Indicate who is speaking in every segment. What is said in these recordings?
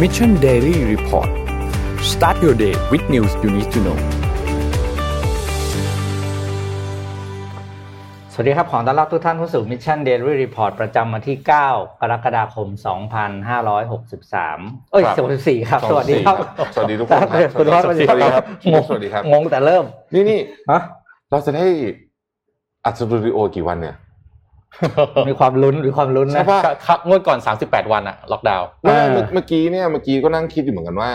Speaker 1: Mission Daily Report start your day with news you need to know
Speaker 2: สวัสดีครับ ขอต้อนรับทุกท่านเข้าสู่ Mission Daily Report ประจำวันที่ 9 กรกฎาคม 2563 เอ้ย
Speaker 3: ครับ
Speaker 2: 64ครับ ส
Speaker 3: ส
Speaker 2: วั
Speaker 3: วั
Speaker 2: ส
Speaker 3: ส
Speaker 2: ดี
Speaker 3: ดี
Speaker 2: ค
Speaker 3: ค
Speaker 2: รั
Speaker 3: รั
Speaker 2: บบ
Speaker 3: สวัสดีทุกคนครับ
Speaker 2: คุณพ่อสวัสดี
Speaker 3: สวัสดี
Speaker 2: ค
Speaker 3: ค
Speaker 2: รั
Speaker 3: รั
Speaker 2: บบ งง
Speaker 3: สวัสดีครับ
Speaker 2: งงแต่เริ่ม
Speaker 3: นี่นี่
Speaker 2: ฮะ
Speaker 3: เราจะได้อัดสตูดิโอกี่วันเนี่ย
Speaker 2: มีความลุ้นมีความลุ้น
Speaker 3: ใช่
Speaker 2: นะ
Speaker 3: ป่ะ
Speaker 4: ครับงวดก่อน 38 วันอะล็อกดาวน์
Speaker 3: เมื่อ
Speaker 2: เออ
Speaker 3: เมื่อกี้เนี่ยเมื่อกี้ก็นั่งคิดอยู่เหมือนกันว่า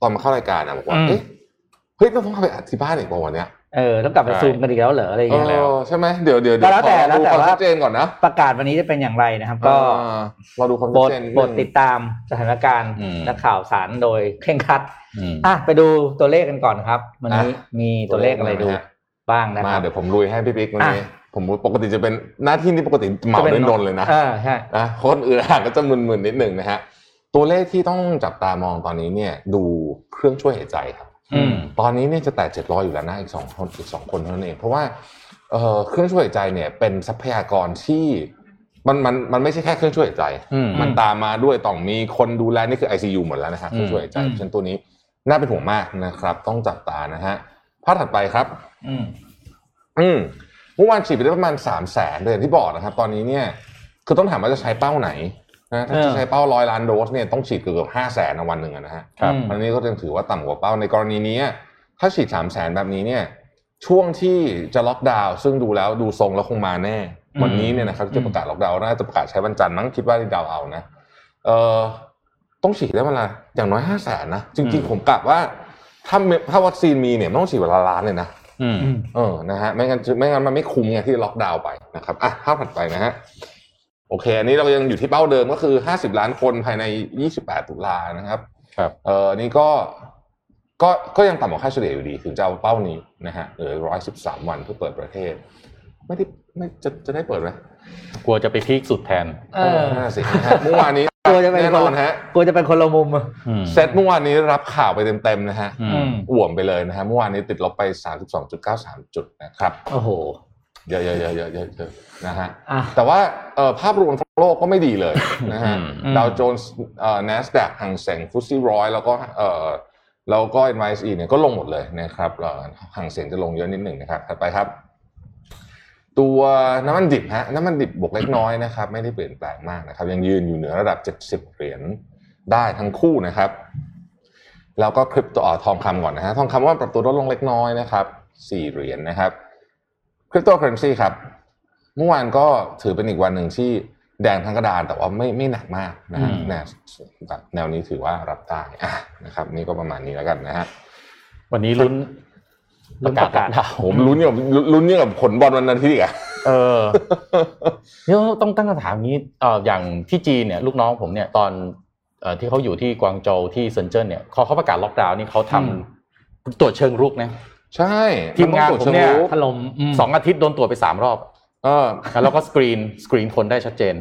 Speaker 3: ตอนมาเข้ารายการอะบอกว่า
Speaker 2: อืม
Speaker 3: เอ๊ะเฮ้ยเราต้องเข้าไปอัดที่บ้านอีกป่าววันเนี้ย
Speaker 2: เออ ต้องกลับไป
Speaker 4: ใช่
Speaker 2: ซูมกันอีกแล้วเหรออะไรอย่าง
Speaker 3: เอ
Speaker 2: เงี้ย
Speaker 3: อใช่ไหมเดี๋ยวเดี๋ยวเดี๋ยว
Speaker 2: แล้วแต่แล้ว
Speaker 3: ขอดู
Speaker 2: แต่
Speaker 3: ความ
Speaker 2: ว่า
Speaker 3: ชัดเจนก่อนนะ
Speaker 2: ประกาศวันนี้จะเป็นอย่างไรนะครับ ก็
Speaker 3: เออเราดูความ
Speaker 2: บ
Speaker 3: ชัด
Speaker 2: ท
Speaker 3: เจนนิ
Speaker 2: บ
Speaker 3: นึ
Speaker 2: ท
Speaker 3: ง
Speaker 2: ติดตามสถานการณ์
Speaker 4: อืม
Speaker 2: และข่าวสารโดยเคร่งครัด
Speaker 4: อืม
Speaker 2: อ่ะไปดูตัวเลขกันก่อนครับวันนี้มีตัวเลขอะไรดูบ้างนะค
Speaker 3: มา
Speaker 2: รับ
Speaker 3: เดี๋ยวผมลุยให้พี่ปิ๊กวันนี้
Speaker 2: อ่ะ
Speaker 3: ผมปกติจะเป็นหน้าที่นี่ปกติเหมาด้วยนนท์เลยนะ
Speaker 2: เออใช่
Speaker 3: นะคนอื่นอาจก็จะมึนๆนิดหนึ่งนะฮะตัวเลขที่ต้องจับตามองตอนนี้เนี่ยดูเครื่องช่วยหายใจครับ
Speaker 2: อืม
Speaker 3: ตอนนี้เนี่ยจะแตะเจ็ดร้อยอยู่แล้วนะอีกสองคนอีกสองคนเท่านั้นเอง เพราะว่าเอ่อเครื่องช่วยหายใจเนี่ยเป็นทรัพยากรที่มันมันมันไม่ใช่แค่เครื่องช่วยหายใจ
Speaker 4: อืม
Speaker 3: มันตามมาด้วยต้องมีคนดูแลนี่คือ ICU หมดแล้วนะฮะเครื่องช่วยหายใจ
Speaker 2: อืม
Speaker 3: เพราะฉะนั้นตัวนี้น่าเป็นห่วงมากนะครับ ต้องจับตานะฮะภาพถัดไปครับ
Speaker 2: อืม
Speaker 3: อืมเมื่อวานฉีดไปได้ประมาณสามแสนเลยางที่บอกนะครับ ตอนนี้เนี่ยคือต้องถามว่าจะใช้เป้าไหนนะถ้า
Speaker 2: เออ
Speaker 3: จะใช้เป้าร้อยล้านโดสเนี่ยต้องฉีดเกือบห้าแสนวันหนึ่งอะนะฮะ
Speaker 4: ครับ
Speaker 3: อันนี้ก็ยังถือว่าต่ำกว่าเป้าในกรณีนี้ถ้าฉีดสามแสนแบบนี้เนี่ย ช่วงที่จะล็อกดาวน์ซึ่งดูแล้วดูทรงแล้วคงมาแน่ วันนี้เนี่ยนะครับที่จะประกาศล็อกดาวน์น่าจะประกาศใช้วันจันทร์มั้งคิดว่าที่เดาเอานะเออต้องฉีดได้วันละอย่างน้อยห้าแสนนะจริง ๆ ผมกะว่าถ้าถ้าวัคซีนมีเนี่ยไม่ต้องฉีดวันละล้านเลยนะ
Speaker 4: อืม
Speaker 2: อืม
Speaker 3: เออ นะฮะ ไม่งั้นไม่งั้นมันไม่คุ้มไงที่ล็อกดาวน์ไปนะครับ อ่ะภาพถัดไปนะฮะ โอเค อันนี้เรายังอยู่ที่เป้าเดิมก็คือ 50 ล้านคนภายใน 28 ตุลานะครับ
Speaker 4: ครับ
Speaker 3: เอออันนี้ก็ ก็ ก็ยังต่ำกว่าค่าเฉลี่ยอยู่ดี ถึงจะเอาเป้านี้นะฮะเหลือ113 วันเพื่อเปิดประเทศ ไม่ได้ ไม่ จะ จะได้เปิดไหม
Speaker 4: กลัวจะไปพีคสุดแทน
Speaker 2: เออ
Speaker 3: นั่นนะสินะฮะเมื่อวานนี้
Speaker 2: กลัวจะเป็น
Speaker 3: แน่
Speaker 2: คน น
Speaker 3: อน
Speaker 2: ละ
Speaker 3: ฮะ
Speaker 2: กลัวจะเป็นคนละมุมอะ
Speaker 4: อืม
Speaker 3: เซตเมื่อวานนี้รับข่าวไปเต็มๆนะฮะ
Speaker 4: อื
Speaker 2: อื
Speaker 4: ม
Speaker 2: ม
Speaker 3: อ่วมไปเลยนะฮะ เมื่อวานนี้ติดลบไป 32.93 จุดนะครับ
Speaker 2: โอ้โห
Speaker 3: เยอะๆๆๆๆๆนะฮะ
Speaker 2: อ่ะ
Speaker 3: แต่ว่าเอ่อภาพรวมของโลกก็ไม่ดีเลยนะฮะ
Speaker 2: อืม
Speaker 3: ดาวโจนส์เอ่อ NASDAQ ห่างเสงฟุตซี่ร้อยแล้วก็เอ่อแล้วก็ NYSE เนี่ยก็ลงหมดเลยนะครับเอ่อห่างเสงจะลงเยอะนิดหนึ่งนะครับถัดไปครับ ตัวน้ำมันดิบฮะน้ำมันดิบบวกเล็กน้อยนะครับ ไม่ได้เปลี่ยนแปลงมากนะครับ ยังยืนอยู่เหนือระดับ 70 เหรียญได้ทั้งคู่นะครับ แล้วก็คริปโตอ่าทองคำก่อนนะฮะทองคำว่าปรับตัวลดลงเล็กน้อยนะครับสี่เหรียญนะครับคริปโตเคอเรนซีครับ เมื่อวานก็ถือเป็นอีกวันหนึ่งที่แดงทั้งกระดานแต่ว่าไม่ไม่หนักมากนะฮะ
Speaker 4: อืม
Speaker 3: แนวแบบแนวนี้ถือว่ารับได้อ่ะนะครับ นี่ก็ประมาณนี้แล้วกันนะฮะ
Speaker 4: วันนี้ลุ้น
Speaker 2: ลุ้นประกาศ
Speaker 4: ล็อกดาวน์
Speaker 3: ผมลุ้นอย่างกับลุ้นอย่างกับผลบอลวันนั้นที่อีกอ่ะ
Speaker 4: เออเนี่ยต้องตั้งคำถามนี้เอ่ออย่างที่จีนเนี่ยลูกน้องผมเนี่ยตอนเอ่อที่เขาอยู่ที่กวางโจวที่เซินเจิ้นเนี่ยเขาเขาประกาศล็อกดาวน์นี่เขาทำ
Speaker 2: อืม
Speaker 4: ตรวจเชิงรุกนะ
Speaker 3: ใช่
Speaker 4: ทีมงานผมเนี่
Speaker 3: มัต้องตรวจเชิง
Speaker 4: ย
Speaker 3: รุก
Speaker 2: ถล่มม
Speaker 4: สองอาทิตย์โดนตรวจไปสามรอบ
Speaker 3: เออ
Speaker 4: แล้วก็สกรีนสกรีนคนได้ชัดเจน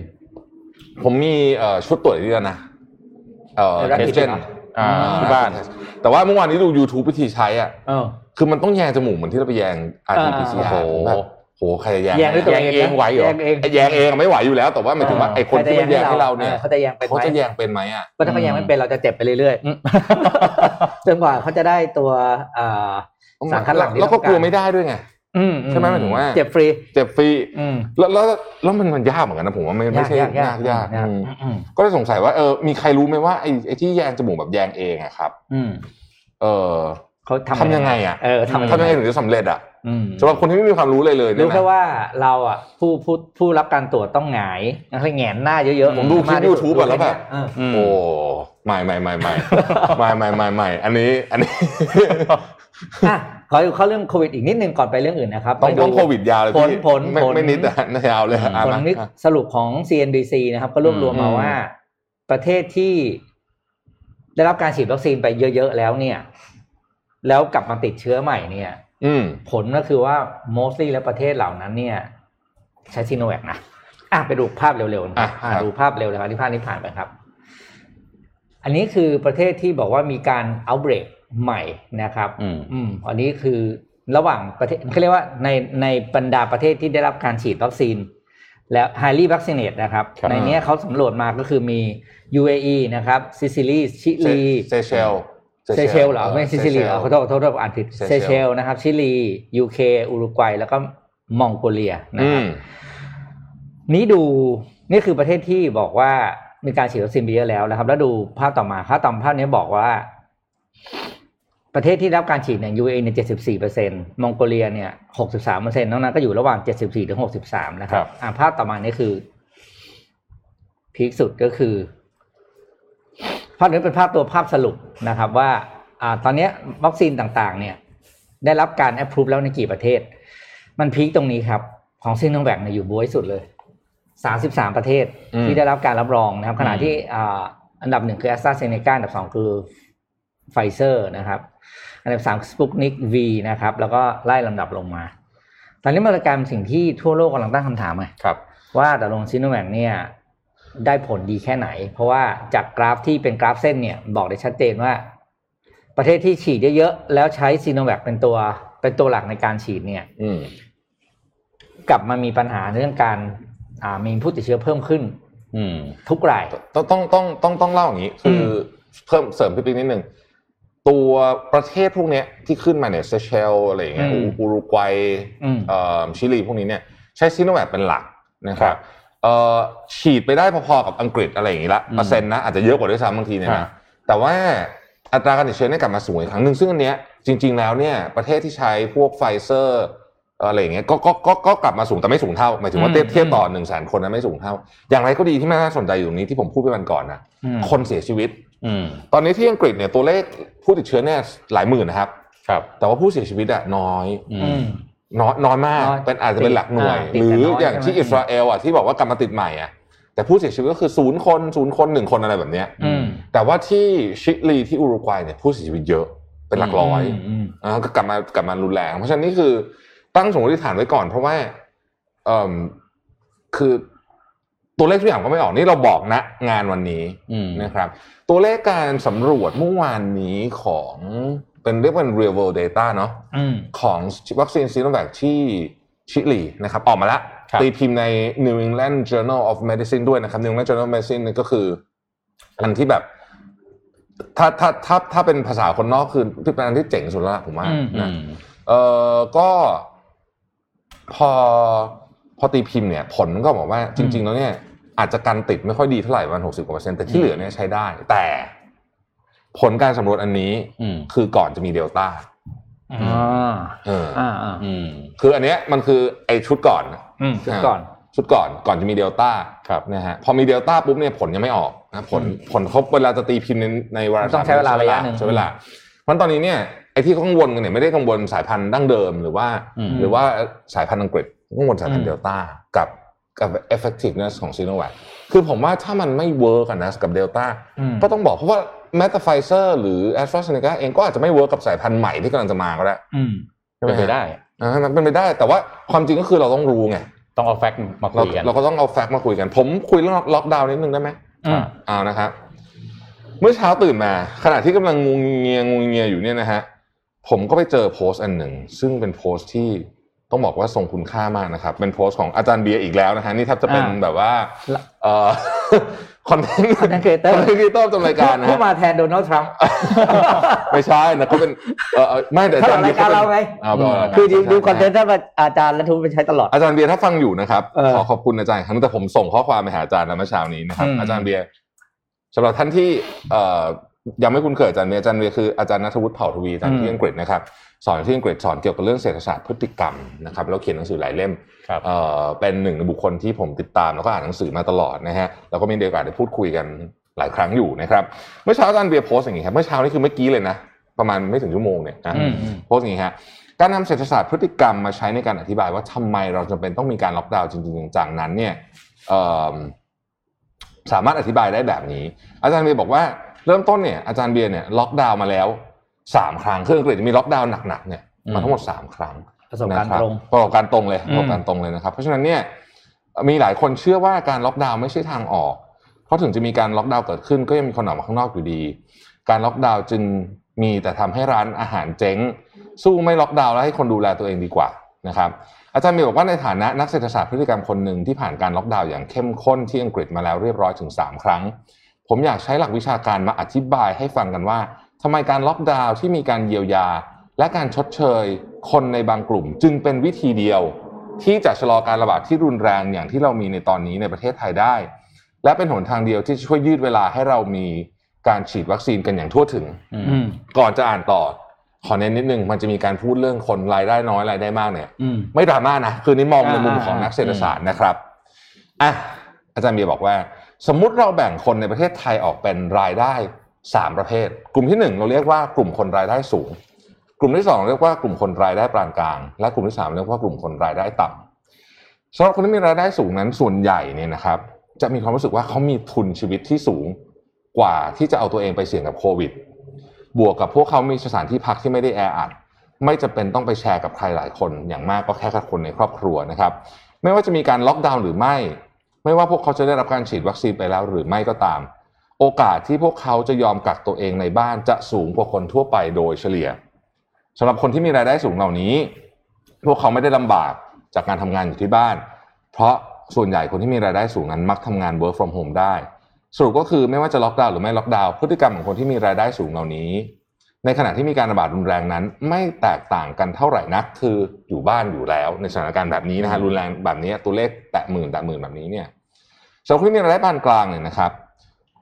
Speaker 3: ผมมีเอ่อชุดตรวจนี่แล้วนะเอ่อ
Speaker 4: เดี๋ยวรับ
Speaker 3: เทส
Speaker 4: ผิด
Speaker 3: เจน
Speaker 4: เหรออ่าที่บ้าน
Speaker 3: แต่ว่าเมื่อวานนี้ดู YouTube วิธีใช้อ่ะ
Speaker 2: เออ
Speaker 3: คือมันต้องแยงจมูกเหมือนที่เราไปแยง RT PCR
Speaker 4: อ่า
Speaker 3: ผมแบบโหใครจะแยง
Speaker 2: แยงด้วยตัวเองนะ
Speaker 4: แยงเองไหวเหรอ
Speaker 2: แยงเอง
Speaker 3: ไอ้แยงเองไม่ไหวอยู่แล้ว แต่ว่าหมายถึงว่าไอ้คนที่มันแยงให้เราเนี่ย
Speaker 2: ออเขาจะแยงเป็นไห
Speaker 3: เขา
Speaker 2: ม
Speaker 3: จะแยงเป็นไหมอ่ะ
Speaker 2: ก็ถ้าเขาแยงไม่เป็นเราจะเจ็บไปเรื่อย
Speaker 4: อืม
Speaker 2: ๆ จนกว่าเขาจะได้ตัวอ่า สารคัดหลั่งที่
Speaker 3: แล้ว
Speaker 2: ต้
Speaker 3: ก็
Speaker 2: องการ
Speaker 3: กลัวไม่ได้ด้วยไง
Speaker 2: อืม
Speaker 3: ใช่ไหมหมายถึงว่า
Speaker 2: เจ็บฟรี
Speaker 3: เจ็บฟรี
Speaker 2: อืม
Speaker 3: แล้วแล้วแล้วมันมันยากเหมือนกันนะผมว่ามันไม่ใช่
Speaker 2: ยากยาย
Speaker 3: าก
Speaker 2: ยาย
Speaker 3: กาก กอืมก็เลยสงสัยว่าเออมีใครรู้ไหมว่าไอ้ไอ้ที่แยงจมูกแบบแยงเองอะครับ
Speaker 4: อืม
Speaker 3: เออ
Speaker 2: เขาทำ
Speaker 3: ทำยังไงอะ
Speaker 2: เออทำ
Speaker 3: ทำยังไงถึงจะสำเร็จอ่ะ
Speaker 4: อืม
Speaker 3: สำหรับคนที่ไม่มีความรู้เลยเลยเนี่ย
Speaker 2: รู้
Speaker 3: นะ
Speaker 2: แค่ว่าเราอ่ะผู้ผู้ผู้รับการตรวจต้องหงายนั่นคือแหงนหน้าเยอะๆ
Speaker 3: ผมดูคลิป
Speaker 2: ากที่สุด
Speaker 3: YouTube อะแล้วแบบ
Speaker 2: เออ
Speaker 4: อืม
Speaker 3: โอ้ไม่ไม่ไม่ ไม่ ไม่ไม่ไม่ไม่อันนี้อันนี้
Speaker 2: อ่ะขอเข้าเรื่องโควิดอีกนิดนึงก่อนไปเรื่องอื่นนะครับ
Speaker 3: ต้อง
Speaker 2: ไปดู
Speaker 3: ต้องโควิดยาวเลย
Speaker 2: ผล
Speaker 3: พี่
Speaker 2: ผล
Speaker 3: ไม่
Speaker 2: ผล
Speaker 3: ไม่นิดอะนะยาวเลยอะอ่ะ
Speaker 2: ผล
Speaker 3: มา
Speaker 2: นิด
Speaker 3: อ่ะ
Speaker 2: สรุปของ CNBC นะครับ ก็รวบรวมมา
Speaker 3: อืม
Speaker 2: ว่า ประเทศที่ได้รับการฉีดวัคซีนไปเยอะๆแล้วเนี่ย แล้วกลับมาติดเชื้อใหม่เนี่ย
Speaker 3: อืม
Speaker 2: ผลก็คือว่า mostly และประเทศเหล่านั้นเนี่ย ใช้ซีโนแวคนะอ่ะไปดูภาพเร็วๆนะ
Speaker 3: อ่ะ
Speaker 2: อ่ะ
Speaker 3: ครับ
Speaker 2: ดูภาพเร็วเลยครับที่ภาพนี้ผ่านไปครับ อันนี้คือประเทศที่บอกว่ามีการ outbreak ใหม่นะครับ
Speaker 4: อืม
Speaker 2: อืมอันนี้คือระหว่างประเทศเขาเรียกว่าในในบรรดาประเทศที่ได้รับการฉีดวัคซีน แล้ว highly vaccinated นะครับ
Speaker 4: ครับ
Speaker 2: ในเนี้ยเขาสำรวจมาก็คือมี UAE นะครับซิซิลีชิลี
Speaker 3: เซเชล
Speaker 2: เซเชลเหรอไม่ซิซิลีเหรอขอโทษขอโทษขอโทษอ่านผิด
Speaker 3: เซ
Speaker 2: เซ
Speaker 3: เชล
Speaker 2: เชลนะครับ ชิลียูเคอุรุกวัย แล้วก็มองโกเลียนะ
Speaker 3: อื
Speaker 2: ครับ
Speaker 3: ม
Speaker 2: นี่ดูนี่คือประเทศที่บอกว่ามีการฉีดวัคซีนไปเยอะแล้วนะครับ แล้วดูภาพต่อมาภาพต่อมาภาพนี้บอกว่า ประเทศที่ได้รับการฉีดเนี่ย UAE เนี่ย74เปอร์เซ็นต์มองโกเลียเนี่ย63เปอร์เซ็นต์นอกนั้นก็อยู่ระหว่าง 74ถึง63 นะครับ
Speaker 4: ครับ
Speaker 2: อ่าภาพต่อมานี่คือพีคสุดก็คือ ภาพนี้เป็นภาพตัวภาพสรุปนะครับว่าอ่าตอนเนี้ยวัคซีนต่างๆ เนี่ย ได้รับการแอปพ o v ฟแล้วในกี่ประเทศ มันพีคตรงนี้ครับ ของซีโนแวคเนี่ยอยู่บวยสุดเลย 33 ประเทศที่ได้รับการรับรองนะครับ ขณะที่อ่าอันดับหนึ่งคือแอสตราเซเนกาอันดับสองคือไฟเซอร์นะครับ อันดับสามสปุกนิกวีนะครับ แล้วก็ไล่ลำดับลงมา ตอนนี้มันกลายเป็นสิ่งที่ทั่วโลกกำลังตั้งคำถามไง
Speaker 4: ครับ
Speaker 2: ว่าตกลงซีโนแวคเนี่ยได้ผลดีแค่ไหน เพราะว่าจากกราฟที่เป็นกราฟเส้นเนี่ยบอกได้ชัดเจนว่า ประเทศที่ฉีดเยอะๆ แล้วใช้ซีโนแวคเป็นตัวเป็นตัวหลักในการฉีดเนี่ย
Speaker 3: อืม
Speaker 2: กลับมามีปัญหาเรื่องการอ่ามีผู้ติดเชื้อเพิ่มขึ้น
Speaker 4: อืม
Speaker 2: ทุกราย
Speaker 3: ต้องต้องต้องต้องต้องเล่าอย่างนี้ คืออเพิ่มเสริมพี่ปิ๊กนิดนึงตัวประเทศพวกเนี้ยที่ขึ้นมาเนี่ยเซเชลอะไรอย่างเงี้ย
Speaker 2: อืม
Speaker 3: อุรุกวัย
Speaker 2: อืม
Speaker 3: เอ่อชิลีพวกนี้เนี่ยใช้ซิโนแวคเป็นหลักนะครับเอ่อฉีดไปได้พอๆกับอังกฤษอะไรอย่างงี้ละ
Speaker 4: อืม
Speaker 3: เปอร์เซ็นต์นะอาจจะเยอะกว่าด้วยซ้ำบางทีเนี่ย
Speaker 4: ครั
Speaker 3: นะ
Speaker 4: บ
Speaker 3: แต่ว่าอัตราการติดเชื้อเนี่ยกลับมาสูงอีกครั้งหนึ่งซึ่งอันเนี้ยจริง ๆแล้วเนี่ยประเทศที่ใช้พวกไฟเซอร์อะไรอย่างเงี้ยก็ก็ก็ก็กลับมาสูงแต่ไม่สูงเท่าหมายถึงว่า
Speaker 2: อืม
Speaker 3: เทียบเทียบต่อหนึ่งแสนคนนะไม่สูงเท่า อย่างไรก็ดีที่น่าสนใจอยู่ตรงนี้ที่ผมพูดไปวันก่อนนะ
Speaker 2: อืม
Speaker 3: คนเสียชีวิต
Speaker 4: อืม
Speaker 3: ตอนนี้ที่อังกฤษเนี่ยตัวเลขผู้ติดเชื้อเนี่ยหลายหมื่นนะครับ
Speaker 4: ครับ
Speaker 3: แต่ว่าผู้เสียชีวิตอะน้อย
Speaker 4: อื
Speaker 2: อืม
Speaker 4: ม
Speaker 3: น้อยน้อยมาก
Speaker 2: น้อย
Speaker 3: เป็นอาจจะเป็นหลักหน่วย
Speaker 2: อ่าติด
Speaker 3: ห
Speaker 2: แต่
Speaker 3: รือ
Speaker 2: น้อย
Speaker 3: อย่างที่
Speaker 2: ใช่ไหม
Speaker 3: อิสราเอลอะที่บอกว่ากลับมาติดใหม่อะแต่ผู้เสียชีวิตก็คือศูนย์คนศูนย์คนหนึ่งคนอะไรแบบเนี้ย
Speaker 2: อืม
Speaker 3: แต่ว่าที่ชิลีที่อุรุกวัยเนี่ยผู้เสียชีวิตเยอะเป็นหลักร้อย
Speaker 2: อืม
Speaker 3: อ่าก็กลับมากลับมารุนแรง เพราะฉะนั้นนี่คือตั้งสมมติฐานไว้ก่อน เพราะว่าเอ่มคือตัวเลขทุกอย่างก็ไม่ออกนี่เราบอกนะ งานวันนี้
Speaker 4: อืม
Speaker 3: นะครับ ตัวเลขการสำรวจเมื่อวานนี้ของเป็นเรียกว่า real world data เนาะ
Speaker 2: อืม
Speaker 3: ของวัคซีนซีโนแวคที่ชิลีนะครับ ออกมาแล้ว
Speaker 4: ครับ
Speaker 3: ตีพิมพ์ใน New England Journal of Medicine ด้วยนะครับ New England Journal of Medicine นี่ก็คืออันที่แบบ ถ้าถ้าถ้าถ้าเป็นภาษาคนนอกคือเป็นอันที่เจ๋งสุดแล้วล่ะผมว่า
Speaker 2: อืม
Speaker 4: อื
Speaker 3: นะ
Speaker 4: ม
Speaker 3: เออก็พอพอตีพิมพ์เนี่ย ผลมันก็บอกว่าจริง ๆ แล้วเนี่ย อาจจะการติดไม่ค่อยดีเท่าไหร่ประมาณหกสิบกว่าเปอร์เซ็นต์แต่ที่เหลือเนี่ยใช้ได้ แต่ผลการสำรวจอันนี้
Speaker 4: อืม
Speaker 3: คือก่อนจะมีเดลต้า
Speaker 2: อ่า
Speaker 3: เอออ
Speaker 2: อ่าอ่า
Speaker 4: อืม
Speaker 3: คืออันเนี้ยมันคือไอ้ชุดก่อน
Speaker 2: อืมชุดก่อน
Speaker 3: ชุดก่อนก่อนจะมีเดลต้า
Speaker 4: ครับ
Speaker 3: นะฮะพอมีเดลต้าปุ๊บเนี่ยผลยังไม่ออกนะผลผลเขาเวลาจะตีพิมพ์ในในวารสาร
Speaker 2: ต้องใช้เวลาระยะหนึ่ง
Speaker 3: ใช้เวลาเพราะฉะนั้นตอนนี้เนี่ยไอ้ที่กังวลกันเนี่ยไม่ได้กังวลสายพันธุ์ดั้งเดิมหรือว่า
Speaker 4: อืม
Speaker 3: หรือว่าสายพันธุ์อังกฤษกังวลสายพัน
Speaker 2: อืม
Speaker 3: ธุ์เดลต้ากับกับ effectiveness ของซีโนแวคคือผมว่าถ้ามันไม่เวิร์กอะนะกับเดลต้า
Speaker 2: อืม
Speaker 3: ก็ต้องบอกเพราะว่าแม้แต่ไฟเซอร์หรือแอสตราเซเนกาเองก็อาจจะไม่เวิร์กกับสายพันธุ์ใหม่ที่กำลังจะมาก็ได้
Speaker 2: อืม
Speaker 3: ใช่หม
Speaker 4: เป็นไปได้
Speaker 3: อ่ามันเป็นไปได้ แต่ว่าความจริงก็คือเราต้องรู้ไง
Speaker 4: ต้องเอาแฟกต์มา
Speaker 3: เรา
Speaker 4: คุยกัน
Speaker 3: เราก็ต้องเอาแฟกต์มาคุยกัน ผมคุยเรื่องล็อกดาวน์นิดนึงได้ไหม
Speaker 2: อืม
Speaker 3: เอานะครับ เมื่อเช้าตื่นมาขณะที่กำลังงงเงียงงเงียอยู่เนี่ยนะฮะผมก็ไปเจอโพสต์อันหนึ่ง ซึ่งเป็นโพสต์ที่ต้องบอกว่าทรงคุณค่ามากนะครับ เป็นโพสต์ของอาจารย์เบียร์อีกแล้วนะฮะนี่แทบจะเป็น
Speaker 2: อ่า
Speaker 3: แบบว่า
Speaker 2: ละ
Speaker 3: เอ่ อ คอนเทนต์
Speaker 2: Content creator
Speaker 3: คอนเทนต์ครีเอเตอร์จำรายการนะ
Speaker 2: ผู้
Speaker 3: ฮะ
Speaker 2: มาแทนโดนัลด์ท รัมป์
Speaker 3: ไม่ใช่นะเขาเป็นเอ่อเอ่อไม่แต่อาจารย์เบียร์เขา
Speaker 2: เขาออกรายการเราไง
Speaker 3: เป็นเอาไปออกรายการ
Speaker 2: คือดู
Speaker 3: ใช่ๆ
Speaker 2: ดูคอนเทนต์ท่านอาจารย์และทุนไปใช้ตลอด
Speaker 3: อาจารย์เบียร์ถ้าฟังอยู่นะครับ
Speaker 2: เออ
Speaker 3: ขอขอบคุณอาจารย์อีกครั้งแต่ผมส่งข้อความไปหาอาจารย์นะเมื่อเช้านี้นะครับ
Speaker 2: อืม
Speaker 3: อาจารย์เบียร์สำหรับท่านที่เอ่อยังไม่คุ้นเคยอาจารย์เบียร์อาจารย์เบียร์คืออาจารย์นัทวุฒิเผ่าทวีอาจารย์ที่อังกฤษนะครับสอนที่อังกฤษสอนเกี่ยวกับเรื่องเศรษฐศาสตร์พฤติกรรมนะครับแล้วเขียนหนังสือหลายเล่ม
Speaker 4: ครับ
Speaker 3: เอ่อเป็นหนึ่งในบุคคลที่ผมติดตามแล้วก็อ่านหนังสือมาตลอดนะฮะแล้วก็มีโอกาสได้พูดคุยกันหลายครั้งอยู่นะครับเมื่อเช้าอาจารย์เบียร์โพสต์อย่างงี้ครับเมื่อเช้านี่คือเมื่อกี้เลยนะ ประมาณไม่ถึงชั่วโมงเนี่ยนะ
Speaker 2: อืม
Speaker 3: โพสต์อย่างงี้ฮะการนำเศรษฐศาสตร์พฤติกรรมมาใช้ในการอธิบายว่าทำไมเราจำเป็นต้องมีการล็อกดาวน์จริงๆจังๆนั้นเนี่ยเอิ่มสามารถอธิบายได้แบบนี้ อาจารย์เบียร์บอกว่าเริ่มต้นเนี่ยอาจารย์เบียร์เนี่ยล็อกดาวน์มาแล้วสามครั้งเครื่องกฤษมีล็อกดาวน์หนักๆเนี่ยมาทั้งหมดสามครั้ง
Speaker 2: ประสบการณ์ตรง
Speaker 3: นะคบประสบการณ์ตรงเลย
Speaker 2: อื
Speaker 3: ป
Speaker 2: ม
Speaker 3: ระสบการณ์ตรงเลยนะครับ เพราะฉะนั้นเนี่ยมีหลายคนเชื่อว่าการล็อกดาวน์ไม่ใช่ทางออก เพราะถึงจะมีการล็อกดาวน์เกิดขึ้นก็ยังมีคนออกมาข้างนอกอยู่ดี การล็อกดาวน์จึงมีแต่ทำให้ร้านอาหารเจ๊ง สู้ไม่ล็อกดาวน์แล้วให้คนดูแลตัวเองดีกว่านะครับ อ อาจารย์มีบอกว่าในฐานะนักเศรษฐศาสตร์พฤติกรรมคนหนึ่งที่ผ่านการล็อกดาวน์อย่างเข้มข้นที่อังกฤษมาแล้วเรียบร้อยถึง 3 ครั้ง ผมอยากใช้หลักวิชาการมาอธิบายให้ฟังกันว่าทำไมการล็อกดาวน์ที่มีการเยียวยา และการชดเชย คนในบางกลุ่ม จึงเป็นวิธีเดียว ที่จะชะลอการระบาดที่รุนแรงอย่างที่เรามีในตอนนี้ในประเทศไทยได้ และเป็นหนทางเดียวที่จะช่วยยืดเวลาให้เรามีการฉีดวัคซีนกันอย่างทั่วถึง
Speaker 4: อืม
Speaker 2: อืม
Speaker 3: ก่อนจะอ่านต่อ ขอเน้นนิดนึงมันจะมีการพูดเรื่องคนรายได้น้อยรายได้มากเนี่ย
Speaker 2: อืม
Speaker 3: ไม่ดราม่านะ คือนี่มองในมุม
Speaker 2: อ่า
Speaker 3: ของนักเศรษฐศาสตร์นะครับอ่ะอาจารย์เบียร์บอกว่า สมมุติเราแบ่งคนในประเทศไทยออกเป็นรายได้สามประเภท กลุ่มที่หนึ่งเราเรียกว่ากลุ่มคนรายได้สูง กลุ่มที่สองเรียกว่ากลุ่มคนรายได้ปานกลาง และกลุ่มที่สามเรียกว่ากลุ่มคนรายได้ต่ำสำหรับคนที่มีรายได้สูงนั้นส่วนใหญ่เนี่ยนะครับ จะมีความรู้สึกว่าเขามีทุนชีวิตที่สูงกว่าที่จะเอาตัวเองไปเสี่ยงกับโควิด บวกกับพวกเขามีสถานที่พักที่ไม่ได้แออัด ไม่จำเป็นต้องไปแชร์กับใครหลายคน อย่างมากก็แค่กับคนในครอบครัวนะครับ ไม่ว่าจะมีการล็อกดาวน์หรือไม่ ไม่ว่าพวกเขาจะได้รับการฉีดวัคซีนไปแล้วหรือไม่ก็ตาม โอกาสที่พวกเขาจะยอมกักตัวเองในบ้านจะสูงกว่าคนทั่วไปโดยเฉลี่ยสำหรับคนที่มีรายได้สูงเหล่านี้ พวกเขาไม่ได้ลำบากจากการทำงานอยู่ที่บ้าน เพราะส่วนใหญ่คนที่มีรายได้สูงนั้นมักทำงาน work from home ได้ สรุปก็คือไม่ว่าจะล็อกดาวน์หรือไม่ล็อกดาวน์พฤติกรรมของคนที่มีรายได้สูงเหล่านี้ ในขณะที่มีการระบาดรุนแรงนั้น ไม่แตกต่างกันเท่าไหร่นัก คืออยู่บ้านอยู่แล้ว ในสถานการณ์แบบนี้นะฮะรุนแรงแบบนี้ตัวเลขแตะหมื่นแตะหมื่นแบบนี้เนี่ยสำหรับคนที่มีรายได้ปานกลางเนี่ยนะครับ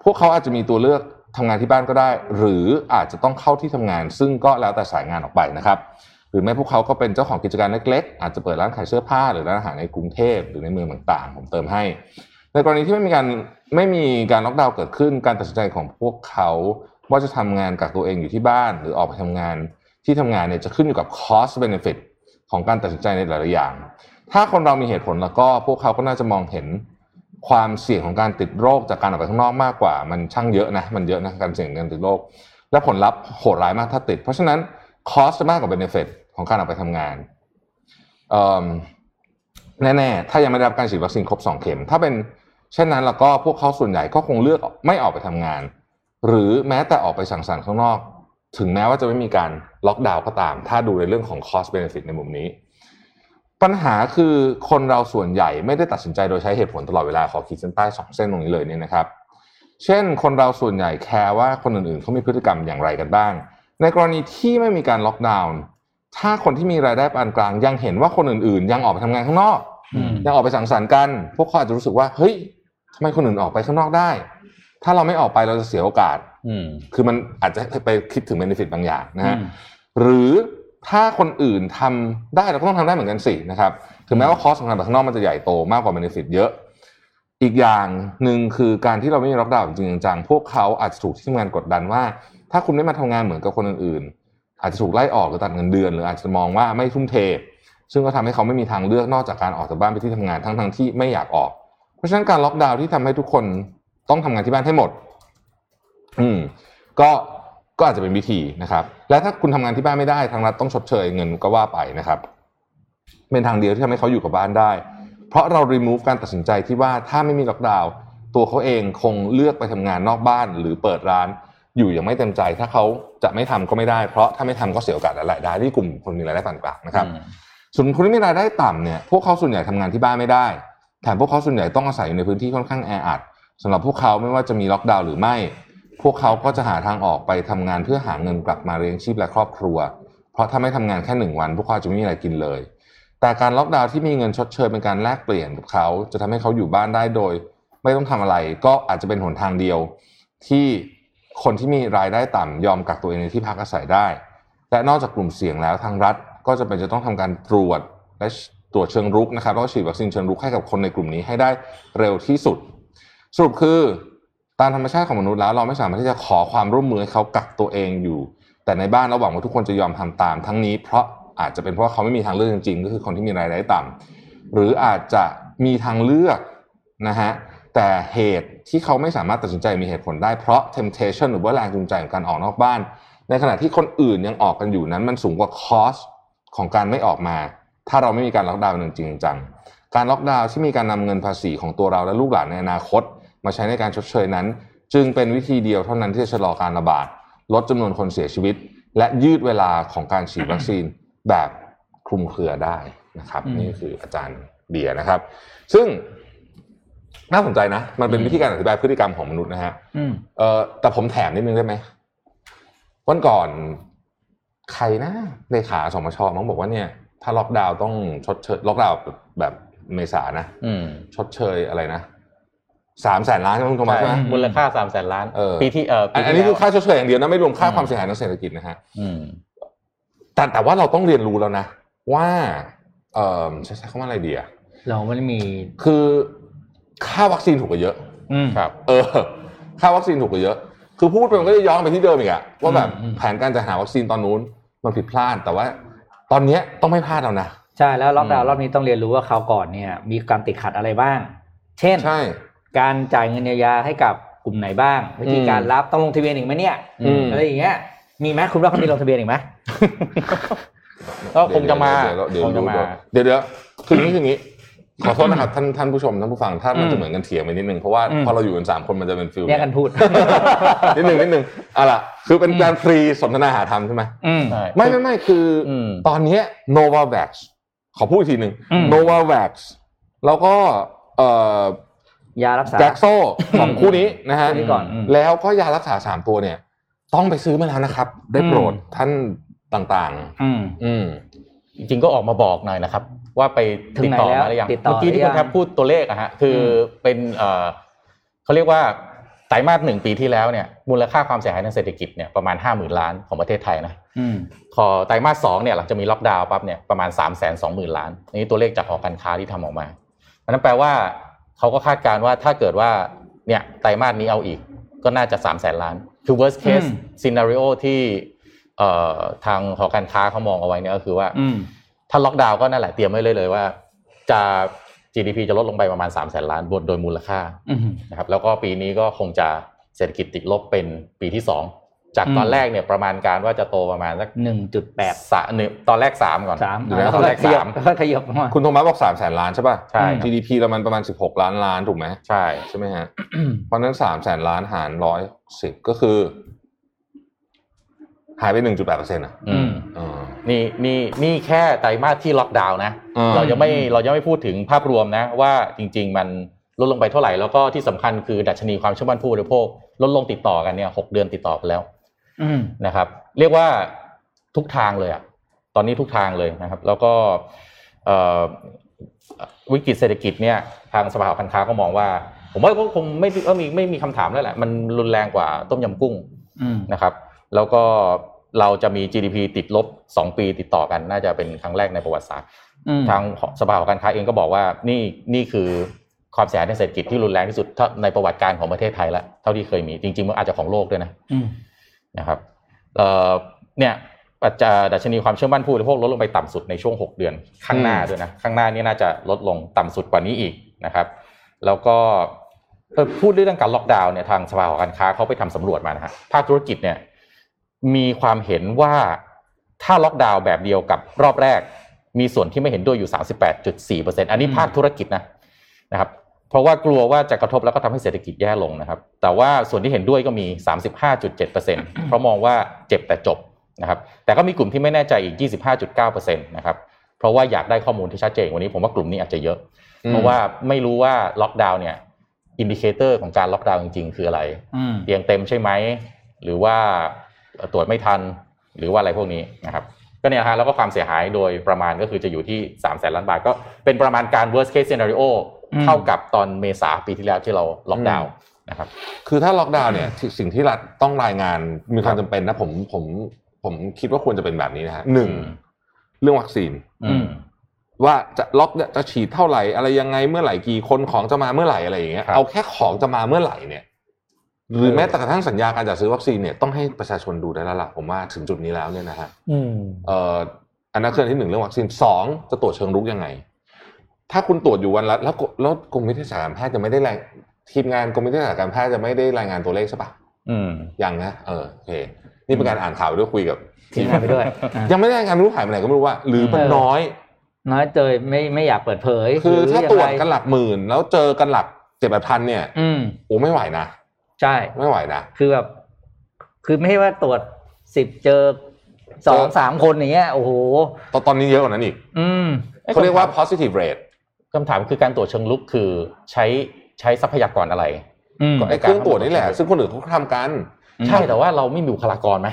Speaker 3: พวกเขาอาจจะมีตัวเลือกทำงานที่บ้านก็ได้ หรืออาจจะต้องเข้าที่ทำงาน ซึ่งก็แล้วแต่สายงานออกไปนะครับ หรือไม่พวกเขาก็เป็นเจ้าของกิจการเล็กๆอาจจะเปิดร้านขายเสื้อผ้าหรือร้านอาหารในกรุงเทพหรือในเมืองต่างๆ ผมเติมให้ ในกรณีที่ไม่มีการไม่มีการล็อกดาวน์เกิดขึ้น การตัดสินใจของพวกเขา ว่าจะทำงานกักตัวเองอยู่ที่บ้าน หรือออกไปทำงานที่ทำงานเนี่ยจะขึ้นอยู่กับ cost benefit ของการตัดสินใจในหลายๆอย่าง ถ้าคนเรามีเหตุผลแล้วก็พวกเขาก็น่าจะมองเห็นความเสี่ยงของการติดโรคจากการออกไปข้างนอกมากกว่า มันช่างเยอะนะมันเยอะนะการเสี่ยงการติดโรค และผลลัพธ์โหดร้ายมากถ้าติด เพราะฉะนั้นคอสจะมากกว่าเบนฟิตของการออกไปทำงานเอิ่มแน่ๆ ถ้ายังไม่ได้รับการฉีดวัคซีนครบ 2 เข็ม ถ้าเป็นเช่นนั้นแล้วก็พวกเขาส่วนใหญ่ก็คงเลือกไม่ออกไปทำงาน หรือแม้แต่ออกไปสังสรรค์ข้างนอก ถึงแม้ว่าจะไม่มีการล็อกดาวน์ก็ตาม ถ้าดูในเรื่องของ cost benefit ในมุมนี้ ปัญหาคือคนเราส่วนใหญ่ไม่ได้ตัดสินใจโดยใช้เหตุผลตลอดเวลาขอขีดเส้นใต้สองเส้นตรงนี้เลยเนี่ยนะครับ เช่น คนเราส่วนใหญ่แคร์ว่าคนอื่นๆเขามีพฤติกรรมอย่างไรกันบ้าง ในกรณีที่ไม่มีการล็อกดาวน์ถ้าคนที่มีรายได้ปานกลาง ยังเห็นว่าคนอื่นๆ ยังออกไปทำงานข้างนอก
Speaker 2: อืม
Speaker 3: ยังออกไปสังสรรค์กัน พวกเขาอาจจะรู้สึกว่าเฮ้ยทำไมคนอื่นออกไปข้างนอกได้ ถ้าเราไม่ออกไปเราจะเสียโอกาส
Speaker 4: อืม
Speaker 3: คือมันอาจจะไปคิดถึงเบนฟิตบางอย่างนะฮะ
Speaker 2: อืม
Speaker 3: หรือถ้าคนอื่นทำได้เราก็ต้องทำได้เหมือนกันสินะครับถึงแม้ว่าคอสของการแบบข้างนอกมันจะใหญ่โตมากกว่าเบนฟิตเยอะ อีกอย่างหนึ่งคือการที่เราไม่มีล็อกดาวน์จริงๆจังๆพวกเขาอาจจะถูกที่ทำงานกดดันว่า ถ้าคุณไม่มาทำงานเหมือนกับคนอื่นๆ อาจจะถูกไล่ออกหรือตัดเงินเดือน หรืออาจจะมองว่าไม่ทุ่มเท ซึ่งก็ทำให้เขาไม่มีทางเลือกนอกจากการออกจากบ้านไปที่ทำงานทั้งๆที่ไม่อยากออก เพราะฉะนั้นการล็อกดาวน์ที่ทำให้ทุกคนต้องทำงานที่บ้านให้หมด อืม ก็ก็อาจจะเป็นวิธีนะครับ และถ้าคุณทำงานที่บ้านไม่ได้ทางรัฐต้องชดเชยเงินก็ว่าไปนะครับ เป็นทางเดียวที่ทำให้เขาอยู่กับบ้านได้ เพราะเรา remove การตัดสินใจที่ว่าถ้าไม่มีล็อกดาวน์ตัวเขาเองคงเลือกไปทำงานนอกบ้าน หรือเปิดร้านอยู่อย่างไม่เต็มใจ ถ้าเขาจะไม่ทำก็ไม่ได้เพราะถ้าไม่ทำก็เสียโอกาสหลายๆได้ที่กลุ่มคนมีรายได้ปานกลางนะครับ ส่วนคนที่มีรายได้ต่ำเนี่ยพวกเขาส่วนใหญ่ทำงานที่บ้านไม่ได้แถมพวกเขาส่วนใหญ่ต้องอาศัยอยู่ในพื้นที่ค่อนข้างแออัดสำหรับพวกเขาไม่ว่าจะมีล็อกดาวน์หรือไม่ พวกเขาก็จะหาทางออกไปทำงานเพื่อหาเงินกลับมาเลี้ยงชีพและครอบครัว เพราะถ้าไม่ทำงานแค่หนึ่งวัน พวกเขาจะไม่มีอะไรกินเลย แต่การล็อกดาวน์ที่มีเงินชดเชยเป็นการแลกเปลี่ยนกับเขา จะทำให้เขาอยู่บ้านได้โดย ไม่ต้องทำอะไรก็อาจจะเป็นหนทางเดียว ที่คนที่มีรายได้ต่ำยอมกักตัวเองในที่พักอาศัยได้ และนอกจากกลุ่มเสี่ยงแล้วทางรัฐก็จะเป็นจะต้องทำการตรวจและตรวจเชิงรุกนะครับแล้วก็ฉีดวัคซีนเชิงรุกให้กับคนในกลุ่มนี้ให้ได้เร็วที่สุด สรุปคือตามธรรมชาติของมนุษย์แล้วเราไม่สามารถที่จะขอความร่วมมือให้เขากักตัวเองอยู่ แต่ในบ้านเราหวังว่าทุกคนจะยอมทำตามทั้งนี้ เพราะอาจจะเป็นเพราะเขาไม่มีทางเลือกจริงๆ ก็คือคนที่มีรายได้ต่ำหรืออาจจะมีทางเลือกนะฮะแต่เหตุที่เขาไม่สามารถตัดสินใจมีเหตุผลได้เพราะ temptation หรือว่าแรงจูงใจของการออกนอกบ้าน ในขณะที่คนอื่นยังออกกันอยู่นั้นมันสูงกว่าคอสของการไม่ออกมา ถ้าเราไม่มีการล็อกดาวน์จริงๆจังการล็อกดาวน์ที่มีการนำเงินภาษีของตัวเราและลูกหลานในอนาคต มาใช้ในการชดเชยนั้น จึงเป็นวิธีเดียวเท่านั้นที่จะชะลอการระบาด ลดจำนวนคนเสียชีวิต และยืดเวลาของการฉีดวัคซีนแบบคลุมเครือได้ นะครับ
Speaker 2: อืม
Speaker 3: นี่คืออาจารย์เดียนะครับ ซึ่งน่าสนใจนะ มันเป็นวิธีการอธิบายพฤติกรรมของมนุษย์นะฮะ
Speaker 2: อืม
Speaker 3: เออแต่ผมแถมนิดนึงได้ไหมวันก่อนใครนะเลขาสมชมั้งบอกว่าเนี่ย ถ้าล็อกดาวน์ต้องชดเชยล็อกดาวน์แบบเมษานะ
Speaker 4: อืม
Speaker 3: ชดเชยอะไรนะสามแสนล้านใช่ไหมคุณโทมัสใช่ไหม
Speaker 2: ใช่
Speaker 4: มูลค่าสามแสนล้าน
Speaker 3: เออ
Speaker 4: ปีที่เออ
Speaker 3: อั
Speaker 4: ปี
Speaker 3: นอัน
Speaker 4: ที่
Speaker 3: นี้
Speaker 4: แล้
Speaker 3: คื
Speaker 4: ว
Speaker 3: อค่าชดเชยอย่างเดียวนะไม่รวมค่าความเสียหายทางเศรษฐกิจนะฮะ
Speaker 4: อืม
Speaker 3: แต่แต่ว่าเราต้องเรียนรู้แล้วนะ ว่าเออใช้ใช้คำว่าอะไรดีอะ
Speaker 2: เราไม่ได้มี
Speaker 3: คือค่าวัคซีนถูกกว่าเยอะ
Speaker 2: อืม
Speaker 4: ครับ
Speaker 3: เออ ค่าวัคซีนถูกกว่าเยอะ คือพูดไปมันก็จะย้อนไปที่เดิมอีกอะว่าแบบ
Speaker 2: อืม
Speaker 3: แผนการจัดหาวัคซีนตอนนู้นมันผิดพลาด แต่ว่า ตอนเนี้ยต้องไม่พลาดแล้วนะ
Speaker 2: ใช่แล้วล็อกดาวน์
Speaker 4: อืม
Speaker 2: รอบนี้ต้องเรียนรู้ว่าคราวก่อนเนี่ย มีการติดขัดอะไรบ้าง เช่น
Speaker 3: ใช่
Speaker 2: การจ่ายเงินเยียวยาให้กับกลุ่มไหนบ้าง วิธีการรับต้องลงทะเบียนอีกไหมเนี่ย
Speaker 3: อืม
Speaker 2: อะไรอย่างเงี้ยมีไหมคุณว่าเขามีลงทะเบียนอีกไหม
Speaker 4: ก็คงจะมา
Speaker 3: เดี๋ยวเดี๋ยว
Speaker 4: คงจะมา
Speaker 3: เดี๋ยวเดี๋ยวคืออย่างนี้คืออย่างนี้ ขอโทษนะครับท่านท่านผู้ชมท่านผู้ฟังถ้ามันจะเหมือนกันเถียงไปนิดนึงเพราะว่า
Speaker 2: อืม
Speaker 3: พอเราอยู่กันสามคนมันจะเป็นฟิล
Speaker 2: แยกกันพูด
Speaker 3: นิดนึงนิดนึงเอ่ะล่ะคือเป็นการฟรีสนทนาหาธรรมใช่ไหม
Speaker 2: อืม
Speaker 4: ใช่
Speaker 3: ไม่ไม่ไม่คืออ
Speaker 4: อืม
Speaker 3: ตอนเนี้ย Novavax ขอพูดอีกทีหนึ่ง
Speaker 2: อืม
Speaker 3: Novavax แล้วก็เอ่อ
Speaker 2: ยารักษา
Speaker 3: แจ็คโซ่ของคู่นี้นะฮะ
Speaker 2: คู่นี้ก่อนอืม
Speaker 3: แล้วก็ยารักษาสามตัวเนี่ย ต้องไปซื้อมาแล้วนะครับ ได้โปรด
Speaker 2: อืม
Speaker 3: ท่านต่าง
Speaker 2: อืม
Speaker 3: ๆ อืม
Speaker 4: จริงๆก็ออกมาบอกหน่อยนะครับ ว่าไปติดต่อมาหรือยัง
Speaker 2: ถึงไหนแล้วติดต่อ
Speaker 4: เมื่อกี้ที่
Speaker 2: หรือยัง
Speaker 4: คุณแทบพูดตัวเลขอะฮะคืออเป็นเอ่อเขาเรียกว่าไตรมาสหนึ่งปีที่แล้วเนี่ยมูลค่าความเสียหายทางเศรษฐกิจเนี่ยประมาณ 5 0,000 ล้านของประเทศไทยนะพอไตรมาสสองเนี่ยหลังจากมีล็อกดาวน์ปั๊บเนี่ยประมาณ 3 2 0 0 0 0 ล้านอันนี่ตัวเลขจากหอการค้าที่ทำออกมาอันนั้นแปลว่าเขาก็คาดการณ์ว่าถ้าเกิดว่าเนี่ยไตรมาสนี้เอาอีกก็น่าจะ3 0 0 0 0 ล้าน คือ worst case
Speaker 2: อืม
Speaker 4: scenario ที่เอ่อทางหอการค้าเขามองเอาไว้เนี่ยก็คือว่า
Speaker 2: อืม
Speaker 4: ถ้าล็อกดาวน์ก็นั่นแหละเตรียมไว้เลยเลยว่า จะ GDP จะลดลงไปประมาณ3 0 0 0 0 ล้านบนโดยมูลค่า
Speaker 2: อืม
Speaker 4: นะครับแล้วก็ปีนี้ก็คงจะเศรษฐกิจติดลบเป็นปีที่ 2 จากตอน
Speaker 2: อืม
Speaker 4: แรกเนี่ยประมาณการว่าจะโตประมาณสัก
Speaker 2: หนึ่งจุดแปด
Speaker 4: สะหนึ่งตอนแรก 3 ก่อน
Speaker 2: สาม
Speaker 3: เดี๋ยวนะ
Speaker 4: ตอนแรก
Speaker 2: ขยับ
Speaker 4: สาม
Speaker 2: ขยับมา
Speaker 3: คุณโทมัสบอกสามแสนล้านใช่ป่ะ
Speaker 4: ใช่ครับ
Speaker 3: GDP เรามันประมาณสิบหกล้านล้านถูกไหม
Speaker 4: ใช่
Speaker 3: ใช่ไหมฮะ เพราะฉะนั้นสามแสนล้านหารร้อยสิบก็คือ หายไปหนึ่งจุดแปดเปอร์เซ็นต์อ่ะ
Speaker 2: อื
Speaker 4: อื
Speaker 2: ม
Speaker 4: ม
Speaker 3: เออ
Speaker 4: นี่นี่นี่แค่ไตรมาสที่ล็อกดาวน์นะ
Speaker 3: อืม
Speaker 4: เรายังไม่เรายังไม่พูดถึงภาพรวมนะ ว่าจริง ๆ มันลดลงไปเท่าไหร่แล้วก็ที่สำคัญคือดัชนีความเชื่อมั่นผู้บริโภคลดลงติดต่อกันเนี่ยหกเดือนติดต่อกันแล้ว
Speaker 2: อืม
Speaker 4: นะครับเรียกว่าทุกทางเลยอะตอนนี้ทุกทางเลยนะครับ แล้วก็เอ่อวิกฤตเศรษฐกิจเนี่ยทางสภาหอการค้าก็มองว่า ผมว่าก็คงไม่ก็มีไม่มีคำถามแล้วแหละ มันรุนแรงกว่าต้มยำกุ้ง
Speaker 2: อืม
Speaker 4: นะครับ แล้วก็เราจะมี GDP ติดลบ 2 ปีติดต่อกันน่าจะเป็นครั้งแรกในประวัติศาสตร์
Speaker 2: อืม
Speaker 4: ทางสภาหอการค้าเองก็บอกว่านี่นี่คือความเสียหายทางเศรษฐกิจที่รุนแรงที่สุดเท่าในประวัติการของประเทศไทยแล้วเท่าที่เคยมีจริงๆมันอาจจะของโลกด้วยนะ
Speaker 2: อืม
Speaker 4: นะครับเอ่อเนี่ยปัจจัยดัชนีความเชื่อมั่นผู้บริโภคลดลงไปต่ำสุดในช่วง 6 เดือน ข้างหน้า
Speaker 3: อืม
Speaker 4: ด้วยนะ ข้างหน้านี่น่าจะลดลงต่ำสุดกว่านี้อีกนะครับ แล้วก็เอ่อพูดเรื่องการล็อกดาวน์เนี่ยทางสภาหอการค้าเขาไปทำสำรวจมานะฮะภาคธุรกิจเนี่ยมีความเห็นว่าถ้าล็อกดาวน์แบบเดียวกับรอบแรก มีส่วนที่ไม่เห็นด้วยอยู่ 38.4%อันนี้
Speaker 2: อืม
Speaker 4: ภาคธุรกิจนะนะครับ เพราะว่ากลัวว่าจะกระทบแล้วก็ทำให้เศรษฐกิจแย่ลงนะครับ แต่ว่าส่วนที่เห็นด้วยก็มี 35.7%เพราะมองว่าเจ็บแต่จบนะครับ แต่ก็มีกลุ่มที่ไม่แน่ใจอีก 25.9%นะครับ เพราะว่าอยากได้ข้อมูลที่ชัดเจนกวันนี้ผมว่ากลุ่มนี้อาจจะเยอะ
Speaker 3: อืม
Speaker 4: เพราะว่าไม่รู้ว่าล็อกดาวน์เนี่ยอินดิเคเตอร์ของการล็อกดาวน์จริงๆ คืออะไร
Speaker 2: อืม
Speaker 4: เตียงเต็มใช่ไหม หรือว่าเอ่อตรวจไม่ทัน หรือว่าอะไรพวกนี้นะครับ ก็เนี่ยนะฮะแล้วก็ความเสียหายโดยประมาณก็คือจะอยู่ที่3ามแสนล้านบาท ก็เป็นประมาณการ worst case scenario
Speaker 2: อืม
Speaker 4: เท่ากับตอนเมษาปีที่แล้วที่เราล็อกดาวน์นะครับ
Speaker 3: คือถ้าล็อกดาวน์เนี่ยที่สิ่งที่รัฐต้องรายงานมีความจำเป็นนะผมผมผมคิดว่าควรจะเป็นแบบนี้นะฮะหนึ่ง
Speaker 4: อืม
Speaker 3: เรื่องวัคซีน
Speaker 2: อืม
Speaker 3: ว่าจะล็อกเนี่ยจะฉีดเท่าไหร่อะไรยังไงเมื่อไหร่กี่คนของจะมาเมื่อไหร่อะไรอย่างเงี้ย
Speaker 4: ครับ
Speaker 3: เอาแค่ของจะมาเมื่อไหร่เนี่ย หรือ
Speaker 4: เออ
Speaker 3: แม้แต่กระทั่งสัญญาการจัดซื้อวัคซีนเนี่ยต้องให้ประชาชนดูได้แล้วล่ะผมว่าถึงจุดนี้แล้วเนี่ยนะฮะ
Speaker 4: อืม
Speaker 3: เอ่ออันนั้นคืออันที่หนึ่งเรื่องวัคซีนสองจะตรวจเชิงรุกยังไง ถ้าคุณตรวจอยู่วันละแล้วก็แล้วกรมวิทยาศาสตร์การแพทย์จะไม่ได้รายทีมงานกรมวิทยาศาสตร์การแพทย์จะไม่ได้รายงานตัวเลขใช่ปะ
Speaker 4: อืม
Speaker 3: ยังนะเออโอเคนี่เป็นการอ่านข่าวไปด้วยคุยกับ
Speaker 2: ทิ้งหายไปด้วยอ่ะ
Speaker 3: ยังไม่ได้รายงานไม่รู้หายไปไหนก็ไม่รู้ว่า หรือมันน้อย
Speaker 2: น้อยเตยไม่ไม่อยากเปิดเผย
Speaker 3: คือถ้า
Speaker 2: ห
Speaker 3: ต
Speaker 2: อ
Speaker 3: รว
Speaker 2: ยั
Speaker 3: จ
Speaker 2: งไ
Speaker 3: กันหลักหมื่น แล้วเจอกันหลักเจ็ดแปดพันเนี่ย
Speaker 2: อืม
Speaker 3: โอ้ไม่ไหวนะ
Speaker 2: ใช่
Speaker 3: ไม่ไหวนะ
Speaker 2: คือแบบ คือไม่ใช่ว่าตรวจสิบเจอสอง
Speaker 3: เจอ
Speaker 2: สามคนอย่างเงี้ย โอ้โห
Speaker 3: ตอนตอนนี้เยอะกว่านั้นอีก
Speaker 2: อืม
Speaker 4: อ้
Speaker 3: เขาเรียกว่า
Speaker 4: คำถม
Speaker 3: positive rate
Speaker 4: คำถามคือการตรวจเชิงลุกคือใช้ใช้ทรัพยากรอะไร
Speaker 2: อืม
Speaker 3: ก็ไอ้เครื่องตรวจนี่แหละ ซึ่งคนอื่นเขาทำกัน
Speaker 4: ใช่แต่ว่าเราไม่มีบุคลากรไหม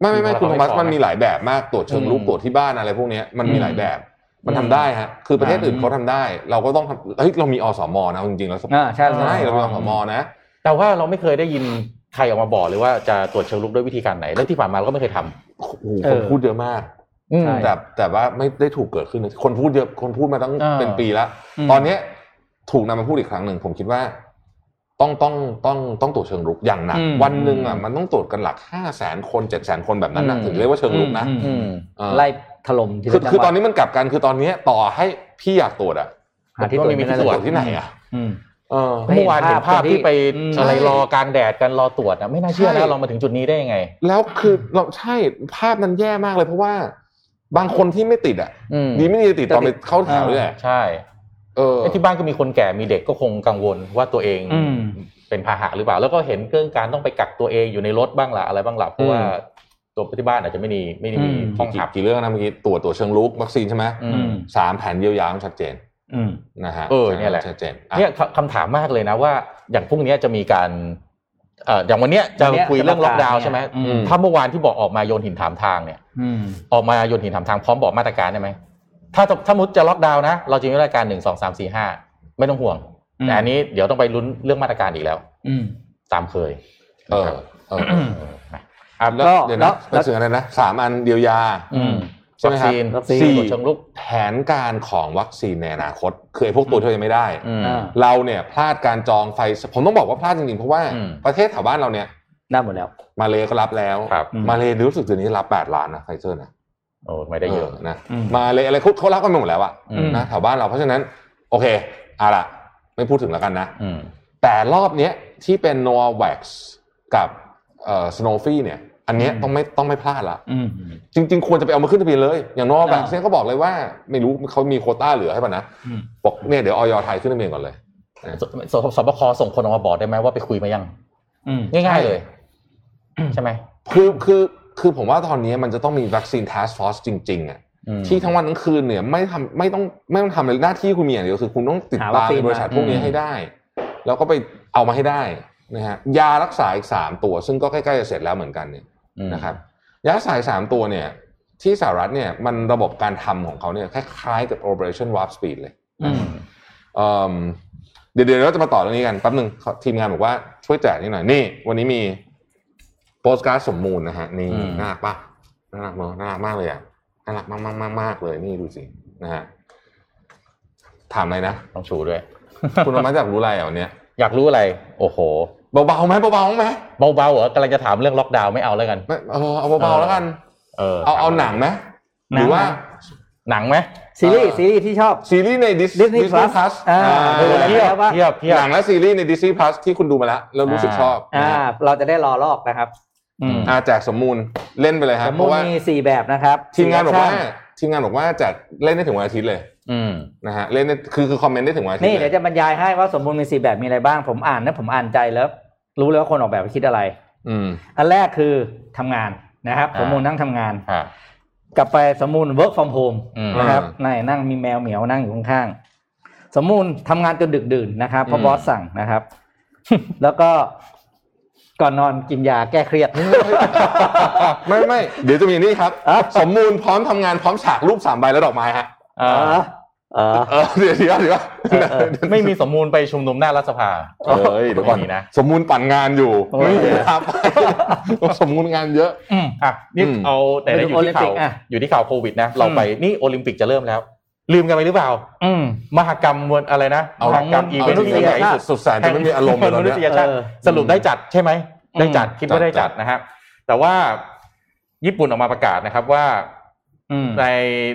Speaker 3: ไม่ไม่ไม่
Speaker 4: เรา
Speaker 3: คุณโทมัส
Speaker 4: ไม่พอ
Speaker 3: มันมีหลายแบบมากตรวจเชิงลุก
Speaker 4: อืม
Speaker 3: ตรวจที่บ้านอะไรพวกเนี้ยมันมีหลายแบบ มัน
Speaker 4: อื
Speaker 3: ทำ
Speaker 4: ม
Speaker 3: ได้ฮะคือประเทศอื่นเขาทำได้ เราก็ต้องทำเฮ้ยเรามีอสมนะจริงๆแล้ว
Speaker 2: อ่าใช่ใช่
Speaker 3: ใช่เรามีอสมนะ
Speaker 4: แต่ว่าเราไม่เคยได้ยินใครออกมาบอกเลยว่าจะตรวจเชิงลุกด้วยวิธีการไหนและที่ผ่านมาเราก็ไม่เคยท
Speaker 3: โอ้โหคนพูดเยอะมาก
Speaker 4: ำอืม
Speaker 2: ใช่
Speaker 3: แต่แต่ว่าไม่ได้ถูกเกิดขึ้นเลยคนพูดเยอะคนพูดมาตั้ง
Speaker 4: เออ
Speaker 3: เป็นปีแล้ว
Speaker 2: อืม
Speaker 3: ตอนเนี้ยถูกนำมาพูดอีกครั้งหนึ่งผมคิดว่า ต้องต้องต้องต้องตรวจเชิงรุกอย่างหนัก
Speaker 2: อืม
Speaker 3: วันหนึ่งอ่ะมันต้องตรวจกันหลักห้าแสนคนเจ็ดแสนคนแบบนั้นนะ
Speaker 4: อืม
Speaker 3: ถึงเรียกว่าเชิงรุกนะ
Speaker 2: อืม
Speaker 4: อืม
Speaker 3: เออ
Speaker 2: ไล่ถล่มทีละ
Speaker 3: คือ
Speaker 2: จังหวัด
Speaker 3: คือตอนนี้มันกลับกันคือตอนเนี้ยต่อให้พี่อยากตรวจอ่ะ
Speaker 2: หาที่
Speaker 4: ก็
Speaker 2: ตรวจ
Speaker 4: ไม่มีที่
Speaker 2: ไได้
Speaker 3: ต
Speaker 2: เล
Speaker 3: ร
Speaker 2: ยว
Speaker 3: จที่ไหนอ่ะ
Speaker 2: อืม
Speaker 3: เออ
Speaker 4: เมื่อวานเห็นภาพที่ไป
Speaker 2: อืม
Speaker 4: อะไร
Speaker 3: ใช่
Speaker 4: รอกลางแดดกันรอตรวจอะไม่น่าเชื่อ
Speaker 3: ใช่
Speaker 4: นะเรามาถึงจุดนี้ได้ยังไง
Speaker 3: แล้วคือเราใช่ภาพนั้นแย่มากเลยเพราะว่า บางคนที่ไม่ติดอ่ะ
Speaker 4: อืม
Speaker 3: ดีไม่ดีติดตอนไปเข้าแถวเลยแหละ
Speaker 4: ใช่
Speaker 3: เออ
Speaker 4: ไอ้ที่บ้านก็มีคนแก่มีเด็กก็คงกังวลว่าตัวเอง
Speaker 2: อืม
Speaker 4: เป็นพาหะหรือเปล่า แล้วก็เห็นเรื่องการต้องไปกักตัวเองอยู่ในรถบ้างล่ะอะไรบ้างล่ะเพราะว่าตัวที่บ้านอาจจะไม่มีไม่ได้มี
Speaker 2: อืม
Speaker 4: ห้อง
Speaker 3: กี่
Speaker 4: หับ
Speaker 3: กี่เรื่องนะเมื่อกี้ตรวจตรวจเชิงลุกวัคซีนใช่ไหม
Speaker 4: อื
Speaker 2: อืม
Speaker 3: สามแผนเยียวยาต้องชัดเจน
Speaker 2: อืม
Speaker 3: นะฮะ
Speaker 4: เออเนี่ยแหละ
Speaker 3: ชัดเจนอ่ะ
Speaker 4: เนี่ยคคำถามมากเลยนะว่า อย่างพรุ่งเนี้ยจะมีการเอ่ออย่างวันเนี้ยจะ
Speaker 2: วันเนี้ย
Speaker 4: คุยเรื่องล็อกดาวน์
Speaker 2: จะประกาศ
Speaker 4: ใช่ไหม
Speaker 2: อืม
Speaker 4: ถ้าเมื่อวานที่บอกออกมาโยนหินถามทางเนี่ย
Speaker 2: อืม
Speaker 4: ออกมาโยนหินถามทางพร้อมบอกมาตรการได้ไหมถ้าจะถ้ามุดจะล็อกดาวน์นะ เราจะมีมาตรการหนึ่งสองสามสี่ห้าไม่ต้องห่วง
Speaker 2: อืม
Speaker 4: แต่อันนี้เดี๋ยวต้องไปลุ้นเรื่องมาตรการอีกแล้ว
Speaker 2: อืม
Speaker 4: ตามเคย
Speaker 3: เออเออเออเอออ่ะ
Speaker 2: ก็
Speaker 3: แล้วเดี๋ยว
Speaker 2: แล้
Speaker 3: นะ
Speaker 2: ว
Speaker 3: หนังสืออะไรนะสามอันเยียวยา
Speaker 2: อืม
Speaker 3: ใช่ไหมครับ
Speaker 4: วัค
Speaker 3: สี่
Speaker 4: ซีนตรวจเชิงลุก
Speaker 3: แผนการของวัคซีนในอนาคตคือไอ้พวกตัวที่เรายังไม่ได้
Speaker 4: อืม
Speaker 2: อ่า
Speaker 3: เราเนี่ยพลาดการจองไฟเซอร์ผมต้องบอกว่าพลาดจริงๆเพราะว่า
Speaker 4: อืม
Speaker 3: ประเทศแถวบ้านเราเนี่ย
Speaker 2: ได้หมดแล้ว
Speaker 3: มาเลก็รับแล้ว
Speaker 4: ครับ
Speaker 3: มาเลรู้สึกตัวนี้รับ 8 ล้านนะไฟเซอร์นะ
Speaker 4: โอ้ไม่ได้เยอะ
Speaker 3: นะ
Speaker 2: อืม
Speaker 3: มาเลอะไรเขาเขารับกันไปหมดแล้วอะ
Speaker 4: อืม
Speaker 3: นะแถวบ้านเราเพราะฉะนั้น โอเคเอาล่ะไม่พูดถึงแล้วกันนะ
Speaker 4: อืม
Speaker 3: แต่รอบเนี้ยที่เป็น n o v a x กับเอ่อ Sanofi เนี่ย อันเนี้ย
Speaker 2: อืม
Speaker 3: ต้องไม่ต้องไม่พลาดละ
Speaker 2: อืม
Speaker 3: จริง ๆ ควรจะไปเอามาขึ้นทะเบียนเลย อย่าง n o v a x
Speaker 2: อ่า
Speaker 3: เนี่ยก็บอกเลยว่าไม่รู้เขามีโควต้าเหลือให้ป่ะนะ
Speaker 2: อืม
Speaker 3: บอกเนี่ยเดี๋ยวออยไทยขึ้นทะเบียนก่อนเลย
Speaker 4: สสสบคส่งคนออกมาบอกได้ไหมว่าไปคุยมายัง
Speaker 2: อืม
Speaker 4: ง่าย ๆเลย
Speaker 2: ใช่
Speaker 4: ใช่ไหม
Speaker 3: คือคือคือผมว่าตอนเนี้ยมันจะต้องมีวัคซีน task force จริงๆอะ
Speaker 4: อืม
Speaker 3: ที่ทั้งวันทั้งคืนเนี่ยไม่ทำไม่ต้องไม่ต้องทำเลยหน้าที่คุณมีอย่างเดียวคือ คุณต้องติด
Speaker 2: หาวั
Speaker 3: ตา
Speaker 2: ค
Speaker 3: ม
Speaker 2: ซีน
Speaker 3: บริษัท
Speaker 2: มา
Speaker 3: พวกนี้ให้ได้ แล้วก็ไปเอามาให้ได้นะฮะยารักษาอีกสามตัว ซึ่งก็ใกล้ๆจะเสร็จแล้วเหมือนกันเนี่ย
Speaker 4: อืม
Speaker 3: นะครับยาสายสามตัวเนี่ยที่สหรัฐเนี่ยมันระบบการทำของเขาเนี่ยคล้ายๆกับ Operation Warp Speed เลย
Speaker 2: อืม
Speaker 3: เอิ่มเดี๋ยวเดี๋ยวเราจะมาต่อเรื่องนี้กันแป๊บหนึ่งขอทีมงานบอกว่าช่วยแจกนิดหน่อยนี่ วันนี้มีโปสการ์ดสมมูลนะฮะนี่น่ารักปะน่ารักเนอะน่ารักมากเลยอ่ะน่ารักมากมากมากมากเลยนี่ดูสินะฮะถามอะไรนะ
Speaker 4: ต้องชูด้วย
Speaker 3: คุณออกมาจากรู้อะไรอ่ะวันเนี้ย
Speaker 4: อยากรู้อะไร โอ้โห
Speaker 3: เบาๆไหมเบาๆไหม
Speaker 4: เบาๆเหรอกำลังจะถามเรื่องล็อกดาวน์ไม่เอาแล้วกัน
Speaker 3: ไม่เออเอาเบาๆแล้วกัน
Speaker 4: เออ
Speaker 3: เอาเอาหนังไหมหรือว่า
Speaker 2: หนัง
Speaker 4: หนังไหม
Speaker 2: ซีรีส์ซีรีส์ที่ชอบ
Speaker 3: ซีรีส์ใน Dis-
Speaker 2: Disney
Speaker 3: Disney
Speaker 2: Plus
Speaker 3: Plus
Speaker 2: อ่า
Speaker 4: เออเทียบเทียบเทียบ
Speaker 3: หนังและซีรีส์ใน Disney Plus ที่คุณดูมาแล้ว แล้วรู้สึกชอบ
Speaker 2: อ่า เราจะได้รอลอกนะครับ อืม
Speaker 3: อ่าแจกสมมูลเล่นไปเลยฮะ
Speaker 2: แต่
Speaker 3: เพ
Speaker 2: มูล
Speaker 3: ราะว่า
Speaker 2: มีสี่แบบนะครับ
Speaker 3: ทีมงานบอกว่า
Speaker 2: สี่ป
Speaker 3: ทีมงานบอกว่าแจกเล่นได้ถึงวันอาทิตย์เลย
Speaker 4: อืม
Speaker 3: นะฮะเล่นได้คือคือคอมเมนต์ได้ถึงวันอา
Speaker 2: ั่
Speaker 3: ทิ
Speaker 2: น
Speaker 3: ต
Speaker 2: นี่
Speaker 3: ย์
Speaker 2: เดี๋ยวจะบรรยายให้ว่าสมบูรณ์มีสี่แบบมีอะไรบ้าง ผมอ่านนะผมอ่านใจแล้ว รู้เลยว่าคนออกแบบคิดอะไร
Speaker 3: อืม
Speaker 2: อันแรกคือทำงานนะครับ
Speaker 4: อ่า
Speaker 2: สมมูลนั่งทำงาน
Speaker 4: อ่า
Speaker 2: กลับไปสมมูล work from home
Speaker 4: อืม
Speaker 2: นะครับนายนั่งมีแมวเหมียวนั่งอยู่ข้างๆ สมมูลทำงานจนดึกดื่นนะครับเพราะบอสสั่งนะครับ แล้วก็ก่อนนอนกินยาแก้เครียด
Speaker 3: ไม่ไม่เดี๋ยวจะมีนี่ครับ
Speaker 2: อ่ะ
Speaker 3: สมมูลพร้อมทำงานพร้อมฉากรูปสามใบแล้วดอกไม้ฮะ
Speaker 4: เอ
Speaker 2: เอ
Speaker 4: อ
Speaker 2: อ เออ
Speaker 3: เออเดี๋ยวเดี๋ยวเดี๋ยว
Speaker 2: เออ
Speaker 4: ไม่มีสมมูลไปชุมนุมหน้ารัฐสภา
Speaker 3: เอ้ยเดี๋ยวก่อน
Speaker 4: ไม่มีนะ
Speaker 3: สมมูลปั่นงานอยู่
Speaker 2: โอ้ย
Speaker 3: ไม่ครับสมมูลงานเยอะ
Speaker 2: อืม
Speaker 4: อ่ะนี่
Speaker 3: อืม
Speaker 4: เอาแต่
Speaker 2: ไปดู
Speaker 4: อยู่
Speaker 2: โอ
Speaker 4: ที่
Speaker 2: ลิมปิ
Speaker 4: ข่าว
Speaker 2: กอ่ะ
Speaker 4: อยู่ที่ข่าวโควิดนะ เราไปนี่โอลิมปิกจะเริ่มแล้ว ลืมกันไปหรือเปล่า
Speaker 2: อืม
Speaker 4: มหกรรมมวลอะไรนะ
Speaker 3: เอา
Speaker 4: มห
Speaker 3: ละ
Speaker 4: กรรมอี
Speaker 3: เอา
Speaker 4: เวน
Speaker 3: จ
Speaker 4: ต์
Speaker 3: ริง
Speaker 4: ที่
Speaker 3: ๆ
Speaker 4: ใหญ่ที่สุด
Speaker 3: สุดแสนจะไม่มีอารมณ์เลยตอน
Speaker 4: มนุ
Speaker 3: เนี้
Speaker 4: ษ
Speaker 3: ย
Speaker 4: ยชาติ
Speaker 2: เออ
Speaker 4: สรุปได้จัดใช่ไหม
Speaker 2: อืม
Speaker 4: ได้จัดคิดว่าได้จัดนะฮะแต่ว่าญี่ปุ่นออกมาประกาศนะครับว่า
Speaker 2: อืม
Speaker 4: ใน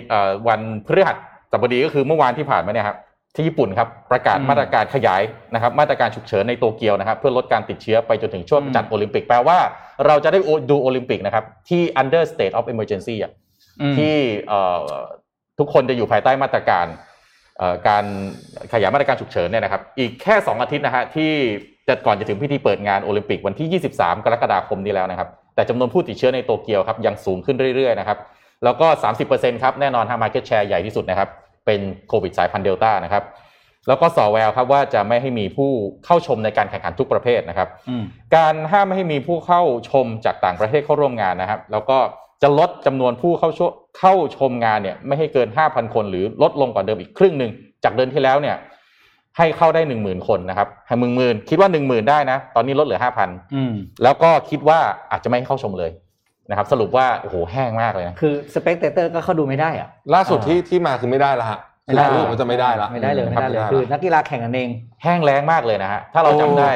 Speaker 4: เอ่อวันพฤหัสบดีก็คือเมื่อวานที่ผ่านมาเนี่ยครับที่ญี่ปุ่นครับประกาศ
Speaker 2: อืม
Speaker 4: มาตรการขยายนะครับ มาตรการฉุกเฉินในโตเกียวนะครับ เพื่อลดการติดเชื้อไปจนถึงช่วง
Speaker 2: อืม
Speaker 4: จัดโอลิมปิกแปลว่าเราจะได้ดูโอลิมปิกนะครับ ที่ under state of emergency อะ
Speaker 2: อืม
Speaker 4: ที่เอ่อทุกคนจะอยู่ภายใต้มาตรการเอ่อการขยายมาตรการฉุกเฉินเนี่ยนะครับ อีกแค่ 2 อาทิตย์นะฮะที่จะก่อนจะถึงพิธีเปิดงานโอลิมปิกวันที่ 23 กรกฎาคมนี้แล้วนะครับ แต่จำนวนผู้ติดเชื้อในโตเกียวครับยังสูงขึ้นเรื่อยๆนะครับ แล้วก็ 30%ครับแน่นอนฮะมาร์เก็ตแชร์ใหญ่ที่สุดนะครับ ไป เป็นโควิดสายพันธุ์เดลต้านะครับ แล้วก็สอแววครับว่าจะไม่ให้มีผู้เข้าชมในการแข่งขันทุกประเภทนะครับ
Speaker 2: อืม
Speaker 4: การห้ามไม่ให้มีผู้เข้าชมจากต่างประเทศเข้าร่วมงานนะครับ แล้วก็จะลดจำนวนผู้เข้าชมเข้าชมงานเนี่ย ไม่ให้เกิน 5,000 คนหรือลดลงกว่าเดิมอีกครึ่งหนึ่งจากเดือนที่แล้วเนี่ย ให้เข้าได้ 10,000 คนนะครับให้มึงหมื่นคิดว่า 10,000 ได้นะ ตอนนี้ลดเหลือ 5,000
Speaker 2: อืม
Speaker 4: แล้วก็คิดว่าอาจจะไม่ให้เข้าชมเลยนะครับ สรุปว่าโอ้โหแห้งมากเลยนะ
Speaker 2: คือสเปกเตเตอร์ก็เข้าดูไม่ได้อะ
Speaker 3: ล่าสุด
Speaker 4: อ่า
Speaker 3: ที่ที่มาคือไม่ได้ละฮะ
Speaker 2: ไม่ได้
Speaker 3: คือรู้สึกว่าจะไม่ได้ละ
Speaker 2: ไม่ได้เลย
Speaker 3: นะ
Speaker 2: ไม่
Speaker 3: รับ
Speaker 2: ได้เลย
Speaker 3: ะ
Speaker 2: คือนักกีฬาแข่งกันเอง
Speaker 4: แห้งแล้งมากเลยนะฮะถ้าเราจำได้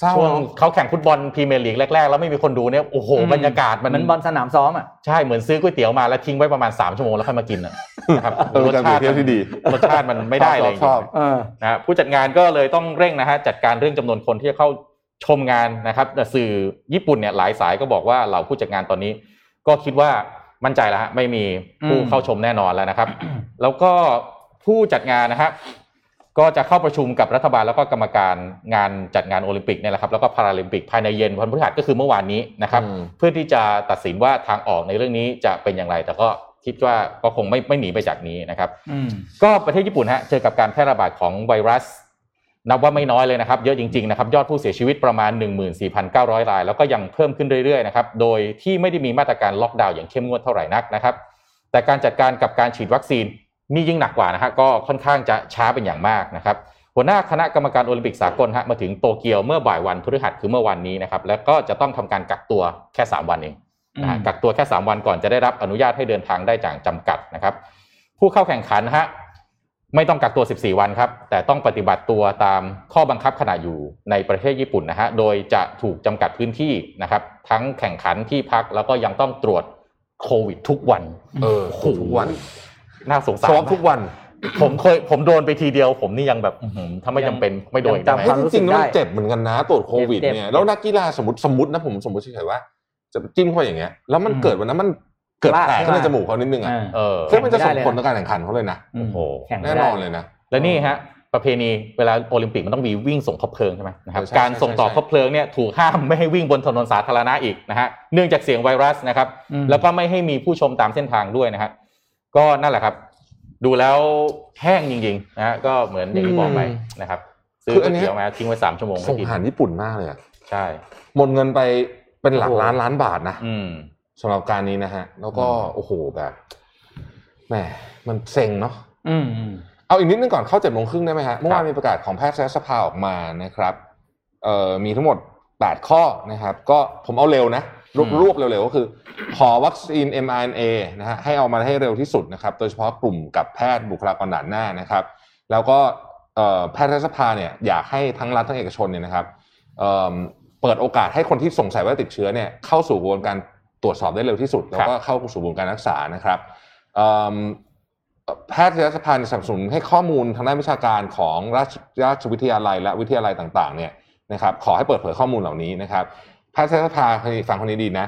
Speaker 3: เศร้า
Speaker 4: ช่วง
Speaker 3: เนอะ
Speaker 4: เขาแข่งฟุตบอลพรีเมียร์ลีกแรกๆแล้วไม่มีคนดูเนี่ยโอ้โห
Speaker 2: อืม
Speaker 4: บรรยากาศ
Speaker 2: มั
Speaker 4: มัน น
Speaker 2: เหมือนบอลสนามซ้อมอ่ะ
Speaker 4: ใช่ เหมือนซื้อก๋วยเตี๋ยวมาแล้วทิ้งไว้ประมาณ 3 ชั่วโมงแล้วค่อยมากินน่ะนะครับ
Speaker 3: เออการเปรียบเทียบที่ดี
Speaker 4: รสชาติมันไม่ได้เลย
Speaker 3: ชอบ
Speaker 2: เออ
Speaker 4: นะฮะผู้จัดงานก็เลยต้องเร่งนะฮะจัดการเรื่องจำนวนคนที่จะเข้าชมงานนะครับแต่สื่อญี่ปุ่นเนี่ยหลายสายก็บอกว่าเหล่าผู้จัดงานตอนนี้ ก็คิดว่ามั่นใจแล้วฮะไม่มีผู้
Speaker 2: อืม
Speaker 4: เข้าชมแน่นอนแล้วนะครับ แล้วก็ผู้จัดงานนะครับก็จะเข้าประชุมกับรัฐบาลแล้วก็กรรมการงานจัดงานโอลิมปิกเนี่ยแหละครับแล้วก็พาราลิมปิกภายในเย็นวันพฤหัสก็คือเมื่อวานนี้นะ
Speaker 3: ชอ
Speaker 4: ครั
Speaker 3: บบ อืม
Speaker 4: เพื่อที่จะตัดสินว่าทางออกในเรื่องนี้จะเป็นอย่างไร แต่ก็คิดว่าก็คงไม่ไม่หนีไปจากนี้นะครับ
Speaker 2: อืม
Speaker 4: ก็ประเทศญี่ปุ่นฮะเจอกับการแพร่ระบาดของไวรัส นับว่าไม่น้อยเลยนะครับ เยอะจริงๆนะครับ ยอดผู้เสียชีวิตประมาณ 14,900 ราย แล้วก็ยังเพิ่มขึ้นเรื่อยๆนะครับ โดยที่ไม่ได้มีมาตรการล็อกดาวน์อย่างเข้มงวดเท่าไหร่นักนะครับ แต่การจัดการกับการฉีดวัคซีนนี่ยิ่งหนักกว่านะฮะก็ค่อนข้างจะช้าเป็นอย่างมากนะครับ หัวหน้าคณะกรรมการโอลิมปิกสากลฮะมาถึงโตเกียวเมื่อบ่ายวันพฤหัสคือเมื่อวันนี้นะครับแล้วก็จะต้องทำการกักตัวแค่ 3 วันเอง นะฮะกักตัวแค่ 3 วันก่อนจะได้รับอนุญาตให้เดินทางได้จากจำกัดนะครับ ผู้เข้าแข่งขันนะฮะไม่ต้องกักตัว 14 วันครับ แต่ต้องปฏิบัติตัวตามข้อบังคับขณะอยู่ในประเทศญี่ปุ่นนะฮะโดยจะถูกจำกัดพื้นที่นะครับ ทั้งแข่งขันที่พักแล้วก็ยังต้องตรวจโควิดทุกวัน
Speaker 3: เออ
Speaker 4: โอ้โห
Speaker 3: ทุกวัน
Speaker 4: น่าสงสาร
Speaker 3: ซ้อมทุกวัน
Speaker 4: ผมเคยผมโดนไปทีเดียว ผมนี่ยังแบบอื้อหือถ้าไม่จำเป็นไม่โดนอีกได้ไหม
Speaker 2: ความ
Speaker 3: เฮ้ยจ
Speaker 2: รู้สึก
Speaker 3: ริงๆแล้วมัน
Speaker 2: ได้
Speaker 3: เจ็บเหมือนกันนะตรวจโควิด
Speaker 2: เจ็บๆ
Speaker 3: เนี่ยแล้วนักกีฬาสมมติสมมตินะผมสมมติเฉยๆว่า จะจิ้มเข้าไปอย่างเงี้ยแล้วมันเกิดวันนั้นมันเกิดแผลขึ้นในจมูกเขานิดนึงอ่ะ
Speaker 2: อ่า
Speaker 4: เออ
Speaker 3: ซึ่งมันจะส่ง
Speaker 2: ไม่ได้เลย
Speaker 3: ผลต่อการแข่งขันเขาเลยนะ
Speaker 2: อืม
Speaker 4: โอ้โห
Speaker 2: แข่งไม่
Speaker 3: แน่น
Speaker 2: ได้
Speaker 3: อนเลยนะ
Speaker 4: แล้วนี่ฮะประเพณีเวลาโอลิมปิกมันต้องมีวิ่งส่งคบเพลิงใช่ไหมนะครับ
Speaker 3: ใช่ใช่
Speaker 4: การส่งต่อ
Speaker 3: ใช่ใช่
Speaker 4: คบเพลิงเนี่ยถูกห้ามไม่ให้วิ่งบนถนนสาธารณะอีกนะฮะเนื่องจากเสียงไวรัสนะครับ
Speaker 2: อืม
Speaker 4: แล้วก็ไม่ให้มีผู้ชมตามเส้นทางด้วยนะฮะก็นั่นแหละครับ ดูแล้วแห้งจริงๆนะฮะก็เหมือนอย่างที่บอกไปนะครับซื้อก๋วยเตี๋ยวมาทิ้งไว้สามชั่วโมง
Speaker 3: ส่
Speaker 4: ไม่
Speaker 3: ง
Speaker 4: กิน
Speaker 3: ผ่านญี่ปุ่นมากเลยอะ
Speaker 4: ใช่
Speaker 3: หมดเงินไปเป็นหลัก
Speaker 4: โอ้โห
Speaker 3: ล้านล้านบาทนะ
Speaker 4: อืม
Speaker 3: สำหรับการนี้นะฮะ แล้วก็
Speaker 4: อืม
Speaker 3: โอ้โหแบบแหมมันเซ็งเนาะ
Speaker 2: อืมอืม
Speaker 3: เอาอีกนิดนึงก่อนเข้าเจ็ดโมงครึ่งได้ไหมฮะเมื่อวานมีประกาศของแพทยสภาออกมานะครับเอ่อมีทั้งหมด 8 ข้อนะครับ ก็ผมเอาเร็วนะ รวบ
Speaker 4: อืม
Speaker 3: รวบเร็วๆก็คือขอวัคซีน mRNA นะฮะให้เอามาให้เร็วที่สุดนะครับ โดยเฉพาะกลุ่มกับแพทย์บุคลากรด่านหน้านะครับ แล้วก็เอ่อแพทยสภาเนี่ยอยากให้ทั้งรัฐทั้งเอกชนเนี่ยนะครับเอิ่มเปิดโอกาสให้คนที่สงสัยว่าติดเชื้อเนี่ยเข้าสู่กระบวนการตรวจสอบได้เร็วที่สุด แล้วก็เข้าสู่กระบวนการรักษานะครับ เอิ่มแพทยสภาเนี่ยสนับสนุนให้ข้อมูลทางด้านวิชาการของราชราชวิทยาลัยและวิทยาลัยต่างๆเนี่ยนะครับขอให้เปิดเผยข้อมูลเหล่านี้นะครับแพทยสภาฟังคนนี้ดีนะ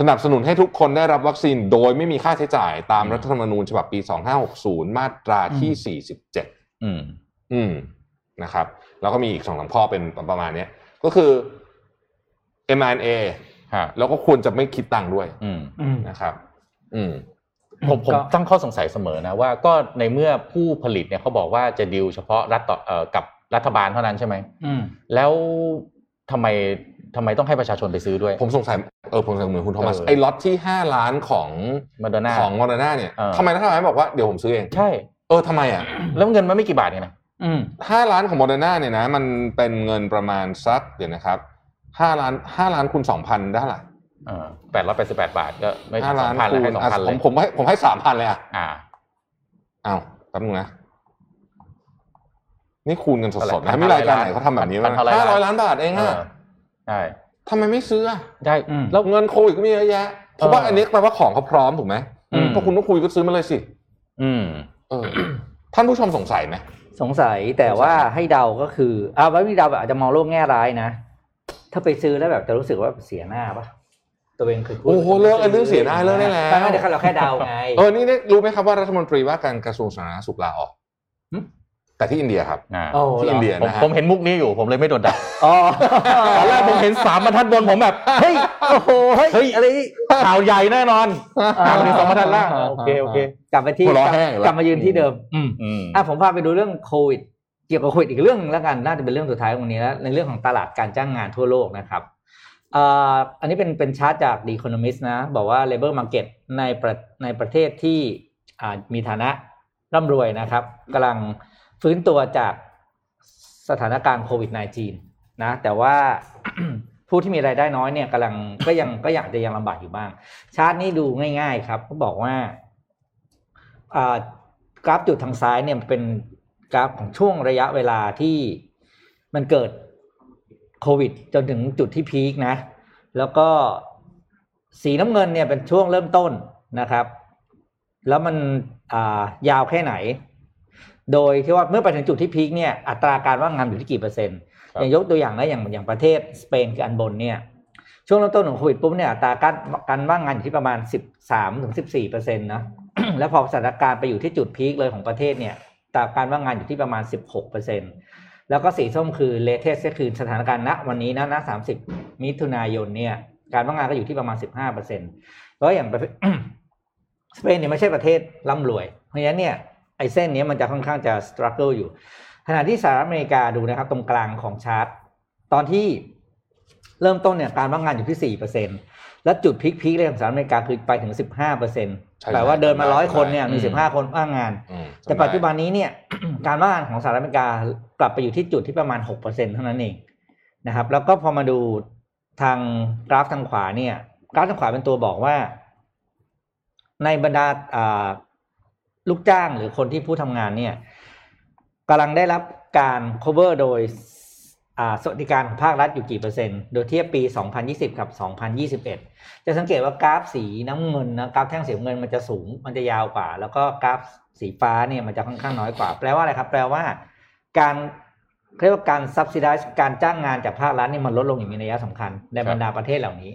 Speaker 3: สนับสนุนให้ทุกคนได้รับวัคซีนโดยไม่มีค่าใช้จ่ายตามรัฐธรรมนูญฉบับปี 2560 มาตราที่ 47
Speaker 4: อืม
Speaker 3: อืมนะครับ แล้วก็มีอีกสองสามข้อเป็นประมาณเนี้ยก็คือ mRNA
Speaker 4: ฮะ
Speaker 3: แล้วก็ควรจะไม่คิดตังค์ด้วย
Speaker 4: อืม
Speaker 2: อืม
Speaker 3: นะครับ อืม
Speaker 4: ผมผม
Speaker 2: ก็
Speaker 4: ตั้งข้อสงสัยเสมอนะว่าก็ในเมื่อผู้ผลิตเนี่ยเขาบอกว่าจะดิวเฉพาะรัฐต่อเอ่อกับรัฐบาลเท่านั้นใช่ไหม
Speaker 2: อืม
Speaker 4: แล้วทำไมทำไมต้องให้ประชาชนไปซื้อด้วย
Speaker 3: ผมสงสัยเออผมสงสัยเหมือนคุณโทมัส
Speaker 4: เออ
Speaker 3: ไอ้ล็อตที่ 5 ล้านของ
Speaker 4: มาโดน่า
Speaker 3: ของมอร์นาเนี่ย
Speaker 4: เออ
Speaker 3: ทำไมรัฐบาลไม่บอกว่าเดี๋ยวผมซื้อเอง
Speaker 4: ใช่
Speaker 3: เออทำไมอ่ะ
Speaker 4: แล้วเงินมันไม่กี่บาทเนี่ยนะ
Speaker 2: อืม
Speaker 3: ห้าล้านของมอร์นาเนี่ยนะ มันเป็นเงินประมาณสักเดี๋ยวนะครับห้าล้านห้าล้านคูณสองพันได้ละ
Speaker 4: แปดร้อยแปดสิบแปดบาทก็ไม่ถึ
Speaker 3: ห้าง
Speaker 4: สอ
Speaker 3: ล้าง น
Speaker 4: พัน
Speaker 3: คู
Speaker 4: แล้วให้
Speaker 3: ณ
Speaker 4: สอง
Speaker 3: อ่ะผ
Speaker 4: พันเล
Speaker 3: ม
Speaker 4: ย
Speaker 3: ผมให้ผมให้สามพันเลยอ่ะ
Speaker 4: อ่า
Speaker 3: อ้าวแป๊บนึงนะ นี่คูณกันส
Speaker 4: เท่
Speaker 3: ดๆ
Speaker 4: ไห
Speaker 3: นะมีรายการไหนเขาทำแบบนี้บ้าง
Speaker 4: พัเท่
Speaker 3: ห้าร้อยล้านบาทเอง
Speaker 4: เอ
Speaker 3: อ่ะ
Speaker 4: อใช่
Speaker 3: ทำไมไม่ซื้ออ่ะ
Speaker 4: ได้
Speaker 2: อืม
Speaker 4: แล้ว
Speaker 3: เงินโควิดก็มีเยอะแยะเพราะว่าอันนี้แปลว่าของเขาพร้อมถูกไหม
Speaker 4: อืม
Speaker 3: พอคุณต้องคุยก็ซื้อมาเลยสิ
Speaker 4: อืม
Speaker 3: เออ ท่านผู้ชมสงสัยไหม
Speaker 2: สงสัยแต่ว่าให้เดาก็คืออ่าไว้มีเดาแบบอาจจะมองโลกแง่ร้ายนะ ถ้าไปซื้อแล้วแบบจะรู้สึกว่าเสียหน้าปะตัวเองเคยพูด
Speaker 3: โอ้โหเลิกไอ้เรื่องเสียหน้าเลิกได้แล้ว
Speaker 2: ไม่ไม่เดี๋ยวเราแค่เดาไง
Speaker 3: เออ นี่ได้รู้ไหมครับว่ารัฐมนตรีว่าการกระทรวงสาธารณสุขลาออก
Speaker 2: หึ
Speaker 3: แต่ที่อินเดียครับ
Speaker 4: อ่า
Speaker 2: โอ้ห
Speaker 3: ที่
Speaker 2: ร
Speaker 3: อินเดีย
Speaker 4: ผม
Speaker 3: นะฮะ
Speaker 4: ผมเห็นมุกนี้อยู่ผมเลยไม่โดนด่า
Speaker 2: อ๋อ
Speaker 4: ตอนแรกผมเห็นสามบรรทัดบนผมแบบเฮ้ยโอ้โหเฮ้ย
Speaker 2: เฮ้ยอะไรนี่
Speaker 4: ข่าวใหญ่แน่นอน
Speaker 2: อ่า
Speaker 4: ข่าวมีสองบรรทัดล่างอ่าโอเคโอเค
Speaker 2: กลับไปที่
Speaker 3: หัวเราะแห้งแล้ว
Speaker 2: กลับมายืนที่เดิม
Speaker 4: อืมอืม
Speaker 2: อ่ะผมพาไปดูเรื่องโควิด เกี่ยวกับโควิดอีกเรื่องหนึ่งแล้วกันน่าจะเป็นเรื่องสุดท้ายของวันนี้แล้วในเรื่องของตลาดการจ้างงานทั่วโลกนะครับเอ่ออันนี้เป็นเป็นชาร์ตจาก The Economist นะ บอกว่า labor market ในประในประเทศที่อ่ามีฐานะร่ำรวยนะครับกำลังฟื้นตัวจากสถานการณ์โควิด -19 นะแต่ว่า ผู้ที่มีรายได้น้อยเนี่ยกำลังก็ยังก็อยากจะยังลำบากอยู่บ้าง ชาร์ตนี้ดูง่าย ๆ ครับเขาบอกว่า อ่ากราฟจุดทางซ้ายเนี่ยมันเป็นกราฟของช่วงระยะเวลาที่มันเกิดโควิด จนถึงจุดที่พีคนะ แล้วก็สีน้ำเงินเนี่ยเป็นช่วงเริ่มต้นนะครับ แล้วมันอ่ายาวแค่ไหน โดยที่ว่าเมื่อไปถึงจุดที่พีคเนี่ยอัตราการว่างงานอยู่ที่กี่เปอร์เซ็นต์อย่างยกตัวอย่างนะอย่างอย่างประเทศสเปนคืออันบนเนี่ย ช่วงเริ่มต้นของโควิดปุ๊บเนี่ยอัตราการการว่างงานอยู่ที่ประมาณ 13ถึง14เปอร์เซ็นต์นะ แล้วพอสถานการณ์ไปอยู่ที่จุดพีคเลยของประเทศเนี่ยอัตราการว่างงานอยู่ที่ประมาณ 16เปอร์เซ็นต์แล้วก็สีส้มคือเลเทสก็คือสถานการณ์ณวันนี้นะณ30 มิถุนายนเนี่ยการว่างงานก็อยู่ที่ประมาณ 15เปอร์เซ็นต์แล้วอย่างประเทศ สเปนเนี่ยไม่ใช่ประเทศร่ำรวย เพราะฉะนั้นเนี่ยไอ้เส้นเนี้ยมันจะค่อนข้างจะส t ตรัคเกิลอยู่ ขณะที่สหรัฐอเมริกาดูนะครับ ตรงกลางของชาร์ตตอนที่เริ่มต้นเนี่ยการว่างงานอยู่ที่สี่เปอร์เซ็นและจุดพีคพีคเลยของสหรัฐอเมริกาคือไปถึงสิบห้าเปอร์เซ็น
Speaker 3: ใช่
Speaker 2: แปลว่าเดินมา
Speaker 3: ใช่
Speaker 2: ร้อยคนเนี่ยมี
Speaker 3: ใช่
Speaker 2: สิบห้าคนว่างงาน
Speaker 3: อืม
Speaker 2: แต่ปัจจุบันนี้เนี่ย การว่างงานของสหรัฐอเมริกากลับไปอยู่ที่จุดที่ประมาณหกเปอร์เซ็นเท่านั้นเองนะครับ แล้วก็พอมาดูทางกราฟทางขวาเนี่ย กราฟทางขวาเป็นตัวบอกว่า ในบรรดาอ่าลูกจ้างหรือคนที่ผู้ทำงานเนี่ยกำลังได้รับการ cover โดยอ่าสวัสดิการของภาครัฐอยู่กี่เปอร์เซ็นต์โดยเทียบปี 2020 กับ 2021 จะสังเกตว่ากราฟสีน้ำเงินนะกราฟแท่งสีน้ำเงินมันจะสูงมันจะยาวกว่า แล้วก็กราฟสีฟ้าเนี่ยมันจะค่อนข้างน้อยกว่า แปลว่าอะไรครับ แปลว่า การเรียกว่าการ subsidize การจ้างงานจากภาครัฐเนี่ยมันลดลงอย่างมีนัยสำคัญในบรรดาประเทศเหล่านี้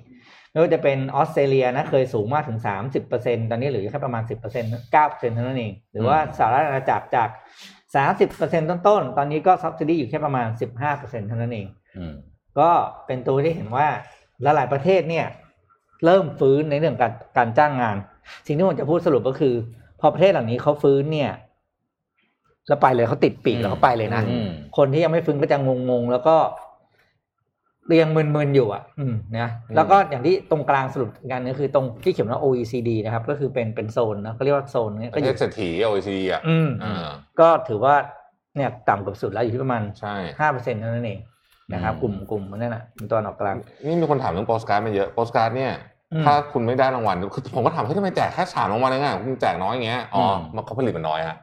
Speaker 2: ไม่ว่าจะเป็นออสเตรเลียนะเคยสูงมากถึง 30%ตอนนี้เหลือแค่ประมาณ 10% 9%เท่านั้นเอง หรือว่าสหรัฐอาณาจักรจาก 30%ต้นๆ ตอนนี้ก็ซับซิดีอยู่แค่ประมาณ 15%เท่านั้นเอง
Speaker 4: อืม
Speaker 2: ก็เป็นตัวที่เห็นว่าลหลายๆประเทศเนี่ย เริ่มฟื้นในเรื่องการการจ้างงาน สิ่งที่ผมจะพูดสรุปก็คือ พอประเทศเหล่านี้เขาฟื้นเนี่ย แล้วไปเลยเขาติดปีกแล้วเขาไปเลยนะ
Speaker 4: อืม
Speaker 2: คนที่ยังไม่ฟื้นก็จะงงๆ แล้วก็ยังมึนๆ อยู่อ่ะ อืมนะแล้วก็อย่างที่ตรงกลางสรุปกันก็คือตรงที่เขียนว่า OECD นะครับ ก็คือเป็นเป็นโซนนะก็เรียกว่าโซนเนี่ย
Speaker 3: ป
Speaker 2: ก็
Speaker 3: ระ
Speaker 2: อยู่
Speaker 3: เทศเศรษฐี OECD อ่ะ
Speaker 2: อืม
Speaker 3: อ่า
Speaker 2: ก็ถือว่าเนี่ยต่ำเกือบสุดแล้วอยู่ที่ประมาณ
Speaker 3: ใช่
Speaker 2: ห้าเปอร์เซ็นต์เท่านั้นเองนะครับ
Speaker 4: อืม
Speaker 2: กลุ่มกลุ่มนั่นน่ะกลุ่มตอนออกกลาง
Speaker 3: นี่มีคนถามเรื่องโปสการ์ดมาเยอะโปสการ์ดเนี่ย
Speaker 2: อืม
Speaker 3: ถ้าคุณไม่ได้รางวัลคือผมก็ถามเฮ้ยทำไมแจกแค่สามรางวัลเองอ่ะคุณแจกน้อยอย่างเงี้ยอ๋ออ
Speaker 4: ม
Speaker 3: มันเขาผลิตมันน้อยฮะ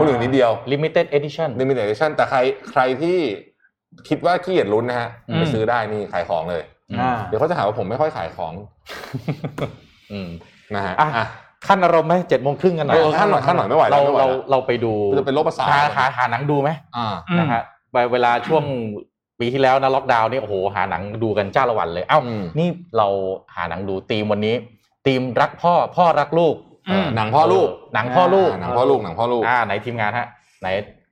Speaker 3: คนอื่นนิดเดียว
Speaker 4: limited edition
Speaker 3: limited edition แต่ใครใครที่คิดว่าขี้เกียจลุ้นนะฮะ
Speaker 4: อืม
Speaker 3: ไปซื้อได้นี่ขายของเลย
Speaker 2: อ่า
Speaker 3: เดี๋ยวเขาจะหาว่าผมไม่ค่อยขาย ของ
Speaker 4: อืม
Speaker 3: นะฮะ
Speaker 4: อ่ะ
Speaker 3: อ่ะ
Speaker 4: ขั้นอารมณ์ไหมเจ็ดโมงครึ่งกันหน่อย
Speaker 3: เออขั้นหน่อยขั้นหน่อยไม่ไหวแล้
Speaker 4: เรา
Speaker 3: วไม่ไหว
Speaker 4: เรา
Speaker 3: แล้ว
Speaker 4: เราไปดู
Speaker 3: จะเป็นโรคประสาท
Speaker 4: หหาหาหนังดูไหม
Speaker 3: อ่า
Speaker 4: นะฮะไปเวลาช่วงปีที่แล้วนะล็อกดาวน์นี่โอ้โหหาหนังดูกันจ้าละวันเลย เอ้า
Speaker 3: อืม
Speaker 4: นี่เราหาหนังดูธีมวันนี้ธีมรักพ่อพ่อรักลูก
Speaker 2: อืม
Speaker 3: หนังพ่อลูก
Speaker 4: หนังพ่อลูก
Speaker 3: าหนังพ่อลูกหนังพ่อลูก
Speaker 4: อ่าไหนทีมงานฮะ ไหน